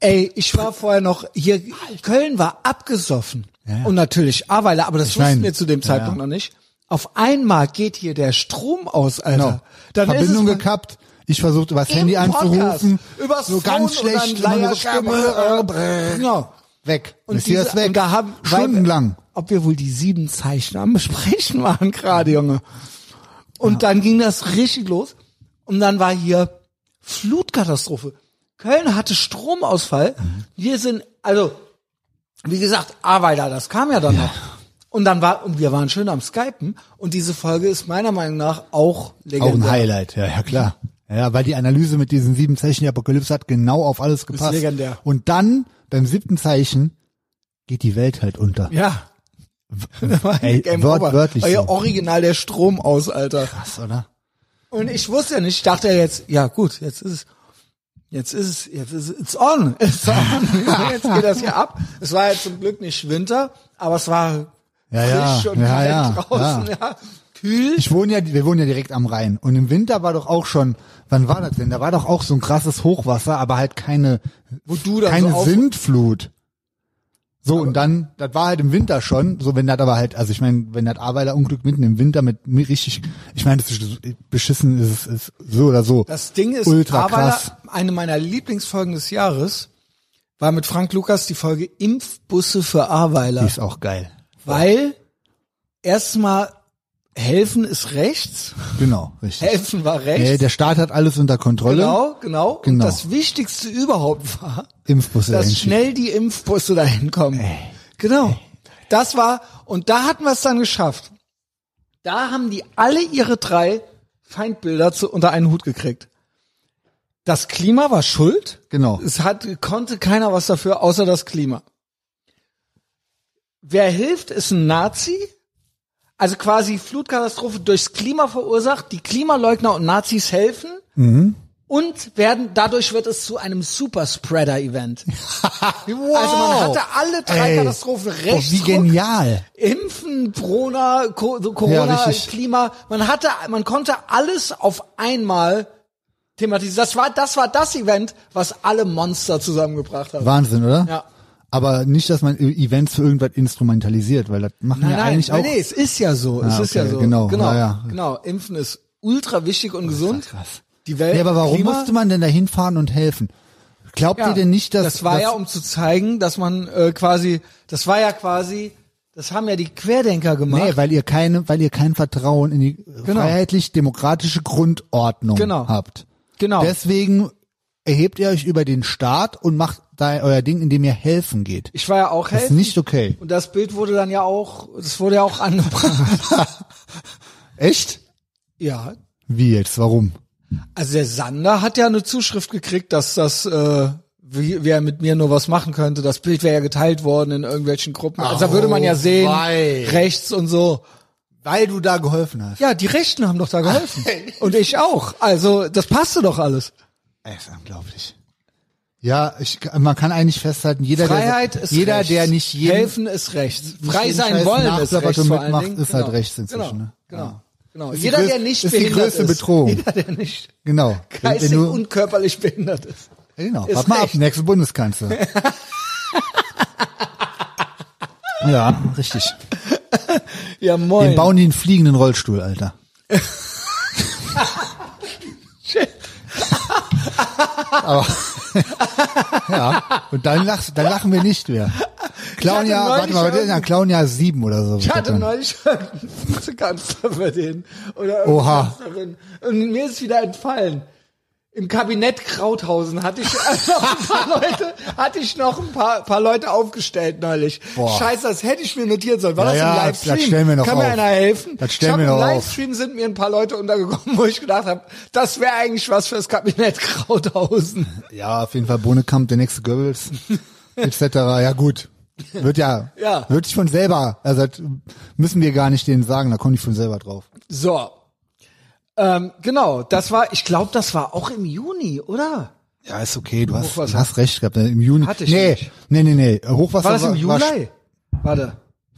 Speaker 2: ey, ich war vorher noch hier, Köln war abgesoffen.
Speaker 1: Ja, ja.
Speaker 2: Und natürlich Aweiler, aber das
Speaker 1: Ich
Speaker 2: wussten
Speaker 1: mein,
Speaker 2: wir zu dem
Speaker 1: ja,
Speaker 2: Zeitpunkt
Speaker 1: ja.
Speaker 2: noch nicht. Auf einmal geht hier der Strom aus, Alter.
Speaker 1: Genau.
Speaker 2: Dann
Speaker 1: Verbindung
Speaker 2: ist es
Speaker 1: gekappt. Ich versuchte, was
Speaker 2: im
Speaker 1: Handy anzurufen.
Speaker 2: Podcast, Übers
Speaker 1: so ganz
Speaker 2: Phone und
Speaker 1: schlecht.
Speaker 2: dann
Speaker 1: immer so,
Speaker 2: Leierstimme, äh,
Speaker 1: brrr,
Speaker 2: Genau.
Speaker 1: weg.
Speaker 2: Und,
Speaker 1: ist hier
Speaker 2: diese,
Speaker 1: das weg.
Speaker 2: und da haben
Speaker 1: Stundenlang.
Speaker 2: Weil, ob wir wohl die sieben Zeichen am Besprechen waren gerade, Junge. Und dann ging das richtig los. Und dann war hier Flutkatastrophe. Köln hatte Stromausfall.
Speaker 1: Mhm.
Speaker 2: Wir sind, also, wie gesagt, Arbeiter, das kam ja dann noch. Und dann war, und wir waren schön am Skypen. Und diese Folge ist meiner Meinung nach auch
Speaker 1: Auch ein
Speaker 2: legendär.
Speaker 1: Highlight, ja, ja klar. Ja, weil die Analyse mit diesen sieben Zeichen der Apokalypse hat genau auf alles gepasst.
Speaker 2: legendär.
Speaker 1: Und dann, beim siebten Zeichen, geht die Welt halt unter.
Speaker 2: ja. Das war
Speaker 1: Ey,
Speaker 2: Game
Speaker 1: wort-
Speaker 2: Over.
Speaker 1: wörtlich
Speaker 2: War ja
Speaker 1: so.
Speaker 2: original der Strom aus, Alter.
Speaker 1: Krass, oder?
Speaker 2: Und ich wusste ja nicht, ich dachte ja jetzt, ja gut, jetzt ist es, jetzt ist es, jetzt ist es, it's on, it's on. Ja, jetzt geht das hier ab. Es war ja zum Glück nicht Winter, aber es war
Speaker 1: Ja, ja,
Speaker 2: frisch und
Speaker 1: ja,
Speaker 2: kalt
Speaker 1: ja,
Speaker 2: draußen, ja. kühl.
Speaker 1: Ich wohne ja, wir wohnen ja direkt am Rhein. Und im Winter war doch auch schon, wann war das denn? Da war doch auch so ein krasses Hochwasser, aber halt keine,
Speaker 2: Wo du dann
Speaker 1: keine
Speaker 2: so auf-
Speaker 1: Sintflut. So, und dann, das war halt im Winter schon, so wenn das aber halt, also ich meine, wenn das Arbeiterunglück mitten im Winter mit, mit richtig, ich meine, das ist beschissen, ist, ist so oder so.
Speaker 2: Das Ding ist,
Speaker 1: ultra
Speaker 2: Ahrweiler,
Speaker 1: krass.
Speaker 2: eine meiner Lieblingsfolgen des Jahres war mit Frank Lukas die Folge Impfbusse für
Speaker 1: Die
Speaker 2: Ahrweiler.
Speaker 1: ist auch geil.
Speaker 2: Weil erstmal helfen ist rechts,
Speaker 1: Genau, richtig.
Speaker 2: helfen war
Speaker 1: Nee,
Speaker 2: rechts.
Speaker 1: der Staat hat alles unter Kontrolle.
Speaker 2: genau, genau. Und
Speaker 1: Genau.
Speaker 2: das Wichtigste überhaupt war,
Speaker 1: Impfbusse
Speaker 2: dass
Speaker 1: einschieben.
Speaker 2: schnell die Impfbusse dahin kommen. Genau. Das war, und da hatten wir es dann geschafft. Da haben die alle ihre drei Feindbilder zu, unter einen Hut gekriegt. Das Klima war schuld.
Speaker 1: Genau.
Speaker 2: Es hat, konnte keiner was dafür, außer das Klima. Wer hilft, ist ein Nazi. Also quasi Flutkatastrophe durchs Klima verursacht. Die Klimaleugner und Nazis helfen. Und werden, dadurch wird es zu einem Superspreader-Event.
Speaker 1: Wow.
Speaker 2: Also man hatte alle drei
Speaker 1: Ey.
Speaker 2: Katastrophen
Speaker 1: Oh,
Speaker 2: rechts.
Speaker 1: wie genial.
Speaker 2: Impfen, Corona, Co so Corona,
Speaker 1: Ja, richtig.
Speaker 2: Klima. Man hatte, man konnte alles auf einmal thematisieren. Das war, das war das Event, was alle Monster zusammengebracht hat.
Speaker 1: Wahnsinn, oder?
Speaker 2: Ja.
Speaker 1: Aber nicht, dass man Events für irgendwas instrumentalisiert, weil das machen ja eigentlich auch.
Speaker 2: nee, es ist ja so, es
Speaker 1: Ah,
Speaker 2: ist ja
Speaker 1: okay,
Speaker 2: so.
Speaker 1: genau,
Speaker 2: genau,
Speaker 1: ja, ja.
Speaker 2: genau. Impfen ist ultra wichtig und gesund.
Speaker 1: krass.
Speaker 2: Die Welt.
Speaker 1: Ja, aber warum
Speaker 2: Klima,
Speaker 1: musste man denn da hinfahren und helfen? Glaubt ihr denn nicht, dass
Speaker 2: das war
Speaker 1: dass,
Speaker 2: ja, um zu zeigen, dass man äh, quasi, das war ja quasi, das haben ja die Querdenker gemacht.
Speaker 1: Nee, weil ihr keine, weil ihr kein Vertrauen in die freiheitlich-demokratische Grundordnung
Speaker 2: Genau.
Speaker 1: habt.
Speaker 2: genau.
Speaker 1: Deswegen erhebt ihr euch über den Staat und macht da euer Ding, indem ihr helfen geht.
Speaker 2: ich war ja auch
Speaker 1: Das ist
Speaker 2: helfen.
Speaker 1: nicht okay.
Speaker 2: Und das Bild wurde dann ja auch, das wurde ja auch angebracht.
Speaker 1: Echt?
Speaker 2: ja.
Speaker 1: Wie jetzt? Warum?
Speaker 2: Also der Sander hat ja eine Zuschrift gekriegt, dass das, äh, wie, wer mit mir nur was machen könnte. Das Bild wäre ja geteilt worden in irgendwelchen Gruppen. Also da würde man ja sehen,
Speaker 1: wei.
Speaker 2: rechts und so.
Speaker 1: Weil du da geholfen hast.
Speaker 2: Ja, die Rechten haben doch da geholfen. und ich auch. Also das passte doch alles.
Speaker 1: Ey, ist unglaublich. Ja, ich, man kann eigentlich festhalten, jeder,
Speaker 2: Freiheit
Speaker 1: der,
Speaker 2: ist
Speaker 1: jeder
Speaker 2: rechts.
Speaker 1: der nicht jeden,
Speaker 2: Helfen ist rechts. Frei
Speaker 1: jeden
Speaker 2: sein
Speaker 1: Scheiß
Speaker 2: wollen ist
Speaker 1: nachplappert
Speaker 2: rechts
Speaker 1: und
Speaker 2: vor allen
Speaker 1: mitmacht,
Speaker 2: Dingen.
Speaker 1: ist halt rechts inzwischen,
Speaker 2: Genau.
Speaker 1: ne?
Speaker 2: genau. genau.
Speaker 1: Ist die
Speaker 2: Jeder, der
Speaker 1: größ-
Speaker 2: nicht
Speaker 1: ist die
Speaker 2: behindert
Speaker 1: größte Bedrohung.
Speaker 2: Jeder, der nicht
Speaker 1: genau, wenn,
Speaker 2: geistig
Speaker 1: wenn du,
Speaker 2: und körperlich behindert ist.
Speaker 1: genau,
Speaker 2: ist
Speaker 1: warte mal ab,
Speaker 2: rechts.
Speaker 1: nächste Bundeskanzler. ja, richtig.
Speaker 2: Ja, moin.
Speaker 1: Den bauen die einen fliegenden Rollstuhl, Alter. Aber, ja, und dann lachst, dann lachen wir nicht mehr. Klauen
Speaker 2: hatte
Speaker 1: ja, warte
Speaker 2: neulich
Speaker 1: mal, was ist denn, klauen ja sieben oder so.
Speaker 2: Ich hatte neulich einen Vizekanzler für den. Oder eine
Speaker 1: Oha.
Speaker 2: Kanzlerin. Und mir ist wieder entfallen. Im Kabinett Krauthausen hatte ich noch ein paar Leute, hatte ich noch ein paar, paar Leute aufgestellt neulich.
Speaker 1: Boah.
Speaker 2: Scheiße, das hätte ich mir notiert sollen. War
Speaker 1: Ja,
Speaker 2: das
Speaker 1: ja,
Speaker 2: im
Speaker 1: das-
Speaker 2: Livestream?
Speaker 1: das stellen wir noch
Speaker 2: Kann
Speaker 1: auf.
Speaker 2: mir einer helfen?
Speaker 1: Das stellen
Speaker 2: ich
Speaker 1: wir
Speaker 2: hab
Speaker 1: noch auf.
Speaker 2: Im Livestream sind mir ein paar Leute untergekommen, wo ich gedacht habe, das wäre eigentlich was fürs Kabinett Krauthausen.
Speaker 1: Ja, auf jeden Fall Bohnekamp, der nächste Goebbels, etc. Ja gut, wird ja,
Speaker 2: Ja.
Speaker 1: wird sich von selber, also das müssen wir gar nicht denen sagen, da kommen die von selber drauf.
Speaker 2: So. Ähm, genau, das war, ich glaube, das war auch im Juni, oder?
Speaker 1: Ja, ist okay, du hast,
Speaker 2: Hochwasser.
Speaker 1: du hast recht gehabt, ne? im Juni.
Speaker 2: Hatte ich
Speaker 1: nee,
Speaker 2: nicht.
Speaker 1: nee, nee, nee, Hochwasser
Speaker 2: War das im
Speaker 1: war- war-
Speaker 2: Juli? Warte.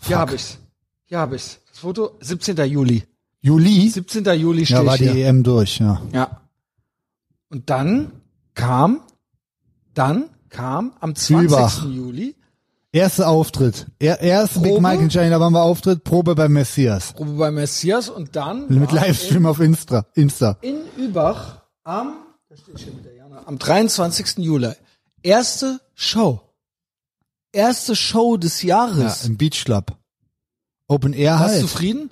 Speaker 2: Hier hab ich's. Hier hab ich's. Das Foto 17. Juli.
Speaker 1: Juli?
Speaker 2: 17. Juli steht
Speaker 1: Ja, war die
Speaker 2: hier.
Speaker 1: EM durch, ja.
Speaker 2: Ja. Und dann kam dann kam am 20.
Speaker 1: Sübach.
Speaker 2: Juli
Speaker 1: Erster Auftritt, er, erste Big
Speaker 2: Probe?
Speaker 1: Mike in China, da waren wir Auftritt, Probe beim Messias.
Speaker 2: Probe bei Messias und dann
Speaker 1: Mit
Speaker 2: war
Speaker 1: Livestream auf Insta. Insta.
Speaker 2: in Übach am da steht schon wieder Jana, am 23. Juli erste Show. Erste Show des
Speaker 1: Ja,
Speaker 2: Jahres.
Speaker 1: Im Beach Club. Open Air
Speaker 2: Warst du
Speaker 1: halt.
Speaker 2: zufrieden?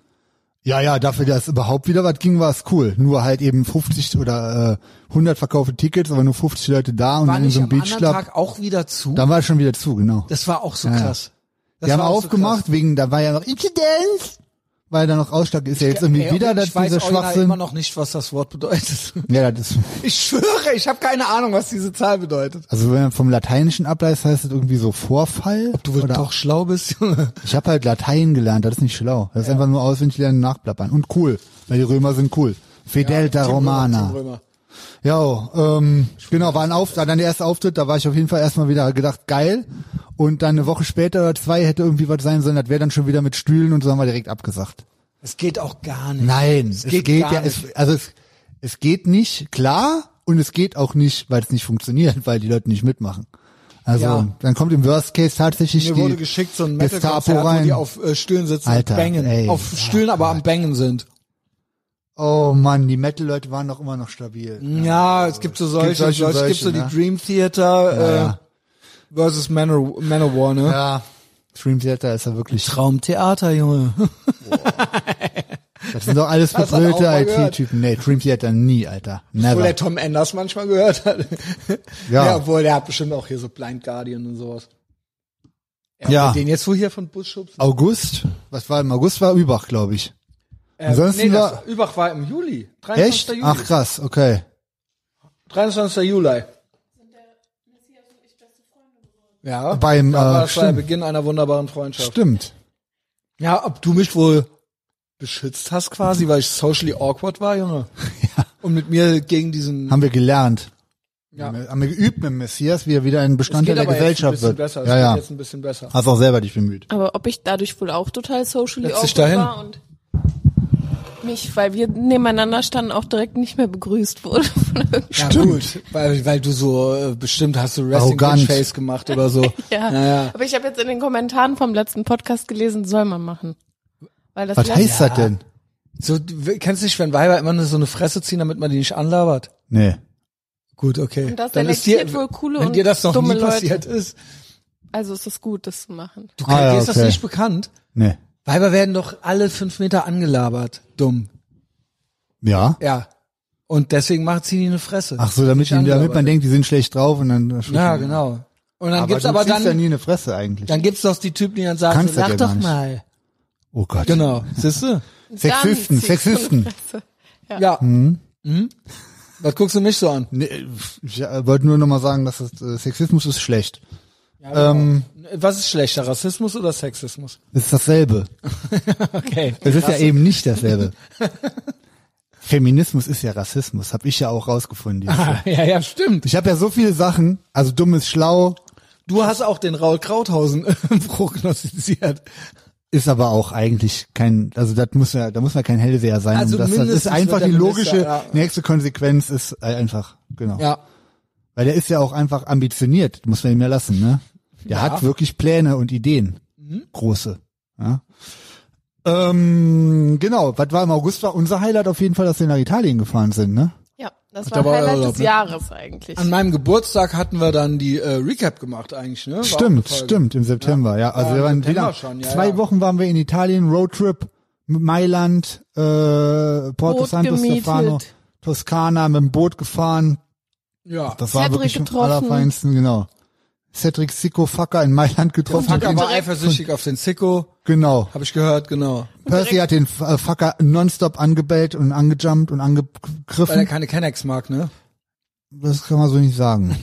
Speaker 1: Ja, ja, dafür, dass überhaupt wieder was ging, war es cool. Nur halt eben 50 oder äh, 100 verkaufte Tickets, aber nur 50 Leute da und
Speaker 2: War
Speaker 1: dann in
Speaker 2: nicht
Speaker 1: so einem
Speaker 2: am anderen
Speaker 1: Beachclub.
Speaker 2: Tag auch wieder zu?
Speaker 1: Dann war es schon wieder zu, genau.
Speaker 2: Das war auch so
Speaker 1: ja.
Speaker 2: krass. Das
Speaker 1: Die haben
Speaker 2: war auch so krass.
Speaker 1: aufgemacht, wegen, da war ja noch Inzidenz, weil da noch Ausschlag ist ja jetzt irgendwie
Speaker 2: Ey,
Speaker 1: wieder,
Speaker 2: und
Speaker 1: dass
Speaker 2: ich weiß
Speaker 1: dieser
Speaker 2: original immer
Speaker 1: Schwachsinn.
Speaker 2: noch nicht, was das Wort bedeutet.
Speaker 1: Ja, das ist,
Speaker 2: Ich schwöre, ich habe keine Ahnung, was diese Zahl bedeutet.
Speaker 1: also wenn man vom Lateinischen ableist, heißt das irgendwie so Vorfall. Ob
Speaker 2: Du doch schlau bist, Junge.
Speaker 1: Ich habe halt Latein gelernt, das ist nicht schlau. Das ist einfach nur auswendig lernen, und nachplappern. Und cool, weil die Römer sind cool. Fidelta Romana. Ja, ähm, genau, war ein Auf, dann der erste Auftritt, da war ich auf jeden Fall erstmal wieder gedacht, geil. Und dann eine Woche später oder zwei hätte irgendwie was sein sollen, das wäre dann schon wieder mit Stühlen und so haben wir direkt abgesagt.
Speaker 2: Es geht auch gar nicht.
Speaker 1: Nein, es geht,
Speaker 2: gar
Speaker 1: ja,
Speaker 2: nicht.
Speaker 1: es, also es, es geht nicht klar und es geht auch nicht, weil es nicht funktioniert, weil die Leute nicht mitmachen. Also
Speaker 2: Ja.
Speaker 1: dann kommt im Worst Case tatsächlich
Speaker 2: Mir
Speaker 1: die
Speaker 2: wurde geschickt so ein
Speaker 1: Gestapo
Speaker 2: Metal-Konzert, wo
Speaker 1: rein.
Speaker 2: die auf äh, Stühlen sitzen
Speaker 1: Alter,
Speaker 2: und bangen.
Speaker 1: ey,
Speaker 2: auf Stühlen, aber am Bangen sind.
Speaker 1: oh Mann, die Metal-Leute waren doch immer noch stabil.
Speaker 2: Ja, es gibt so solche,
Speaker 1: gibt solche und
Speaker 2: solche, es gibt so
Speaker 1: solche, ne?
Speaker 2: die Dream Theater äh,
Speaker 1: ja.
Speaker 2: versus Manor, Manowar, ne?
Speaker 1: Ja, Dream Theater ist ja wirklich.
Speaker 2: Traumtheater, Junge.
Speaker 1: Das sind doch alles
Speaker 2: Das hat er auch
Speaker 1: verbrüllte
Speaker 2: mal gehört.
Speaker 1: IT-Typen. Nee, Dream Theater nie, Alter.
Speaker 2: Obwohl
Speaker 1: Never.
Speaker 2: der Tom Enders manchmal gehört hat.
Speaker 1: Ja.
Speaker 2: ja. Obwohl, der hat bestimmt auch hier so Blind Guardian und sowas. Er
Speaker 1: Ja.
Speaker 2: will Den jetzt wohl hier von Bus schubsen?
Speaker 1: August? Was war im August? War Übach, glaube ich.
Speaker 2: Äh,
Speaker 1: ansonsten
Speaker 2: das-
Speaker 1: war-
Speaker 2: Übach war im Juli. 23.
Speaker 1: Echt?
Speaker 2: Juli.
Speaker 1: Ach krass, okay.
Speaker 2: 23. Juli. Ja,
Speaker 1: Beim,
Speaker 2: da war
Speaker 1: äh,
Speaker 2: es bei
Speaker 1: stimmt.
Speaker 2: Beginn einer wunderbaren Freundschaft.
Speaker 1: Stimmt.
Speaker 2: Ja, ob du mich wohl beschützt hast quasi, weil ich socially awkward war, Junge. Ja. Und mit mir gegen diesen...
Speaker 1: Haben wir gelernt.
Speaker 2: Ja.
Speaker 1: Haben wir geübt mit dem Messias, wie er wieder
Speaker 2: Es
Speaker 1: ein
Speaker 2: geht
Speaker 1: Bestandteil der
Speaker 2: aber jetzt ein
Speaker 1: Gesellschaft
Speaker 2: bisschen
Speaker 1: wird.
Speaker 2: besser. Es
Speaker 1: Ja,
Speaker 2: geht
Speaker 1: ja.
Speaker 2: jetzt ein bisschen besser.
Speaker 1: Hast auch selber dich bemüht.
Speaker 3: Aber ob ich dadurch wohl auch total socially
Speaker 2: Setz dich
Speaker 3: awkward
Speaker 2: dahin.
Speaker 3: war und mich, weil wir nebeneinander standen, auch direkt nicht mehr begrüßt wurde. von irgend-
Speaker 2: Ja,
Speaker 1: Stimmt.
Speaker 2: gut, weil, weil du so äh, bestimmt hast du Wrestling Bitch
Speaker 1: Arrogant.
Speaker 2: Face gemacht oder so.
Speaker 3: ja.
Speaker 2: Naja.
Speaker 3: Aber ich habe jetzt in den Kommentaren vom letzten Podcast gelesen, soll man machen. Weil das
Speaker 1: Was
Speaker 3: letzte-
Speaker 1: heißt das denn?
Speaker 2: So, du- kennst du nicht, wenn Weiber immer nur so eine Fresse ziehen, damit man die nicht anlabert?
Speaker 1: Nee.
Speaker 2: Gut, okay.
Speaker 3: Und das
Speaker 2: Dann ist dir,
Speaker 3: selektiert wohl coole
Speaker 2: wenn
Speaker 3: und
Speaker 2: dir das noch
Speaker 3: dumme
Speaker 2: nie
Speaker 3: Leute.
Speaker 2: passiert ist.
Speaker 3: Also es ist gut, das zu machen.
Speaker 2: Du,
Speaker 1: Ah, ja,
Speaker 2: dir ist das
Speaker 1: okay.
Speaker 2: nicht bekannt.
Speaker 1: Nee.
Speaker 2: Weiber werden doch alle fünf Meter angelabert. Dumm.
Speaker 1: Ja?
Speaker 2: Ja. Und deswegen macht sie die eine Fresse.
Speaker 1: Ach so, damit,
Speaker 2: Nicht
Speaker 1: damit man
Speaker 2: angelabert.
Speaker 1: denkt, die sind schlecht drauf und dann.
Speaker 2: Ja, genau. Und dann
Speaker 1: Aber
Speaker 2: gibt's
Speaker 1: du
Speaker 2: aber
Speaker 1: ziehst ja
Speaker 2: dann,
Speaker 1: nie eine Fresse eigentlich.
Speaker 2: dann gibt's doch die Typen, die dann sagen,
Speaker 1: Kannst
Speaker 2: so,
Speaker 1: du
Speaker 2: lach
Speaker 1: ja
Speaker 2: doch
Speaker 1: gar nicht.
Speaker 2: mal.
Speaker 1: oh Gott.
Speaker 2: Genau. Siehst du?
Speaker 1: Sexisten,
Speaker 3: Dann Also, zieht so eine
Speaker 1: Sexisten.
Speaker 3: Fresse.
Speaker 2: Ja. Mhm. Was guckst du mich so an?
Speaker 1: Nee, ich äh, wollte nur nochmal sagen, dass das, äh, Sexismus ist schlecht. ähm,
Speaker 2: genau. Was ist schlechter, Rassismus oder Sexismus?
Speaker 1: ist dasselbe.
Speaker 2: Okay.
Speaker 1: Es ist ja eben nicht dasselbe. Feminismus ist ja Rassismus, habe ich ja auch rausgefunden. dieses Jahr.
Speaker 2: ja, ja, stimmt.
Speaker 1: Ich habe ja so viele Sachen, also dumm ist schlau,
Speaker 2: Du hast auch den Raul Krauthausen äh, prognostiziert.
Speaker 1: ist aber auch eigentlich kein, also das muss ja, da muss man kein Hellseher sein. um
Speaker 2: Also
Speaker 1: das, das ist
Speaker 2: mindestens
Speaker 1: einfach
Speaker 2: wird
Speaker 1: die
Speaker 2: der
Speaker 1: logische
Speaker 2: Minister, ja.
Speaker 1: nächste Konsequenz ist äh, einfach, genau.
Speaker 2: Ja.
Speaker 1: Weil der ist ja auch einfach ambitioniert, muss man ihm ja lassen, ne? Der hat wirklich Pläne und Ideen.
Speaker 2: Mhm.
Speaker 1: Große. Ja. Ähm, genau, was war im August? War unser Highlight auf jeden Fall, dass wir nach Italien gefahren sind, ne?
Speaker 3: Ja, das
Speaker 2: da
Speaker 3: war
Speaker 2: war
Speaker 3: Highlight
Speaker 2: Urlaub,
Speaker 3: des
Speaker 2: ne?
Speaker 3: Jahres eigentlich.
Speaker 2: An meinem Geburtstag hatten wir dann die äh, Recap gemacht eigentlich, ne? War auch
Speaker 1: Stimmt,
Speaker 2: eine Folge.
Speaker 1: stimmt, im September, ja. Also
Speaker 2: Ja,
Speaker 1: wir
Speaker 2: im
Speaker 1: waren
Speaker 2: September
Speaker 1: wieder,
Speaker 2: schon, ja,
Speaker 1: zwei
Speaker 2: ja.
Speaker 1: Wochen waren wir in Italien, Roadtrip, M- Mailand, äh, Porto
Speaker 3: Boot
Speaker 1: Santo
Speaker 3: gemietet.
Speaker 1: Stefano, Toskana, mit dem Boot gefahren.
Speaker 2: Ja.
Speaker 1: Das war
Speaker 3: Cedric
Speaker 1: wirklich am
Speaker 3: getroffen.
Speaker 1: allerfeinsten, genau. Cedric Sico Fucker in Mailand getroffen.
Speaker 2: Fucker war
Speaker 3: direkt-
Speaker 2: eifersüchtig auf den Sicko,
Speaker 1: Genau.
Speaker 2: habe ich gehört, genau.
Speaker 1: Percy hat den F- äh, Fucker nonstop angebellt und angejumpt und
Speaker 2: Weil er
Speaker 1: angegriffen.
Speaker 2: keine Kennex mag, ne?
Speaker 1: Das kann man so nicht sagen.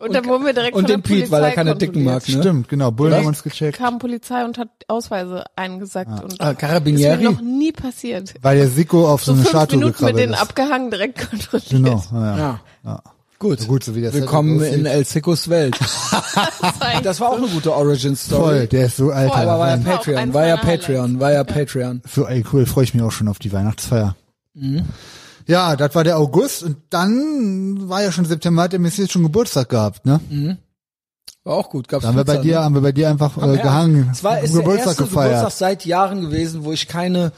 Speaker 3: und dann wurden wir direkt
Speaker 2: Und
Speaker 3: von
Speaker 2: den
Speaker 3: der Polizei
Speaker 2: Pete, weil er keine Dicken
Speaker 3: kontrolliert.
Speaker 2: mag, ne?
Speaker 1: Stimmt, genau. Bullen haben uns gecheckt.
Speaker 3: Kam Polizei und hat Ausweise eingesackt. Und
Speaker 2: Ah,
Speaker 3: Ist
Speaker 2: Carabinieri.
Speaker 3: mir noch nie passiert.
Speaker 1: Weil der Sico auf so,
Speaker 3: So
Speaker 1: eine
Speaker 3: fünf
Speaker 1: Statue
Speaker 3: Minuten mit
Speaker 1: gekrabbelt
Speaker 3: denen
Speaker 1: ist.
Speaker 3: abgehangen, direkt kontrolliert.
Speaker 1: Genau, ja. ja.
Speaker 2: Ja. Gut.
Speaker 1: So gut, so wie der Cedric
Speaker 2: Willkommen in
Speaker 1: aussieht.
Speaker 2: El Sickos Welt.
Speaker 3: Das war eigentlich-
Speaker 2: Das war auch eine gute Origin Story.
Speaker 1: Voll, der ist so alt.
Speaker 3: Voll,
Speaker 2: Aber war ja
Speaker 3: Das war auch
Speaker 2: Patreon,
Speaker 3: eins
Speaker 2: war ja
Speaker 3: meiner
Speaker 2: Patreon, war ja Patreon.
Speaker 1: So, ey, cool, freue ich mich auch schon auf die Weihnachtsfeier.
Speaker 2: Mhm.
Speaker 1: Ja, das war der August und dann war ja schon September, hat der Messias schon Geburtstag gehabt, ne?
Speaker 2: War auch gut, gab's
Speaker 1: Da haben wir bei
Speaker 2: Pizza,
Speaker 1: dir,
Speaker 2: Mhm. ne?
Speaker 1: haben wir bei dir einfach äh,
Speaker 2: Ja.
Speaker 1: gehangen,
Speaker 2: Es war, ist der
Speaker 1: Geburtstag
Speaker 2: erste
Speaker 1: gefeiert.
Speaker 2: Geburtstag seit Jahren gewesen, wo ich keine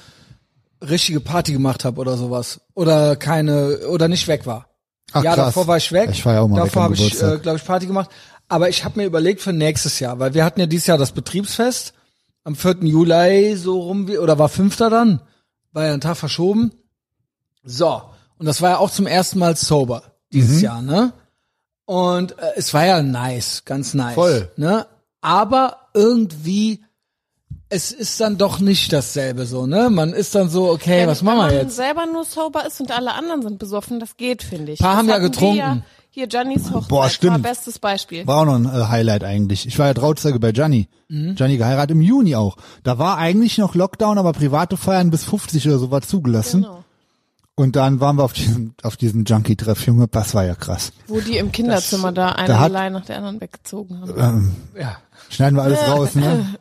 Speaker 2: richtige Party gemacht habe oder sowas. Oder keine, oder nicht weg war.
Speaker 1: Ach,
Speaker 2: ja,
Speaker 1: krass.
Speaker 2: davor war ich weg.
Speaker 1: Ich war ja auch mal weg
Speaker 2: davor
Speaker 1: am
Speaker 2: habe ich, äh,
Speaker 1: Geburtstag.
Speaker 2: glaube ich, Party gemacht. Aber ich habe mir überlegt für nächstes Jahr, weil wir hatten ja dieses Jahr das Betriebsfest am 4. Juli so rum wie, oder war 5. dann? War ja ein Tag verschoben. So. Und das war ja auch zum ersten Mal sober
Speaker 1: Mhm.
Speaker 2: dieses Jahr, ne? Und äh, es war ja nice, ganz nice.
Speaker 1: Voll.
Speaker 2: Ne? Aber irgendwie, es ist dann doch nicht dasselbe so, ne? Man ist dann so, okay,
Speaker 3: Wenn-
Speaker 2: was machen wir
Speaker 3: Wenn man
Speaker 2: jetzt?
Speaker 3: selber nur sober ist und alle anderen sind besoffen, das geht, finde ich.
Speaker 2: Paar
Speaker 3: Das
Speaker 2: haben ja
Speaker 3: hatten wir
Speaker 2: getrunken.
Speaker 3: hier Giannis Hochzeit
Speaker 1: Boah, stimmt.
Speaker 3: war bestes Beispiel.
Speaker 1: War auch noch ein äh, Highlight eigentlich. Ich war ja Trauzeuge bei Gianni. Gianni geheiratet im Juni auch. Da war eigentlich noch Lockdown, aber private Feiern bis 50 oder so war zugelassen.
Speaker 3: Genau.
Speaker 1: Und dann waren wir auf diesem, auf diesem Junkie-Treff, Junge, das war ja krass.
Speaker 3: Wo die im Kinderzimmer da eine
Speaker 1: da hat-
Speaker 3: Leine nach der anderen weggezogen haben.
Speaker 2: Ja.
Speaker 1: Schneiden wir alles raus, ne?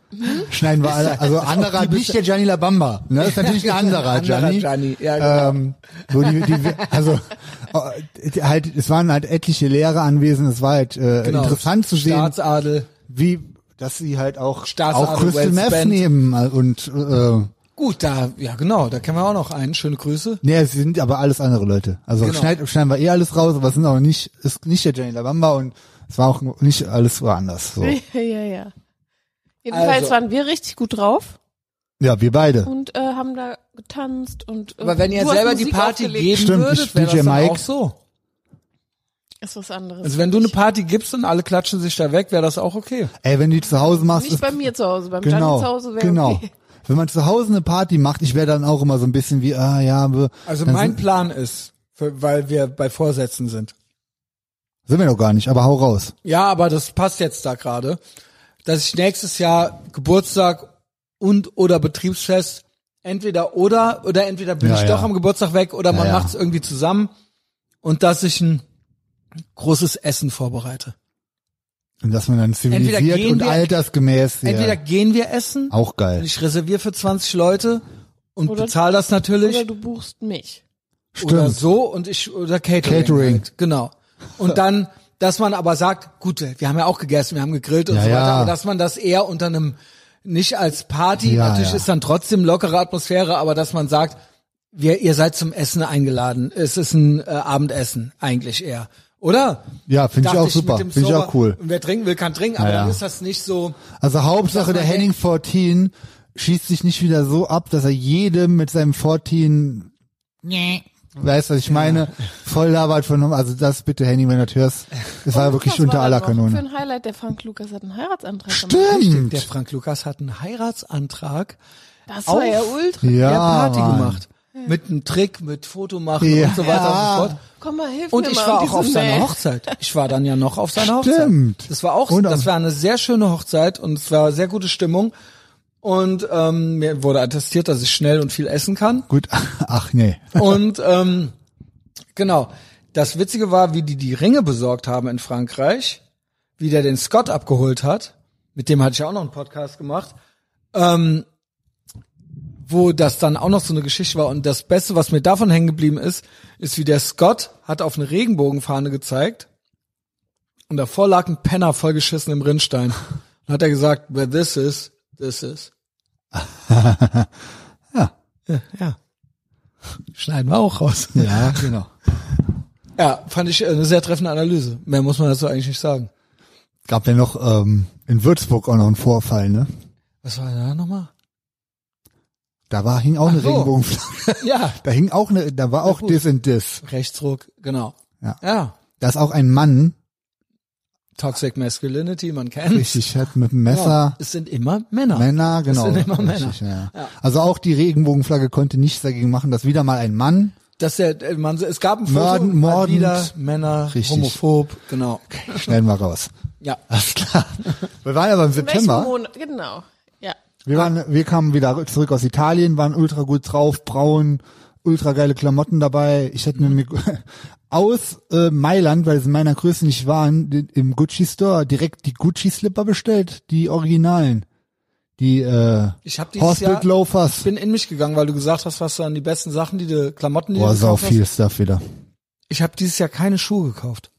Speaker 1: Schneiden wir alle, also anderer, nicht der Gianni Labamba, ne? Ist natürlich ein anderer Gianni.
Speaker 2: Gianni, ja, genau.
Speaker 1: ähm, so die, die, also äh, halt, es waren halt etliche Lehrer anwesend, es war halt äh,
Speaker 2: Genau.
Speaker 1: interessant zu sehen,
Speaker 2: Staatsadel.
Speaker 1: wie, dass sie halt auch,
Speaker 2: Staatsadel,
Speaker 1: auch Crystal
Speaker 2: Wells
Speaker 1: Meth
Speaker 2: Band.
Speaker 1: nehmen äh, und, äh,
Speaker 2: Gut, da, ja genau, da kennen wir auch noch einen. Schöne Grüße.
Speaker 1: Nee, es sind aber alles andere Leute. Also
Speaker 2: Genau.
Speaker 1: schneid, schneiden wir eh alles raus, aber es sind auch nicht, ist nicht der Jenny Labamba und es war auch nicht alles woanders. So.
Speaker 3: ja, ja. Jedenfalls
Speaker 2: Also.
Speaker 3: waren wir richtig gut drauf
Speaker 1: Ja, wir beide.
Speaker 3: und äh, haben da getanzt und. Äh,
Speaker 2: Aber wenn ihr
Speaker 3: du hast
Speaker 2: selber die
Speaker 3: Musik
Speaker 2: Party
Speaker 3: aufgelegt.
Speaker 2: geben
Speaker 1: Stimmt,
Speaker 2: würdet, wäre das
Speaker 1: DJ
Speaker 2: dann
Speaker 1: Mike.
Speaker 2: auch so.
Speaker 3: Ist was anderes.
Speaker 2: Also wenn du eine Party gibst und alle klatschen sich da weg, wäre das auch okay.
Speaker 1: Ey, wenn du die zu Hause machst,
Speaker 3: Nicht
Speaker 1: ist,
Speaker 3: bei mir zu Hause, beim
Speaker 1: genau,
Speaker 3: Gianni zu Hause wäre
Speaker 1: genau.
Speaker 3: okay.
Speaker 1: Wenn man zu Hause eine Party macht, ich wäre dann auch immer so ein bisschen wie, ah ja, wir,
Speaker 2: Also
Speaker 1: dann
Speaker 2: mein
Speaker 1: sind,
Speaker 2: Plan ist, für, weil wir bei Vorsätzen sind.
Speaker 1: sind wir doch gar nicht, aber hau raus.
Speaker 2: Ja, aber das passt jetzt da gerade, dass ich nächstes Jahr Geburtstag und oder Betriebsfest entweder oder oder entweder bin
Speaker 1: Ja,
Speaker 2: ich
Speaker 1: ja.
Speaker 2: doch am Geburtstag weg oder man
Speaker 1: ja.
Speaker 2: macht's irgendwie zusammen und dass ich ein großes Essen vorbereite.
Speaker 1: Und dass man dann zivilisiert
Speaker 2: gehen
Speaker 1: und
Speaker 2: wir-
Speaker 1: altersgemäß,
Speaker 2: Entweder
Speaker 1: ja,
Speaker 2: gehen wir essen,
Speaker 1: auch geil.
Speaker 2: ich reserviere für 20 Leute und
Speaker 3: Oder-
Speaker 2: bezahle das natürlich.
Speaker 3: Oder du buchst mich.
Speaker 2: oder
Speaker 1: Stimmt.
Speaker 2: so und ich oder Catering.
Speaker 1: Catering.
Speaker 2: Halt. Genau. Und dann, dass man aber sagt, gut, wir haben ja auch gegessen, wir haben gegrillt und
Speaker 1: Ja,
Speaker 2: so weiter,
Speaker 1: ja.
Speaker 2: aber dass man das eher unter einem nicht als Party,
Speaker 1: Ja,
Speaker 2: natürlich
Speaker 1: ja.
Speaker 2: ist dann trotzdem lockere Atmosphäre, aber dass man sagt, wir, ihr seid zum Essen eingeladen. Es ist ein äh, Abendessen eigentlich eher. Oder?
Speaker 1: Ja, finde ich
Speaker 2: Dachte
Speaker 1: auch
Speaker 2: mit
Speaker 1: super,
Speaker 2: dem
Speaker 1: finde ich
Speaker 2: Sober-
Speaker 1: auch cool.
Speaker 2: Und wer trinken will, kann trinken, aber
Speaker 1: Ja, ja.
Speaker 2: dann ist das nicht so.
Speaker 1: Also Hauptsache
Speaker 2: Sag mal,
Speaker 1: der
Speaker 2: hey.
Speaker 1: Henning 14 schießt sich nicht wieder so ab, dass er jedem mit seinem 14 Weißt du, was ich meine? Voll labert von Also das bitte, Henning, wenn du das hörst. Das war wirklich
Speaker 3: Was Oh, war
Speaker 1: unter
Speaker 3: da
Speaker 1: aller
Speaker 3: noch Für
Speaker 1: Kanone.
Speaker 3: ein Highlight, der Frank Lukas hat einen Heiratsantrag gemacht.
Speaker 2: Der
Speaker 1: Stimmt!
Speaker 2: Frank Lukas hat einen Heiratsantrag
Speaker 3: Das
Speaker 2: Auf-
Speaker 3: war ja ultra.
Speaker 1: Ja,
Speaker 2: der Party
Speaker 1: Mann.
Speaker 2: gemacht. Mit einem Trick, mit Foto machen
Speaker 1: Ja.
Speaker 2: und so weiter und so fort.
Speaker 3: Komm mal, hilf
Speaker 2: Und
Speaker 3: mir
Speaker 2: ich
Speaker 3: mal. um
Speaker 2: war
Speaker 3: und
Speaker 2: auch auf
Speaker 3: die so,
Speaker 2: seiner
Speaker 3: nee.
Speaker 2: Hochzeit. Ich war dann ja noch auf seiner
Speaker 1: Stimmt.
Speaker 2: Hochzeit. Das war auch,
Speaker 1: Und am-
Speaker 2: das war eine sehr schöne Hochzeit und es war sehr gute Stimmung. Und ähm, mir wurde attestiert, dass ich schnell und viel essen kann.
Speaker 1: Gut, ach nee.
Speaker 2: Und ähm, genau, das Witzige war, wie die die Ringe besorgt haben in Frankreich, wie der den Scott abgeholt hat. Mit dem hatte ich ja auch noch einen Podcast gemacht. Ähm, wo das dann auch noch so eine Geschichte war. Und das Beste, was mir davon hängen geblieben ist, ist, wie der Scott hat auf eine Regenbogenfahne gezeigt. Und davor lag ein Penner vollgeschissen im Rinnstein. Dann hat er gesagt, where this is, this is. ja. Ja. Schneiden wir auch raus.
Speaker 1: Ja, genau.
Speaker 2: Ja, fand ich äh, eine sehr treffende Analyse. Mehr muss man dazu eigentlich nicht sagen.
Speaker 1: Gab ja noch ähm, in Würzburg auch noch einen Vorfall, ne?
Speaker 2: Was war denn da nochmal?
Speaker 1: Da war hing auch eine
Speaker 2: so.
Speaker 1: Regenbogenflagge.
Speaker 2: Ja,
Speaker 1: Da hing auch eine, da war auch
Speaker 2: gut.
Speaker 1: Dis and Dis.
Speaker 2: Rechtsruck, genau.
Speaker 1: Ja.
Speaker 2: ja.
Speaker 1: Da ist auch ein Mann,
Speaker 2: Toxic Masculinity, man kennt.
Speaker 1: richtig, hat mit dem Messer
Speaker 2: Es sind immer Männer.
Speaker 1: Männer, genau.
Speaker 2: sind immer
Speaker 1: richtig, Männer. Ja. Also auch die Regenbogenflagge konnte nichts dagegen machen, dass wieder mal ein Mann
Speaker 2: Dass der, äh, man, es gab ein Foto,
Speaker 1: Morden,
Speaker 2: mal
Speaker 1: mordend.
Speaker 2: wieder Männer,
Speaker 1: Richtig.
Speaker 2: homophob, genau.
Speaker 1: Schneiden wir raus.
Speaker 2: Ja.
Speaker 1: Alles klar. Wir waren aber im
Speaker 3: In welchem
Speaker 1: September.
Speaker 3: Monat? Genau. Ja.
Speaker 1: Wir, waren, wir kamen wieder zurück aus Italien, waren ultra gut drauf, braun, ultra geile Klamotten dabei. Ich hätte mir
Speaker 2: Mhm.
Speaker 1: mir aus äh, Mailand, weil es in meiner Größe nicht waren, den- im Gucci Store direkt die Gucci Slipper bestellt, die Originalen. Die äh,
Speaker 2: Ich hab dieses
Speaker 1: Hospital
Speaker 2: Jahr- Ich
Speaker 1: Loafers.
Speaker 2: bin in mich gegangen, weil du gesagt hast, was waren die besten Sachen, die du, Klamotten, die
Speaker 1: Boah,
Speaker 2: du
Speaker 1: sau
Speaker 2: gekauft
Speaker 1: viel Stuff wieder.
Speaker 2: hast. Ich habe dieses Jahr keine Schuhe gekauft.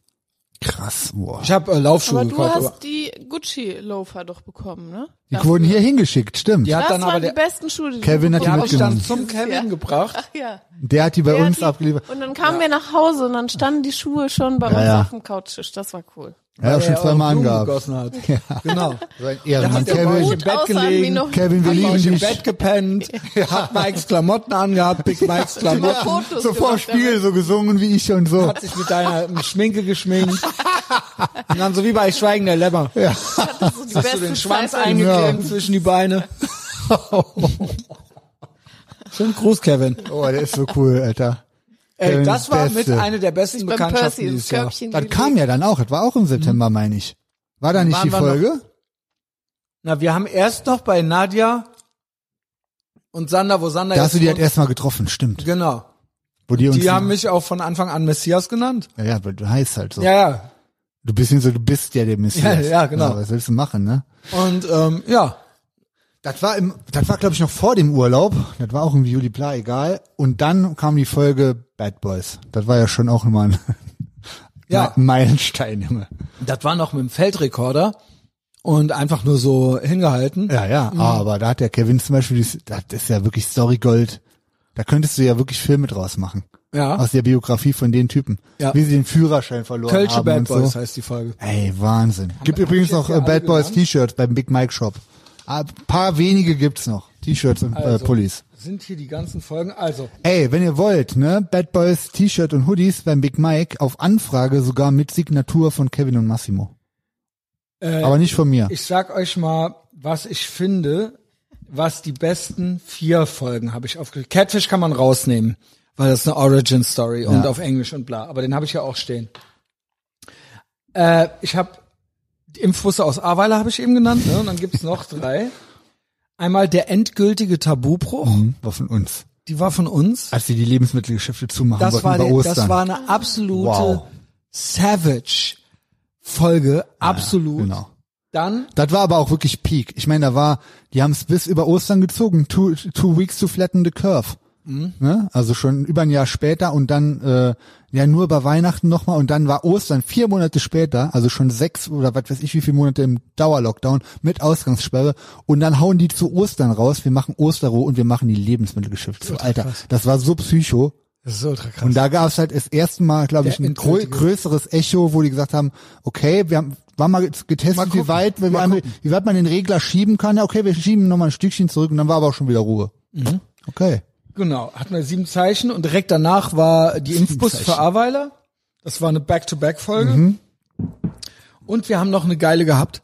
Speaker 1: Krass, boah.
Speaker 2: Ich habe äh, Laufschuhe
Speaker 3: Aber du
Speaker 2: gekauft.
Speaker 3: hast
Speaker 2: aber
Speaker 3: die Gucci-Loafer doch bekommen, ne?
Speaker 1: Die wurden hier hingeschickt, stimmt.
Speaker 2: die hat
Speaker 3: Das
Speaker 2: dann aber
Speaker 3: waren die
Speaker 2: der,
Speaker 3: besten Schuhe, die du
Speaker 1: Kevin hat die
Speaker 2: der habe ich dann zum
Speaker 1: mitgenommen.
Speaker 2: Kevin
Speaker 3: Ja.
Speaker 2: gebracht.
Speaker 3: Ach ja.
Speaker 1: Der hat die bei
Speaker 3: Der
Speaker 1: uns
Speaker 3: hat die-
Speaker 1: abgeliefert.
Speaker 3: Und dann kamen wir nach Hause und dann standen die Schuhe schon bei uns
Speaker 1: ja.
Speaker 3: auf dem Couchtisch. Das war cool.
Speaker 1: Ja, schon
Speaker 2: der
Speaker 1: zweimal
Speaker 2: eure Blumen
Speaker 1: angehabt.
Speaker 2: gegossen hat. Genau.
Speaker 1: So ein Ehrenmann.
Speaker 2: hat der bei euch
Speaker 1: Kevin,
Speaker 2: im Bett
Speaker 3: aussahen wie
Speaker 2: gelegen.
Speaker 3: noch
Speaker 1: Kevin, wir
Speaker 2: Hab bei
Speaker 1: lieben
Speaker 2: euch im
Speaker 1: dich.
Speaker 2: Bett gepennt, hab Mikes Klamotten angehabt, Big Mikes
Speaker 3: Immer
Speaker 2: Klamotten,
Speaker 3: Fotos
Speaker 1: so vor
Speaker 3: gemacht
Speaker 1: Spiegel so gesungen wie ich und so.
Speaker 2: hat sich mit deiner Schminke geschminkt. Und dann so wie bei Schweigen der Lämmer.
Speaker 3: damit. Das ist die
Speaker 2: Hast du den
Speaker 3: beste
Speaker 2: Schwanz
Speaker 3: Zeit.
Speaker 2: eingeklemmt zwischen die Beine. Schönen Gruß, Kevin.
Speaker 1: Oh, der ist so cool, Alter.
Speaker 2: Ey,
Speaker 1: Kevin
Speaker 2: das war mit
Speaker 1: Beste.
Speaker 2: einer der besten
Speaker 3: Beim
Speaker 2: Bekanntschaften
Speaker 3: Percy ins
Speaker 2: dieses Jahr.
Speaker 3: Körbchen
Speaker 1: Das
Speaker 3: gelegt.
Speaker 1: kam ja dann auch, das war auch im September, meine ich. War da nicht
Speaker 2: Hm? Waren
Speaker 1: die
Speaker 2: wir noch-
Speaker 1: Folge?
Speaker 2: Na, wir haben erst noch bei Nadja und Sander, wo Sander
Speaker 1: Da hast du die
Speaker 2: jetzt
Speaker 1: halt erstmal getroffen, stimmt.
Speaker 2: Genau.
Speaker 1: Wo die uns,
Speaker 2: Die haben mich auch von Anfang an Messias genannt.
Speaker 1: ja, ja, aber du heißt halt so.
Speaker 2: Ja, ja.
Speaker 1: Du bist nicht so, du bist ja der Messias.
Speaker 2: Ja, ja, genau.
Speaker 1: was willst du machen, ne?
Speaker 2: Und ähm, ja,
Speaker 1: Das war im, das war glaube ich noch vor dem Urlaub. Das war auch im Juli, klar, egal. Und dann kam die Folge Bad Boys. Das war ja schon auch immer ein
Speaker 2: Ja.
Speaker 1: Me- Meilenstein immer.
Speaker 2: das war noch mit dem Feldrekorder und einfach nur so hingehalten.
Speaker 1: Ja, ja. Mhm. Aber da hat der Kevin zum Beispiel, dieses- das ist ja wirklich Story Gold. Da könntest du ja wirklich Filme draus machen.
Speaker 2: Ja.
Speaker 1: Aus der Biografie von den Typen.
Speaker 2: Ja.
Speaker 1: Wie sie den Führerschein verloren
Speaker 2: Kölsche
Speaker 1: haben
Speaker 2: Bad
Speaker 1: und
Speaker 2: Boys halt.
Speaker 1: so.
Speaker 2: heißt die Folge.
Speaker 1: Ey, Wahnsinn. Gibt übrigens
Speaker 2: jetzt
Speaker 1: noch
Speaker 2: hier
Speaker 1: äh,
Speaker 2: alle
Speaker 1: Bad Boys
Speaker 2: genannt?
Speaker 1: T-Shirts beim Big Mike Shop. Ein paar wenige gibt's noch. T-Shirts und
Speaker 2: Also.
Speaker 1: äh, Pullis.
Speaker 2: Sind hier die ganzen Folgen. Also,
Speaker 1: Ey, wenn ihr wollt, ne, Bad Boys T-Shirt und Hoodies beim Big Mike auf Anfrage sogar mit Signatur von Kevin und Massimo. Aber nicht von mir.
Speaker 2: Äh, ich sag euch mal, was ich finde, was die besten vier Folgen habe ich aufgeschrieben. Catfish kann man rausnehmen, weil das ist eine Origin Story und auf Englisch und bla. Aber den habe ich ja auch stehen. Äh, ich habe Impfwusse aus Aweiler habe ich eben genannt, ne? Und dann gibt's noch drei. Einmal der endgültige Tabubruch,
Speaker 1: Hm, war von uns.
Speaker 2: die war von uns.
Speaker 1: Als sie die Lebensmittelgeschäfte zumachen
Speaker 2: Das
Speaker 1: wollten
Speaker 2: war,
Speaker 1: über
Speaker 2: der,
Speaker 1: Ostern.
Speaker 2: das war eine absolute
Speaker 1: Wow.
Speaker 2: Savage Folge, absolut.
Speaker 1: genau.
Speaker 2: Dann
Speaker 1: das war aber auch wirklich Peak. Ich meine, da war, die haben es bis über Ostern gezogen. Two, two weeks to flatten the curve. Ne? Also schon über ein Jahr später und dann äh, ja nur über Weihnachten nochmal und dann war Ostern vier Monate später, also schon sechs oder was weiß ich wie viele Monate im Dauerlockdown mit Ausgangssperre und dann hauen die zu Ostern raus, wir machen Osterruhe und wir machen die Lebensmittelgeschäfte zu. Alter, das war so psycho.
Speaker 2: Das ist ultra krass.
Speaker 1: Und da gab es halt das erste Mal, glaube ich,
Speaker 2: Der
Speaker 1: ein grö
Speaker 2: endgültige-
Speaker 1: größeres Echo, wo die gesagt haben, okay, wir haben war mal getestet,
Speaker 2: Mal gucken,
Speaker 1: wie weit, wie,
Speaker 2: mal
Speaker 1: einmal- wie weit man den Regler schieben kann. Ja, Okay, wir schieben nochmal ein Stückchen zurück und dann war aber auch schon wieder Ruhe.
Speaker 2: Mhm.
Speaker 1: Okay.
Speaker 2: genau, hatten wir sieben Zeichen und direkt danach war die Impfbus
Speaker 1: Zeichen. Mhm.
Speaker 2: für Aweiler. Das war eine Back-to-Back-Folge. Und wir haben noch eine geile gehabt.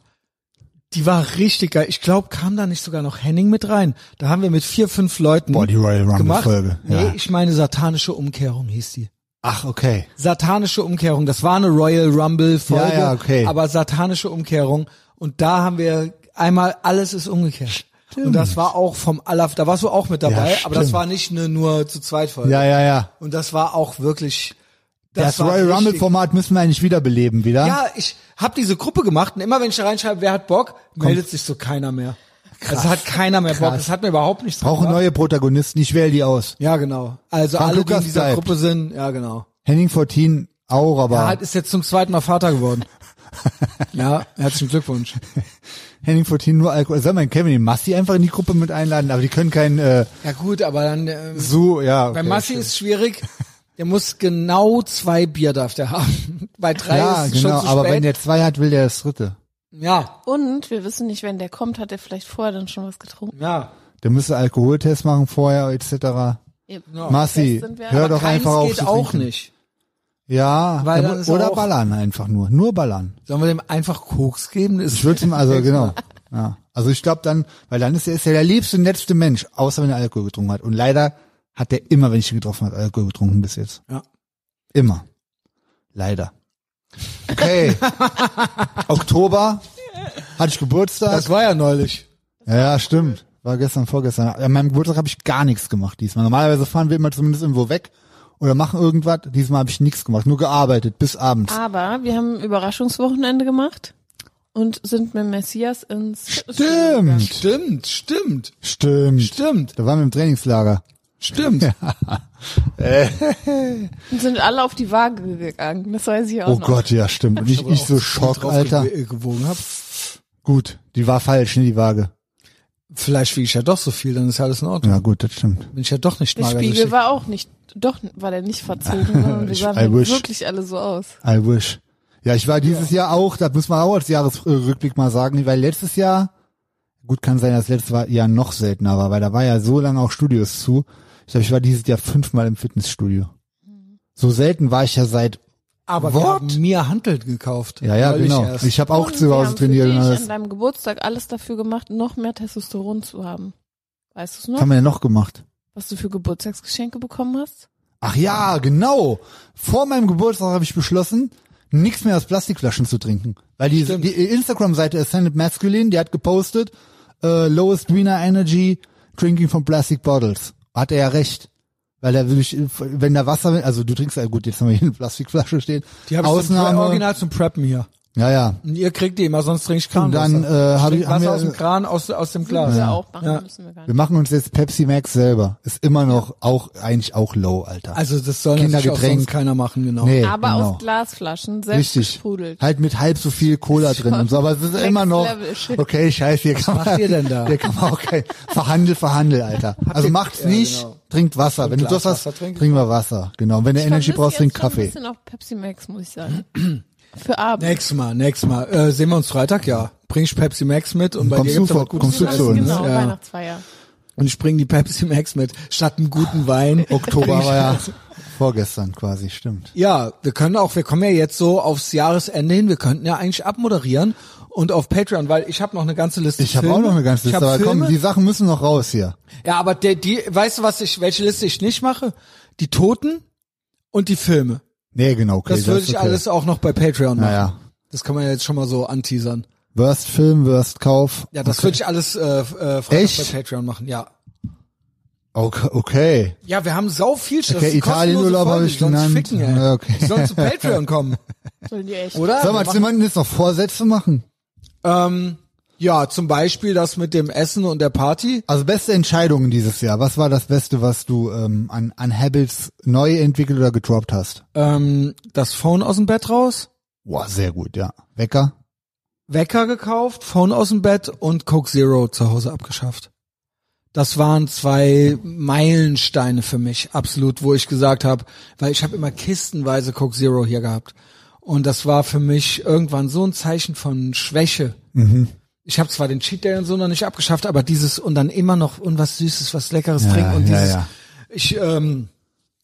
Speaker 2: Die war richtig geil. Ich glaube, kam da nicht sogar noch Henning mit rein. Da haben wir mit vier, fünf Leuten
Speaker 1: Boah, die Royal Rumble
Speaker 2: gemacht.
Speaker 1: Folge, ja.
Speaker 2: Nee, ich meine satanische Umkehrung hieß die.
Speaker 1: Ach, okay.
Speaker 2: satanische Umkehrung. Das war eine Royal Rumble Folge,
Speaker 1: Ja, ja, okay.
Speaker 2: aber satanische Umkehrung. Und da haben wir einmal alles ist umgekehrt. Und das war auch vom Alaf, da warst du auch mit dabei,
Speaker 1: Ja,
Speaker 2: aber das
Speaker 1: stimmt.
Speaker 2: war nicht eine nur zu zweit Folge.
Speaker 1: Ja, ja, ja.
Speaker 2: Und das war auch wirklich
Speaker 1: Das,
Speaker 2: war
Speaker 1: Royal
Speaker 2: richtig-
Speaker 1: Rumble Format müssen wir eigentlich wiederbeleben wieder.
Speaker 2: Ja, ich habe diese Gruppe gemacht und immer wenn ich da reinschreibe, wer hat Bock, meldet sich so keiner mehr. also hat keiner mehr Bock. Das hat mir überhaupt nichts
Speaker 1: Brauchen
Speaker 2: gebracht.
Speaker 1: neue Protagonisten, ich wähle die aus.
Speaker 2: Ja, genau. Also
Speaker 1: Frank
Speaker 2: alle, die
Speaker 1: Lukas
Speaker 2: in dieser
Speaker 1: bleibt.
Speaker 2: Gruppe sind, ja genau.
Speaker 1: Henning 14 auch, aber
Speaker 2: Er hat, ist jetzt zum zweiten Mal Vater geworden. ja, herzlichen Glückwunsch.
Speaker 1: Henning 14 nur Alkohol. Soll man Kevin den Massi einfach in die Gruppe mit einladen? Aber die können keinen äh,
Speaker 2: Ja gut, aber dann ähm,
Speaker 1: so, ja. Okay,
Speaker 2: bei Massi ist schwierig. Der muss genau zwei Bier darf der haben. Bei drei
Speaker 1: ja,
Speaker 2: ist
Speaker 1: genau,
Speaker 2: schon zu
Speaker 1: aber
Speaker 2: spät.
Speaker 1: wenn der zwei hat, will der das dritte.
Speaker 2: ja,
Speaker 3: Und wir wissen nicht, wenn der kommt, hat er vielleicht vorher dann schon was getrunken.
Speaker 2: ja.
Speaker 1: Der müsste Alkoholtest machen vorher etc.
Speaker 2: Oh,
Speaker 1: Massi,
Speaker 3: Fest sind wir,
Speaker 1: hör
Speaker 3: aber
Speaker 1: doch
Speaker 2: Keins
Speaker 1: einfach auf
Speaker 2: geht
Speaker 1: zu
Speaker 2: auch
Speaker 1: trinken.
Speaker 2: nicht.
Speaker 1: Ja,
Speaker 2: Weil
Speaker 1: da
Speaker 2: dann
Speaker 1: mu-
Speaker 2: ist er
Speaker 1: oder
Speaker 2: auch-
Speaker 1: ballern einfach nur, nur ballern.
Speaker 2: Sollen wir dem einfach Koks geben? Das
Speaker 1: Ich würde ihm also genau. Ja. Also ich glaube dann, weil dann ist er ist er der liebste und letzte Mensch, außer wenn er Alkohol getrunken hat. Und leider hat er immer, wenn ich ihn getroffen habe, Alkohol getrunken bis jetzt.
Speaker 2: Ja.
Speaker 1: Immer. Leider. Okay. Oktober hatte ich Geburtstag.
Speaker 2: das war ja neulich.
Speaker 1: Ja, stimmt. War gestern, vorgestern. An meinem Geburtstag habe ich gar nichts gemacht diesmal. Normalerweise fahren wir immer zumindest irgendwo weg oder machen irgendwas. Diesmal habe ich nichts gemacht, nur gearbeitet bis abends.
Speaker 3: Aber wir haben ein Überraschungswochenende gemacht und sind mit Messias ins Fitnessstudio gegangen.
Speaker 1: Stimmt,
Speaker 2: Stimmt, stimmt,
Speaker 1: stimmt.
Speaker 2: stimmt,
Speaker 1: Da waren wir im Trainingslager.
Speaker 2: stimmt.
Speaker 3: Und sind alle auf die Waage gegangen. Das weiß ich auch
Speaker 1: Oh
Speaker 3: noch.
Speaker 1: Gott, ja, stimmt. Und ich,
Speaker 2: Aber
Speaker 1: ich
Speaker 2: auch
Speaker 1: so
Speaker 2: gut
Speaker 1: Schock,
Speaker 2: drauf
Speaker 1: Alter.
Speaker 2: gew- gewogen hab.
Speaker 1: Gut, die war falsch, ne, die Waage.
Speaker 2: Vielleicht wiege ich ja doch so viel, dann ist ja alles in Ordnung.
Speaker 1: Ja, gut, das stimmt.
Speaker 2: Bin ich ja doch nicht
Speaker 3: Der
Speaker 2: mager.
Speaker 3: Spiegel
Speaker 2: geschickt.
Speaker 3: war auch nicht, doch war der nicht verzogen, sondern wir
Speaker 1: Ich-
Speaker 3: sahen
Speaker 1: I
Speaker 3: halt
Speaker 1: wish.
Speaker 3: wirklich alle so aus.
Speaker 1: I wish. Ja, ich war dieses Jahr auch, das muss man auch als Jahresrückblick mal sagen, weil letztes Jahr, gut kann sein, dass letztes War- Jahr noch seltener war, weil da war ja so lange auch Studios zu. Ich glaube, ich war dieses Jahr fünfmal im Fitnessstudio. So selten war ich ja seit,
Speaker 2: Aber
Speaker 1: What?
Speaker 2: wir haben mir Handelt gekauft.
Speaker 1: ja, ja,
Speaker 2: Neulich
Speaker 1: genau.
Speaker 2: erst.
Speaker 1: Ich habe auch
Speaker 3: Und
Speaker 1: zu
Speaker 3: wir
Speaker 1: Hause
Speaker 3: haben für
Speaker 1: trainiert.
Speaker 3: dich
Speaker 1: Und
Speaker 3: an
Speaker 1: alles.
Speaker 3: deinem Geburtstag alles dafür gemacht, noch mehr Testosteron zu haben. Weißt du es
Speaker 1: Was
Speaker 3: noch?
Speaker 1: haben wir denn noch gemacht?
Speaker 3: Was du für Geburtstagsgeschenke bekommen hast?
Speaker 1: Ach ja, genau. Vor meinem Geburtstag habe ich beschlossen, nichts mehr aus Plastikflaschen zu trinken. Weil die,
Speaker 2: Stimmt.
Speaker 1: die Instagram-Seite Ascended Masculine, die hat gepostet, äh, lowest greener energy, drinking from plastic bottles. Hat er ja recht. Weil da würde ich, wenn da Wasser, also du trinkst ja gut, jetzt haben wir hier eine Plastikflasche stehen.
Speaker 2: Die habe ich zum Pre-
Speaker 1: Ausnahme.
Speaker 2: original zum Preppen hier.
Speaker 1: Ja, ja.
Speaker 2: Und ihr kriegt die immer, sonst trinke ich Kran.
Speaker 1: Und dann, äh, hab ich- haben
Speaker 2: Wasser
Speaker 1: wir-
Speaker 2: aus dem Kran, aus, aus dem Glas.
Speaker 3: wir auch machen,
Speaker 2: Ja.
Speaker 3: müssen wir gar nicht.
Speaker 1: Wir machen uns jetzt Pepsi Max selber. Ist immer noch auch, eigentlich auch low, Alter.
Speaker 2: Also das soll natürlich auch
Speaker 1: Kindergetränk.
Speaker 2: sonst keiner machen, genau.
Speaker 1: nee,
Speaker 3: Aber
Speaker 1: genau.
Speaker 3: aus Glasflaschen, selbst
Speaker 1: Richtig.
Speaker 3: gesprudelt.
Speaker 1: Halt mit halb so viel Cola drin und so, aber es ist immer noch,
Speaker 3: Level Shit.
Speaker 1: okay, scheiße, hier kann man,
Speaker 2: macht ihr denn da?
Speaker 1: hier kann man auch kein, verhandel, verhandel, Alter. Also macht's nicht, trinkt Wasser. Wenn du
Speaker 2: genau. Glas
Speaker 1: das hast,
Speaker 2: Wasser trinken.
Speaker 1: trinken wir Wasser. Genau. Und wenn du Energy
Speaker 3: Ich vermisse
Speaker 1: brauchst,
Speaker 3: jetzt
Speaker 1: trink
Speaker 3: schon Ein
Speaker 1: Kaffee.
Speaker 3: bisschen auf Pepsi Max, muss ich sagen. Für Abend.
Speaker 2: Nächstes Mal, nächstes Mal. Äh, sehen wir uns Freitag, ja. Bring ich Pepsi Max mit und bei
Speaker 1: Kommst
Speaker 2: dir
Speaker 1: du
Speaker 2: gibt's
Speaker 1: vor,
Speaker 2: aber gutes
Speaker 1: kommst du
Speaker 2: Essen.
Speaker 1: zu uns?
Speaker 3: Genau,
Speaker 2: Ja.
Speaker 3: Weihnachtsfeier.
Speaker 2: Und ich bring die Pepsi Max mit, statt einen guten Wein.
Speaker 1: Oktober war ja vorgestern quasi, stimmt.
Speaker 2: Ja, wir können auch, wir kommen ja jetzt so aufs Jahresende hin, wir könnten ja eigentlich abmoderieren und auf Patreon, weil ich habe noch eine ganze Liste.
Speaker 1: Ich habe
Speaker 2: Filme.
Speaker 1: auch noch eine ganze
Speaker 2: Ich
Speaker 1: Liste,
Speaker 2: hab
Speaker 1: aber komm,
Speaker 2: Filme.
Speaker 1: die Sachen müssen noch raus hier.
Speaker 2: Ja, aber der, die, weißt du, was ich, welche Liste ich nicht mache? Die Toten und die Filme.
Speaker 1: Nee, genau, okay.
Speaker 2: Das würde
Speaker 1: ist
Speaker 2: ich
Speaker 1: okay.
Speaker 2: alles auch noch bei Patreon machen.
Speaker 1: Naja.
Speaker 2: Das kann man ja jetzt schon mal so anteasern.
Speaker 1: Worst Film, Worst Kauf.
Speaker 2: Ja, das würde ich alles äh, äh, Freitag
Speaker 1: Echt?
Speaker 2: bei Patreon machen, ja.
Speaker 1: Okay. okay.
Speaker 2: Ja, wir haben sau viel Schiss.
Speaker 1: Okay,
Speaker 2: Das ist kostenlose
Speaker 1: Italienurlaub
Speaker 2: Folge,
Speaker 1: habe
Speaker 2: die
Speaker 1: ich
Speaker 2: sollen sich
Speaker 1: genannt.
Speaker 2: Ficken, ey.
Speaker 1: Ja, okay.
Speaker 2: Die sollen zu Patreon kommen,
Speaker 3: Sollen die echt.
Speaker 2: oder?
Speaker 1: Sag mal,
Speaker 2: Wir
Speaker 1: hat jemand jetzt noch Vorsätze machen?
Speaker 2: ähm, ja, zum Beispiel das mit dem Essen und der Party.
Speaker 1: Also beste Entscheidungen dieses Jahr. Was war das Beste, was du ähm, an, an Habits neu entwickelt oder gedroppt hast?
Speaker 2: Ähm, das Phone aus dem Bett raus,
Speaker 1: Boah, sehr gut, ja. Wecker?
Speaker 2: Wecker gekauft, Phone aus dem Bett und Coke Zero zu Hause abgeschafft. Das waren zwei Meilensteine für mich, absolut, wo ich gesagt habe, weil ich habe immer kistenweise Coke Zero hier gehabt. Und das war für mich irgendwann so ein Zeichen von Schwäche.
Speaker 1: Mhm.
Speaker 2: Ich habe zwar den Cheat Day und so noch nicht abgeschafft, aber dieses und dann immer noch und was Süßes, was Leckeres trinken und
Speaker 1: ja,
Speaker 2: dieses.
Speaker 1: ja.
Speaker 2: Ich ähm,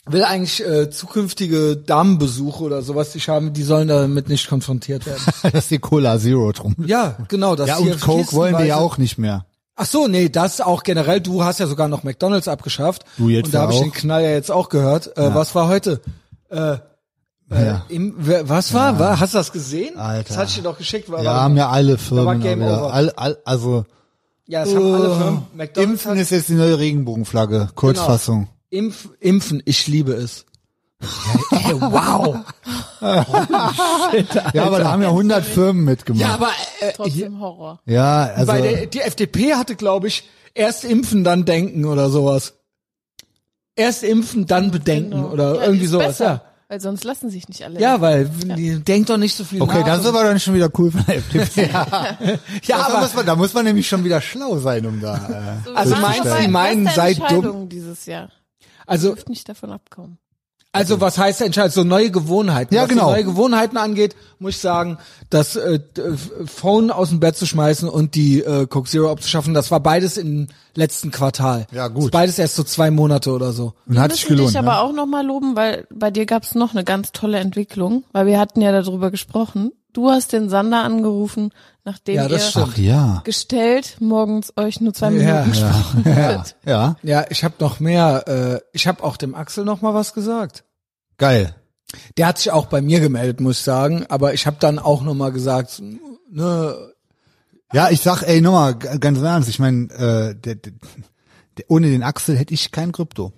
Speaker 2: will eigentlich äh, zukünftige Damenbesuche oder sowas, die ich habe, die sollen damit nicht konfrontiert werden.
Speaker 1: das ist die Cola Zero drum.
Speaker 2: Ja, genau. Das
Speaker 1: Ja,
Speaker 2: hier
Speaker 1: und Coke wollen wir ja
Speaker 2: kistenweise-
Speaker 1: auch nicht mehr.
Speaker 2: Ach so, nee, das auch generell. Du hast ja sogar noch McDonalds abgeschafft.
Speaker 1: Du jetzt
Speaker 2: Und da habe ich
Speaker 1: auch.
Speaker 2: den Knall ja jetzt auch gehört. Äh, Was war heute? Äh, äh,
Speaker 1: Ja.
Speaker 2: im, wer- was war, war? Hast du das gesehen?
Speaker 1: Alter.
Speaker 2: Das hatte ich dir doch geschickt. War,
Speaker 1: Ja,
Speaker 2: war-
Speaker 1: haben ja alle
Speaker 2: war
Speaker 1: Firmen.
Speaker 2: Game
Speaker 1: aber ja,
Speaker 2: Over.
Speaker 1: all, all, also
Speaker 2: ja, das haben alle Firmen.
Speaker 1: äh,
Speaker 2: McDonalds
Speaker 1: Impfen
Speaker 2: hat-
Speaker 1: ist jetzt die neue Regenbogenflagge. Kurzfassung.
Speaker 2: Impf, Impfen, ich liebe es. Ey, wow.
Speaker 1: Ja, aber da haben ja 100 Firmen
Speaker 2: Genau. Ja,
Speaker 1: mitgemacht.
Speaker 2: aber äh, hier,
Speaker 3: Trotzdem Horror.
Speaker 1: Ja, also
Speaker 2: bei der, die FDP hatte, glaube ich, erst impfen, dann denken oder sowas. Erst impfen, dann bedenken
Speaker 3: Genau.
Speaker 2: oder
Speaker 3: Ja,
Speaker 2: irgendwie
Speaker 3: ist
Speaker 2: sowas.
Speaker 3: besser,
Speaker 2: Ja.
Speaker 3: Weil sonst lassen sich nicht alle.
Speaker 2: Ja, weil die denkt doch nicht so viel
Speaker 1: Okay,
Speaker 2: nach.
Speaker 1: das ist aber dann schon wieder cool von der FDP.
Speaker 2: ja,
Speaker 1: da,
Speaker 2: aber
Speaker 1: muss man, da muss man nämlich schon wieder schlau sein, um da. Äh,
Speaker 2: also
Speaker 1: Das
Speaker 2: meinst
Speaker 1: ist
Speaker 2: du,
Speaker 1: bei-
Speaker 2: meinen seid dumm.
Speaker 3: Entscheidungen dieses Jahr.
Speaker 2: Also,
Speaker 3: Dürft nicht davon abkommen.
Speaker 2: also was heißt entscheidend? So neue Gewohnheiten.
Speaker 1: Ja,
Speaker 2: was
Speaker 1: genau.
Speaker 2: So neue Gewohnheiten angeht, muss ich sagen, das äh, d- äh, Phone aus dem Bett zu schmeißen und die äh, Coke Zero abzuschaffen, das war beides im letzten Quartal.
Speaker 1: Ja, gut.
Speaker 2: Das ist beides erst so zwei Monate oder so.
Speaker 1: und hat
Speaker 3: Müssen
Speaker 1: sich gelohnt.
Speaker 3: dich
Speaker 1: ne?
Speaker 3: aber auch nochmal loben, weil bei dir gab's noch eine ganz tolle Entwicklung, weil wir hatten ja darüber gesprochen. Du hast den Sander angerufen, nachdem
Speaker 2: Ja, das
Speaker 3: ihr
Speaker 2: stimmt.
Speaker 1: Ach ja.
Speaker 3: gestellt morgens euch nur zwei
Speaker 2: Ja,
Speaker 3: Minuten
Speaker 2: ja.
Speaker 3: gesprochen
Speaker 1: Ja,
Speaker 3: wird.
Speaker 1: ja,
Speaker 2: Ja, ich habe noch mehr. Äh, ich habe auch dem Axel noch mal was gesagt.
Speaker 1: geil.
Speaker 2: Der hat sich auch bei mir gemeldet, muss ich sagen. Aber ich habe dann auch noch mal gesagt, ne,
Speaker 1: Ja, ich sag, ey, nochmal, g- ganz im ernst, ich meine, äh, der, der, der, ohne den Axel hätte ich kein Krypto.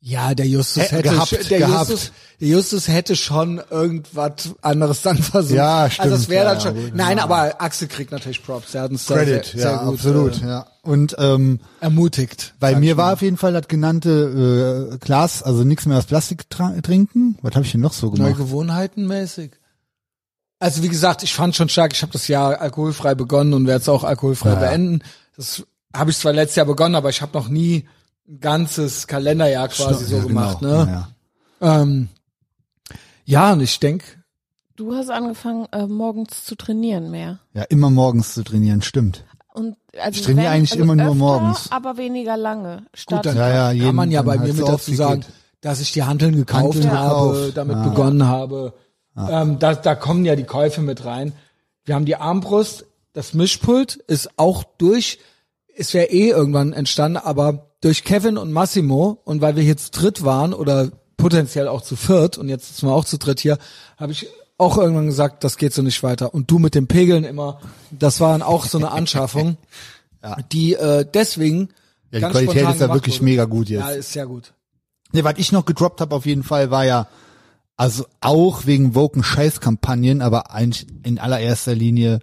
Speaker 2: ja, der Justus
Speaker 1: Hä-
Speaker 2: hätte,
Speaker 1: gehabt,
Speaker 2: der
Speaker 1: gehabt.
Speaker 2: Justus, der Justus hätte schon irgendwas anderes dann versucht.
Speaker 1: Ja,
Speaker 2: Also das
Speaker 1: stimmt,
Speaker 2: wäre
Speaker 1: ja,
Speaker 2: dann schon.
Speaker 1: ja, gut,
Speaker 2: nein,
Speaker 1: ja.
Speaker 2: aber Axel kriegt natürlich Props. Der hat uns da
Speaker 1: Credit,
Speaker 2: sehr,
Speaker 1: ja,
Speaker 2: sehr gut,
Speaker 1: absolut,
Speaker 2: Äh,
Speaker 1: ja. Und ähm,
Speaker 2: ermutigt.
Speaker 1: bei
Speaker 2: sag
Speaker 1: mir
Speaker 2: ich
Speaker 1: war
Speaker 2: mal.
Speaker 1: auf jeden Fall das genannte äh, Glas, also nichts mehr aus Plastik tra- trinken. Was habe ich denn noch so
Speaker 2: neue
Speaker 1: gemacht?
Speaker 2: Gewohnheiten mäßig. Also wie gesagt, ich fand schon stark. Ich habe das Jahr alkoholfrei begonnen und werde es auch alkoholfrei
Speaker 1: Ja.
Speaker 2: beenden. Das habe ich zwar letztes Jahr begonnen, aber ich habe noch nie ein ganzes Kalenderjahr quasi so
Speaker 1: Ja, genau,
Speaker 2: gemacht.
Speaker 1: ja,
Speaker 2: Ne?
Speaker 1: ja.
Speaker 2: Ja. Ähm, ja, und ich denk
Speaker 3: Du hast angefangen, äh, morgens zu trainieren mehr.
Speaker 1: ja, immer morgens zu trainieren, stimmt.
Speaker 3: Und, also
Speaker 1: Ich trainiere
Speaker 3: wenn-
Speaker 1: eigentlich
Speaker 3: also
Speaker 1: immer nur
Speaker 3: öfter,
Speaker 1: morgens.
Speaker 3: aber weniger lange.
Speaker 2: Gut,
Speaker 3: Statt
Speaker 2: dann
Speaker 1: Ja, ja,
Speaker 2: kann
Speaker 1: jeden-
Speaker 2: man ja bei
Speaker 1: dann
Speaker 2: mir
Speaker 1: halt
Speaker 2: mit
Speaker 1: so
Speaker 2: dazu
Speaker 1: oft
Speaker 2: sagen,
Speaker 1: geht.
Speaker 2: dass ich die Handeln gekauft
Speaker 1: Hanteln
Speaker 2: habe,
Speaker 1: gekauft, Ah,
Speaker 2: damit
Speaker 1: ja.
Speaker 2: begonnen habe. Ähm, da, da kommen ja die Käufe mit rein. Wir haben die Armbrust, das Mischpult ist auch durch, es wäre eh irgendwann entstanden, aber durch Kevin und Massimo und weil wir hier zu dritt waren oder potenziell auch zu viert und jetzt sind wir auch zu dritt hier, habe ich auch irgendwann gesagt, das geht so nicht weiter. Und du mit dem Pegeln immer, das war dann auch so eine Anschaffung, die äh, deswegen
Speaker 1: Ja, die
Speaker 2: ganz
Speaker 1: Qualität
Speaker 2: spontan
Speaker 1: ist ja
Speaker 2: gemacht
Speaker 1: wirklich
Speaker 2: wurde.
Speaker 1: mega gut jetzt.
Speaker 2: Ja, ist sehr gut.
Speaker 1: Nee, was ich noch gedroppt habe auf jeden Fall war ja, also auch wegen woken Scheißkampagnen, aber eigentlich in allererster Linie,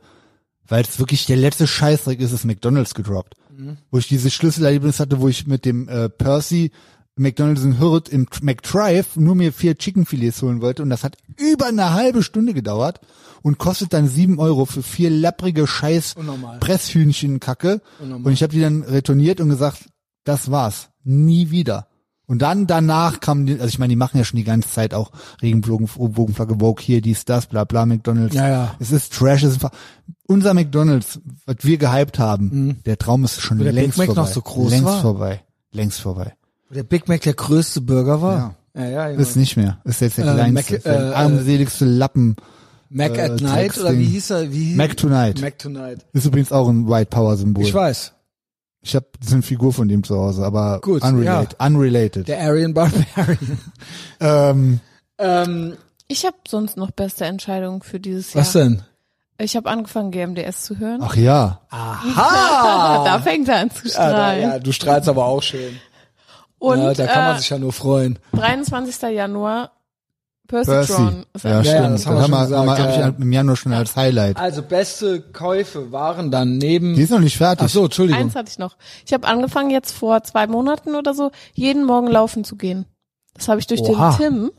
Speaker 1: weil es wirklich der letzte Scheißdreck ist, ist McDonalds gedroppt. Wo ich dieses Schlüsselerlebnis hatte, wo ich mit dem äh, Percy McDonalds in Hürth im Tr- McDrive nur mir vier Chickenfilets holen wollte und das hat über eine halbe Stunde gedauert und kostet dann sieben Euro für vier lapprige Scheiß
Speaker 2: Unnormal.
Speaker 1: Presshühnchenkacke.
Speaker 2: Oh,
Speaker 1: Und ich habe die dann retourniert und gesagt, das war's. Nie wieder. Und dann danach kam, die, also ich meine, die machen ja schon die ganze Zeit auch Regenbogen, Bogenflagge, Vogue hier, dies, das, bla bla, McDonalds.
Speaker 2: Ja, ja.
Speaker 1: Es ist Trash, es ist einfach- unser McDonalds, was wir gehypt haben, der Traum ist schon
Speaker 2: Mhm. der Big
Speaker 1: längst
Speaker 2: Mac noch
Speaker 1: vorbei.
Speaker 2: so groß
Speaker 1: längst
Speaker 2: war.
Speaker 1: vorbei. Längst vorbei.
Speaker 2: Wo der Big Mac der größte Burger war. Ja, ja, ja.
Speaker 1: Ist nicht mehr. Ist jetzt der
Speaker 2: Äh,
Speaker 1: kleinste.
Speaker 2: Mac-
Speaker 1: der
Speaker 2: äh,
Speaker 1: armseligste Lappen.
Speaker 2: Mac
Speaker 1: äh,
Speaker 2: at Night oder wie
Speaker 1: Texting.
Speaker 2: hieß er? Wie hieß
Speaker 1: Mac Tonight.
Speaker 2: Mac Tonight.
Speaker 1: Ist übrigens auch ein White Power Symbol.
Speaker 2: Ich weiß.
Speaker 1: Ich habe so eine Figur von dem zu Hause, aber
Speaker 2: Gut,
Speaker 1: unrelated. unrelated.
Speaker 2: Der Aryan Barbarian.
Speaker 1: Ähm,
Speaker 2: ähm,
Speaker 3: Ich habe sonst noch beste Entscheidungen für dieses
Speaker 2: Was
Speaker 3: Jahr.
Speaker 2: denn?
Speaker 3: Ich habe angefangen, GMDS zu hören.
Speaker 1: ach ja.
Speaker 3: da fängt er an zu
Speaker 2: Ah. Ja, da,
Speaker 3: strahlen.
Speaker 2: ja, du strahlst aber auch schön.
Speaker 3: Und
Speaker 2: ja, da kann man
Speaker 3: äh,
Speaker 2: sich ja nur freuen.
Speaker 3: 23. Januar,
Speaker 1: Percy.
Speaker 3: Percytron ist
Speaker 1: Ja,
Speaker 3: ein
Speaker 1: stimmt.
Speaker 2: das
Speaker 1: das
Speaker 2: haben
Speaker 1: haben
Speaker 2: wir
Speaker 1: wir, halt
Speaker 2: schon gesagt,
Speaker 1: hab ich
Speaker 2: ja.
Speaker 1: im Januar schon als Highlight.
Speaker 2: Also beste Käufe waren dann neben.
Speaker 1: Die ist noch nicht fertig.
Speaker 2: Ach so, Entschuldigung.
Speaker 3: Eins hatte ich noch. Ich habe angefangen, jetzt vor zwei Monaten oder so, jeden Morgen laufen zu gehen. Das habe ich durch
Speaker 2: Oha.
Speaker 3: den Tim,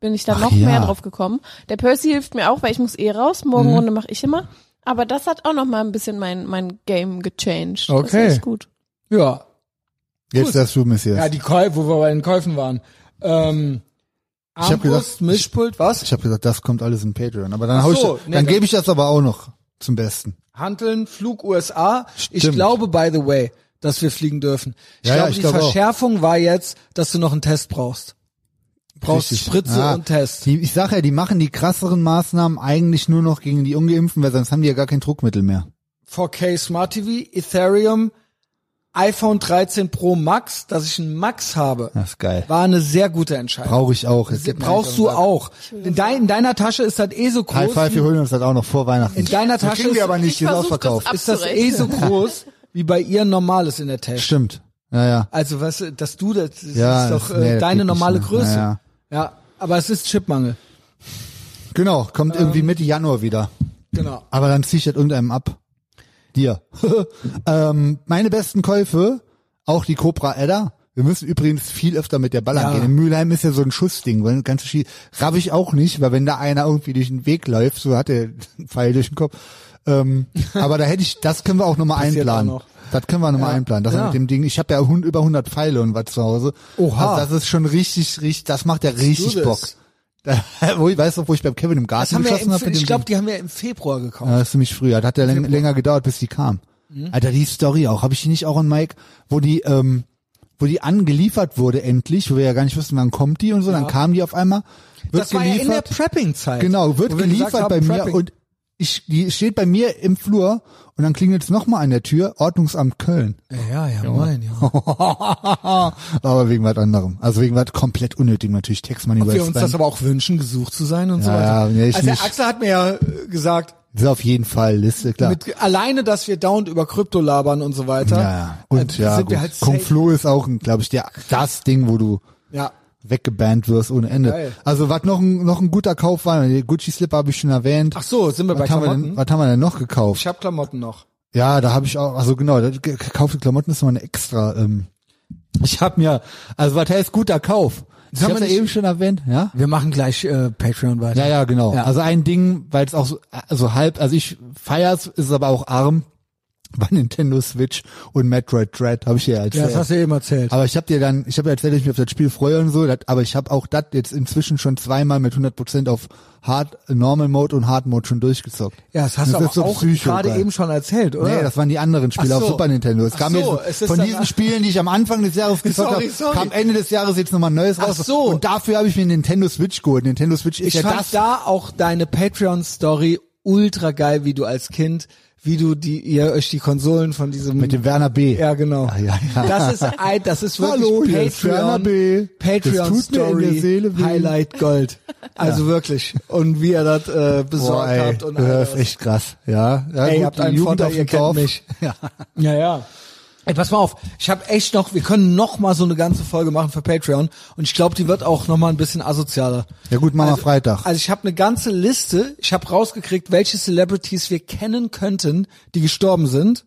Speaker 3: bin ich da
Speaker 1: Ach
Speaker 3: noch
Speaker 1: ja. Mhm.
Speaker 3: mehr drauf gekommen. Der Percy hilft mir auch, weil ich muss eh raus. Morgenrunde mache ich immer. Aber das hat auch noch mal ein bisschen mein, mein Game gechanged.
Speaker 2: Okay.
Speaker 3: Das ist gut.
Speaker 2: Ja.
Speaker 1: Jetzt darfst du, Messias.
Speaker 2: Ja, die Käufe, wo wir bei den Käufen waren. Ähm,
Speaker 1: Ich hab
Speaker 2: Armbrust,
Speaker 1: gesagt-
Speaker 2: Mischpult, was?
Speaker 1: ich habe gesagt, das kommt alles in Patreon. Aber dann,
Speaker 2: Ach
Speaker 1: hau ich,
Speaker 2: so,
Speaker 1: das-
Speaker 2: nee,
Speaker 1: dann
Speaker 2: dann-
Speaker 1: gebe ich das aber auch noch zum Besten.
Speaker 2: Hanteln, Flug USA. Ich
Speaker 1: Stimmt.
Speaker 2: glaube, by the way, dass wir fliegen dürfen. Ich
Speaker 1: Ja, ja,
Speaker 2: glaube,
Speaker 1: ich
Speaker 2: die
Speaker 1: glaube auch.
Speaker 2: Verschärfung war jetzt, dass du noch einen Test brauchst. Brauchst
Speaker 1: Richtig.
Speaker 2: Spritze
Speaker 1: Ah,
Speaker 2: und Test.
Speaker 1: Die, ich sag ja, die machen die krasseren Maßnahmen eigentlich nur noch gegen die Ungeimpften, weil sonst haben die ja gar kein Druckmittel mehr.
Speaker 2: 4K Smart TV, Ethereum, iPhone 13 Pro Max, dass ich einen Max habe,
Speaker 1: Das ist geil.
Speaker 2: war eine sehr gute Entscheidung.
Speaker 1: Brauche ich auch. Jetzt
Speaker 2: Brauchst du auch. In, dein, in deiner Tasche ist das eh so groß.
Speaker 1: High Five, wir holen uns das auch noch vor Weihnachten.
Speaker 2: In deiner
Speaker 1: Das
Speaker 2: Tasche
Speaker 1: kriegen
Speaker 2: ist-
Speaker 1: wir aber nicht,
Speaker 3: Ich
Speaker 1: ist
Speaker 3: versuch das
Speaker 1: ausverkauft.
Speaker 3: ab-
Speaker 2: ist das eh so groß wie bei ihr normales in der Tasche.
Speaker 1: Stimmt. Ja, ja.
Speaker 2: Also was, dass du das, das
Speaker 1: Ja,
Speaker 2: ist doch
Speaker 1: das- nee,
Speaker 2: äh,
Speaker 1: das
Speaker 2: deine
Speaker 1: geht
Speaker 2: normale
Speaker 1: nicht, ne?
Speaker 2: Größe.
Speaker 1: Ja,
Speaker 2: Ja, aber es ist Chipmangel.
Speaker 1: Genau,
Speaker 2: Ähm.
Speaker 1: kommt irgendwie Mitte Januar wieder.
Speaker 2: Genau.
Speaker 1: Aber dann zieh ich das irgendeinem ab. Dir. ähm, meine besten Käufe, auch die Cobra Edda. Wir müssen übrigens viel öfter mit der Ballern
Speaker 2: Ja.
Speaker 1: gehen. In Mülheim ist ja so ein Schussding, weil ganz viel raff ich auch nicht, weil wenn da einer irgendwie durch den Weg läuft, so hat er einen Pfeil durch den Kopf. Ähm, aber da hätte ich, das können wir auch nochmal
Speaker 2: Passiert
Speaker 1: einplanen.
Speaker 2: auch noch.
Speaker 1: Das können wir nochmal einplanen. Das
Speaker 2: ja.
Speaker 1: mit dem Ding, ich habe ja hun- über 100 Pfeile und was zu Hause.
Speaker 2: Oha.
Speaker 1: Also das ist schon richtig, richtig, das macht ja richtig
Speaker 2: das.
Speaker 1: Bock. Da, wo ich weiß noch, wo ich beim Kevin im
Speaker 2: Das
Speaker 1: Garten
Speaker 2: haben wir
Speaker 1: geschossen
Speaker 2: im,
Speaker 1: habe.
Speaker 2: ich glaube, die haben wir im Februar gekauft.
Speaker 1: Ja, das ist ziemlich früh. Das hat ja läng länger gedauert, bis die kam.
Speaker 2: Mhm.
Speaker 1: Alter, die Story auch. Habe ich die nicht auch an Mike, wo die, ähm, wo die angeliefert wurde endlich, wo wir ja gar nicht wussten, wann kommt die und so, dann kam die auf einmal. Wird
Speaker 2: das war ja in der Prepping-Zeit.
Speaker 1: genau, wird
Speaker 2: wo wir gesagt
Speaker 1: geliefert bei
Speaker 2: haben,
Speaker 1: mir
Speaker 2: Prepping.
Speaker 1: und ich, die steht bei mir im Flur und dann klingelt es nochmal an der Tür, Ordnungsamt Köln.
Speaker 2: ja, ja, moin, ja.
Speaker 1: aber wegen was anderem. Also wegen was komplett unnötig natürlich. Text man über
Speaker 2: wir uns das aber auch wünschen, gesucht zu sein und so weiter.
Speaker 1: ja, nee, ich
Speaker 2: also der
Speaker 1: nicht.
Speaker 2: Axel hat mir ja äh, gesagt,
Speaker 1: ist auf jeden Fall Liste, klar.
Speaker 2: mit, alleine, dass wir dauernd über Krypto labern und so weiter.
Speaker 1: Ja, ja. Und
Speaker 2: äh,
Speaker 1: ja,
Speaker 2: sind
Speaker 1: gut.
Speaker 2: wir halt safe.
Speaker 1: Kung Flu ist auch, glaube ich, der, das Ding, wo du
Speaker 2: Ja,
Speaker 1: weggebannt wirst ohne Ende.
Speaker 2: Geil.
Speaker 1: Also was noch ein, noch ein guter Kauf war, die Gucci-Slipper habe ich schon erwähnt.
Speaker 2: ach so, sind wir bei
Speaker 1: was, haben wir
Speaker 2: Klamotten.
Speaker 1: denn, was haben wir denn noch
Speaker 2: ich
Speaker 1: gekauft?
Speaker 2: habe Klamotten noch.
Speaker 1: Ja, da habe ich auch, also genau, das ge- gekaufte Klamotten ist nochmal eine extra. Ähm, ich habe mir, also was heißt guter Kauf? Das ich
Speaker 2: haben
Speaker 1: habe
Speaker 2: wir
Speaker 1: ja
Speaker 2: nicht-
Speaker 1: eben schon erwähnt, ja?
Speaker 2: Wir machen gleich äh, Patreon weiter.
Speaker 1: Ja, ja, genau.
Speaker 2: Ja.
Speaker 1: Also ein Ding, weil es auch so also halb, also ich feier's, ist aber auch arm. Bei Nintendo Switch und Metroid Dread habe ich ja als
Speaker 2: Ja, das hast du eben erzählt.
Speaker 1: Aber ich habe dir dann, ich habe ja erzählt, dass ich mich auf das Spiel freue und so, dat, aber ich habe auch das jetzt inzwischen schon zweimal mit 100% auf Hard, Normal Mode und Hard Mode schon durchgezockt.
Speaker 2: Ja, das hast du
Speaker 1: Das
Speaker 2: aber
Speaker 1: ist so
Speaker 2: auch
Speaker 1: Psycho,
Speaker 2: gerade
Speaker 1: geil.
Speaker 2: eben schon erzählt, oder?
Speaker 1: Nee, das waren die anderen Spiele
Speaker 2: Ach
Speaker 1: auf
Speaker 2: so.
Speaker 1: Super Nintendo. Es
Speaker 2: Ach
Speaker 1: kam
Speaker 2: so, es
Speaker 1: jetzt
Speaker 2: ist
Speaker 1: von
Speaker 2: dann-
Speaker 1: diesen Spielen, die ich am Anfang des Jahres gezockt
Speaker 2: Sorry,
Speaker 1: habe,
Speaker 2: sorry.
Speaker 1: kam Ende des Jahres jetzt nochmal Neues
Speaker 2: Ach
Speaker 1: raus.
Speaker 2: so.
Speaker 1: Und dafür habe ich mir Nintendo Switch geholt. Nintendo Switch ist
Speaker 2: ich
Speaker 1: ja
Speaker 2: fand
Speaker 1: das
Speaker 2: da auch deine Patreon-Story ultra geil, wie du als Kind, wie du die, ihr euch die Konsolen von diesem...
Speaker 1: mit dem Werner B.
Speaker 2: ja, genau.
Speaker 1: ja, ja.
Speaker 2: Das ist ein, das ist wirklich
Speaker 1: Hallo, hier ist Werner B.
Speaker 2: Patreon,
Speaker 1: Das
Speaker 2: Patreon
Speaker 1: tut mir in der
Speaker 2: Story,
Speaker 1: Seele weh.
Speaker 2: Highlight Gold. Also wirklich. Und wie ihr das äh, besorgt
Speaker 1: Boah, ey,
Speaker 2: habt und
Speaker 1: das
Speaker 2: alles.
Speaker 1: ist echt krass. Ja, ja
Speaker 2: Ey,
Speaker 1: gut,
Speaker 2: habt
Speaker 1: die
Speaker 2: einen
Speaker 1: Jugend
Speaker 2: Vorteil,
Speaker 1: auf
Speaker 2: ihr
Speaker 1: dem
Speaker 2: kennt
Speaker 1: Dorf.
Speaker 2: mich.
Speaker 1: Ja.
Speaker 2: Ja, ja. Ey, pass mal auf, ich habe echt noch, wir können noch mal so eine ganze Folge machen für Patreon und ich glaube, die wird auch noch mal ein bisschen asozialer.
Speaker 1: Ja gut, machen wir Freitag.
Speaker 2: Also ich habe eine ganze Liste, ich habe rausgekriegt, welche Celebrities wir kennen könnten, die gestorben sind.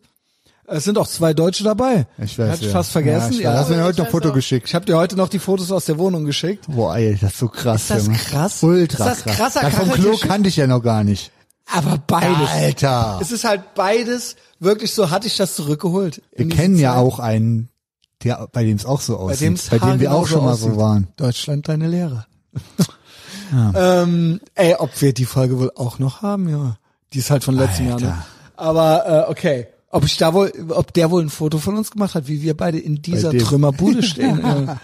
Speaker 2: Es sind auch zwei Deutsche dabei.
Speaker 1: ich weiß
Speaker 2: Hatte ich
Speaker 1: ja.
Speaker 2: fast vergessen.
Speaker 1: Ja, ich
Speaker 2: Ja,
Speaker 1: weiß. hast du mir
Speaker 3: ich
Speaker 1: heute noch
Speaker 3: weiß
Speaker 1: Foto
Speaker 3: auch.
Speaker 1: geschickt.
Speaker 2: Ich habe dir heute noch die Fotos aus der Wohnung geschickt.
Speaker 1: Boah, ey, das ist so krass.
Speaker 2: Ist das
Speaker 1: Junge.
Speaker 2: krass?
Speaker 1: Ultra
Speaker 2: Ist das
Speaker 1: krass.
Speaker 2: krasser
Speaker 1: Das vom Klo
Speaker 2: Charaktergeschichte?
Speaker 1: kannte ich ja noch gar nicht.
Speaker 2: Aber beides.
Speaker 1: Alter.
Speaker 2: Es ist halt beides wirklich so, hatte ich das zurückgeholt.
Speaker 1: Wir kennen ja auch einen, der, bei dem es auch so aussieht.
Speaker 2: dem's
Speaker 1: Bei, dem wir
Speaker 2: haargenau
Speaker 1: auch schon
Speaker 2: so
Speaker 1: mal so
Speaker 2: aussieht.
Speaker 1: waren.
Speaker 2: Deutschland deine Lehrer. ähm, ey, ob wir die Folge wohl auch noch haben, ja. Die ist halt von letztem
Speaker 1: Alter.
Speaker 2: Jahr, ne? Aber äh, okay. Ob ich da wohl, ob der wohl ein Foto von uns gemacht hat, wie wir beide in dieser
Speaker 1: dem.
Speaker 2: Trümmerbude stehen. ja.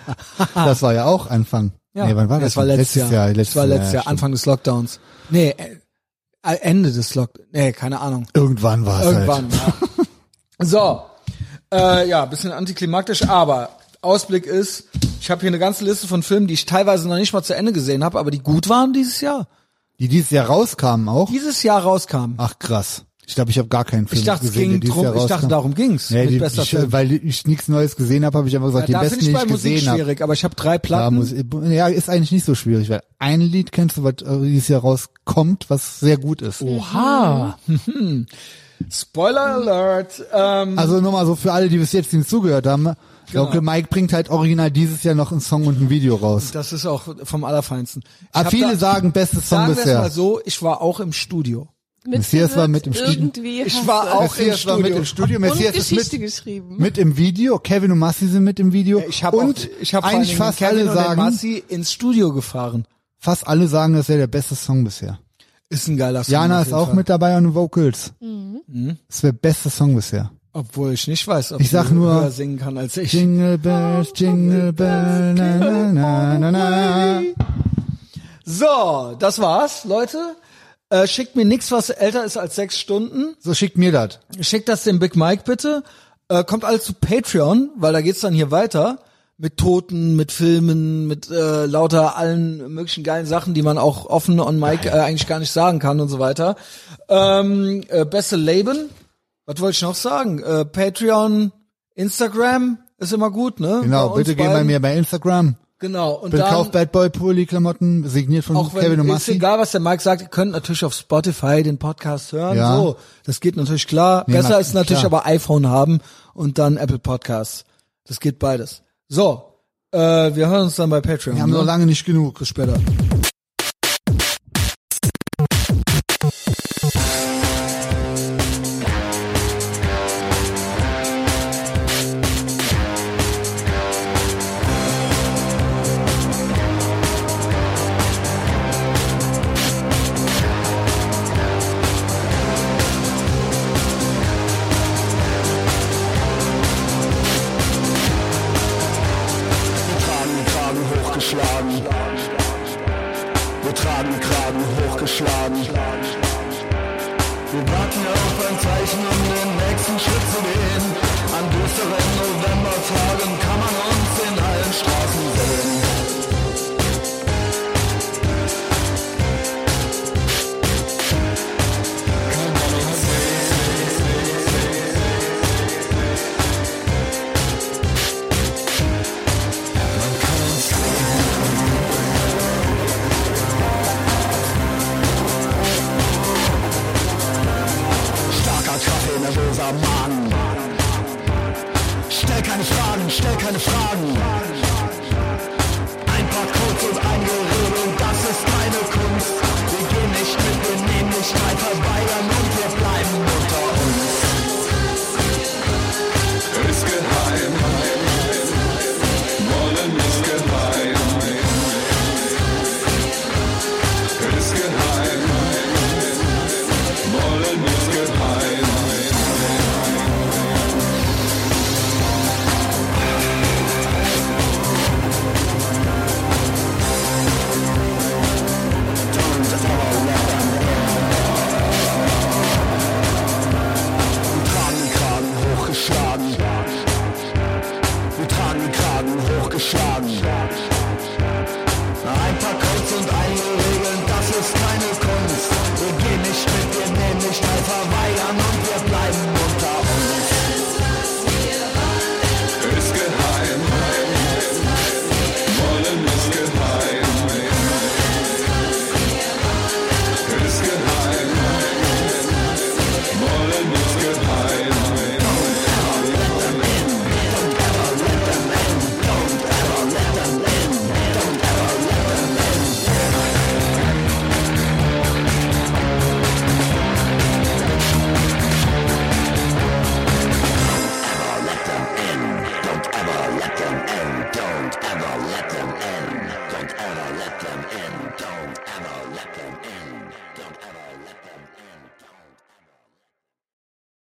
Speaker 1: Das war ja auch Anfang.
Speaker 2: Ah. Ja.
Speaker 1: Nee, wann war das?
Speaker 2: war
Speaker 1: denn?
Speaker 2: letztes Jahr.
Speaker 1: Letztes
Speaker 2: das war
Speaker 1: Jahr,
Speaker 2: letztes Jahr,
Speaker 1: stimmt.
Speaker 2: Anfang des Lockdowns. Nee, äh, äh, Ende des Lockdowns. Nee, keine Ahnung.
Speaker 1: Irgendwann halt. war es
Speaker 2: Irgendwann, ja. So, äh, ja, bisschen antiklimaktisch, aber Ausblick ist, ich habe hier eine ganze Liste von Filmen, die ich teilweise noch nicht mal zu Ende gesehen habe, aber die gut waren dieses Jahr.
Speaker 1: Die dieses Jahr rauskamen auch.
Speaker 2: Dieses Jahr rauskamen.
Speaker 1: Ach krass. Ich glaube, ich habe gar keinen Film
Speaker 2: Ich dachte, es
Speaker 1: gesehen, der
Speaker 2: ging
Speaker 1: dieses
Speaker 2: drum,
Speaker 1: Jahr
Speaker 2: ich dachte,
Speaker 1: rauskam.
Speaker 2: darum ging's
Speaker 1: Nee,
Speaker 2: mit
Speaker 1: die,
Speaker 2: bester
Speaker 1: ich,
Speaker 2: Film.
Speaker 1: weil ich nichts Neues gesehen habe, habe ich einfach gesagt,
Speaker 2: da
Speaker 1: den besten,
Speaker 2: finde ich
Speaker 1: den
Speaker 2: bei
Speaker 1: ich
Speaker 2: Musik
Speaker 1: gesehen habe.
Speaker 2: schwierig, aber ich habe drei
Speaker 1: Ja,
Speaker 2: Platten.
Speaker 1: muss, ja, ist eigentlich nicht so schwierig, weil ein Lied kennst du, was äh, dieses Jahr rauskommt, was sehr gut ist.
Speaker 2: Oha. Spoiler Alert. Ähm,
Speaker 1: Also nochmal so für alle, die bis jetzt ihm zugehört haben, ne? der
Speaker 2: Genau.
Speaker 1: Onkel Mike bringt halt original dieses Jahr noch einen Song und ein Video raus.
Speaker 2: das ist auch vom Allerfeinsten. Ich
Speaker 1: Aber
Speaker 2: hab
Speaker 1: Ah, viele
Speaker 2: da,
Speaker 1: sagen, bestes Song
Speaker 2: sagen wir es mal
Speaker 1: bisher.
Speaker 2: so, ich war auch im Studio.
Speaker 1: Messias war mit im Studio.
Speaker 3: Irgendwie
Speaker 2: Ich war auch im
Speaker 1: Messias war mit
Speaker 2: Studio.
Speaker 1: im Studio,
Speaker 3: und
Speaker 1: Messias ist
Speaker 3: Geschichte
Speaker 1: mit,
Speaker 3: geschrieben.
Speaker 1: mit im Video, Kevin und Massi sind mit im Video.
Speaker 2: Ich habe
Speaker 1: und
Speaker 2: auch, ich habe
Speaker 1: eigentlich fast alle sagen,
Speaker 2: Massi ins Studio gefahren.
Speaker 1: fast alle sagen, das wäre der beste Song bisher.
Speaker 2: Ist ein geiler Song.
Speaker 1: Jana
Speaker 2: auf
Speaker 1: ist
Speaker 2: jeden
Speaker 1: auch
Speaker 2: Fall. Mhm.
Speaker 1: mit dabei und Vocals. Das wäre bester Song bisher.
Speaker 2: Obwohl ich nicht weiß, ob
Speaker 1: Ich sag
Speaker 2: sie
Speaker 1: nur-
Speaker 2: höher singen kann als ich.
Speaker 1: Jingle bells, jingle bells, na na na na na.
Speaker 2: So, das war's, Leute. Äh, schickt mir nichts, was älter ist als sechs Stunden.
Speaker 1: So schickt mir das.
Speaker 2: Schickt das dem Big Mike bitte. Äh, kommt alles zu Patreon, weil da geht's dann hier weiter. Mit Toten, mit Filmen, mit äh, lauter allen möglichen geilen Sachen, die man auch offen on Mike äh, eigentlich gar nicht sagen kann und so weiter. Ähm, äh, beste Leben. Was wollte ich noch sagen? Äh, Patreon, Instagram ist immer gut, ne?
Speaker 1: Genau,
Speaker 2: Bei uns
Speaker 1: bitte geh bei
Speaker 2: beiden.
Speaker 1: mir bei Instagram.
Speaker 2: Genau, und
Speaker 1: Bitte
Speaker 2: dann,
Speaker 1: kauf Bad Boy Pulli Klamotten, signiert von
Speaker 2: auch wenn,
Speaker 1: Kevin und
Speaker 2: ist
Speaker 1: Massi.
Speaker 2: egal, was der Mike sagt, ihr könnt natürlich auf Spotify den Podcast hören.
Speaker 1: Ja.
Speaker 2: So, das geht natürlich klar. Besser
Speaker 1: na-
Speaker 2: ist natürlich
Speaker 1: klar.
Speaker 2: aber iPhone haben und dann Apple Podcasts. Das geht beides. So, äh, wir hören uns dann bei Patreon.
Speaker 1: Wir haben
Speaker 2: ne?
Speaker 1: noch lange nicht genug.
Speaker 2: Bis später.
Speaker 4: Wir tragen den Kragen hochgeschlagen. Wir tragen den Kragen hochgeschlagen. Wir warten auf ein Zeichen um den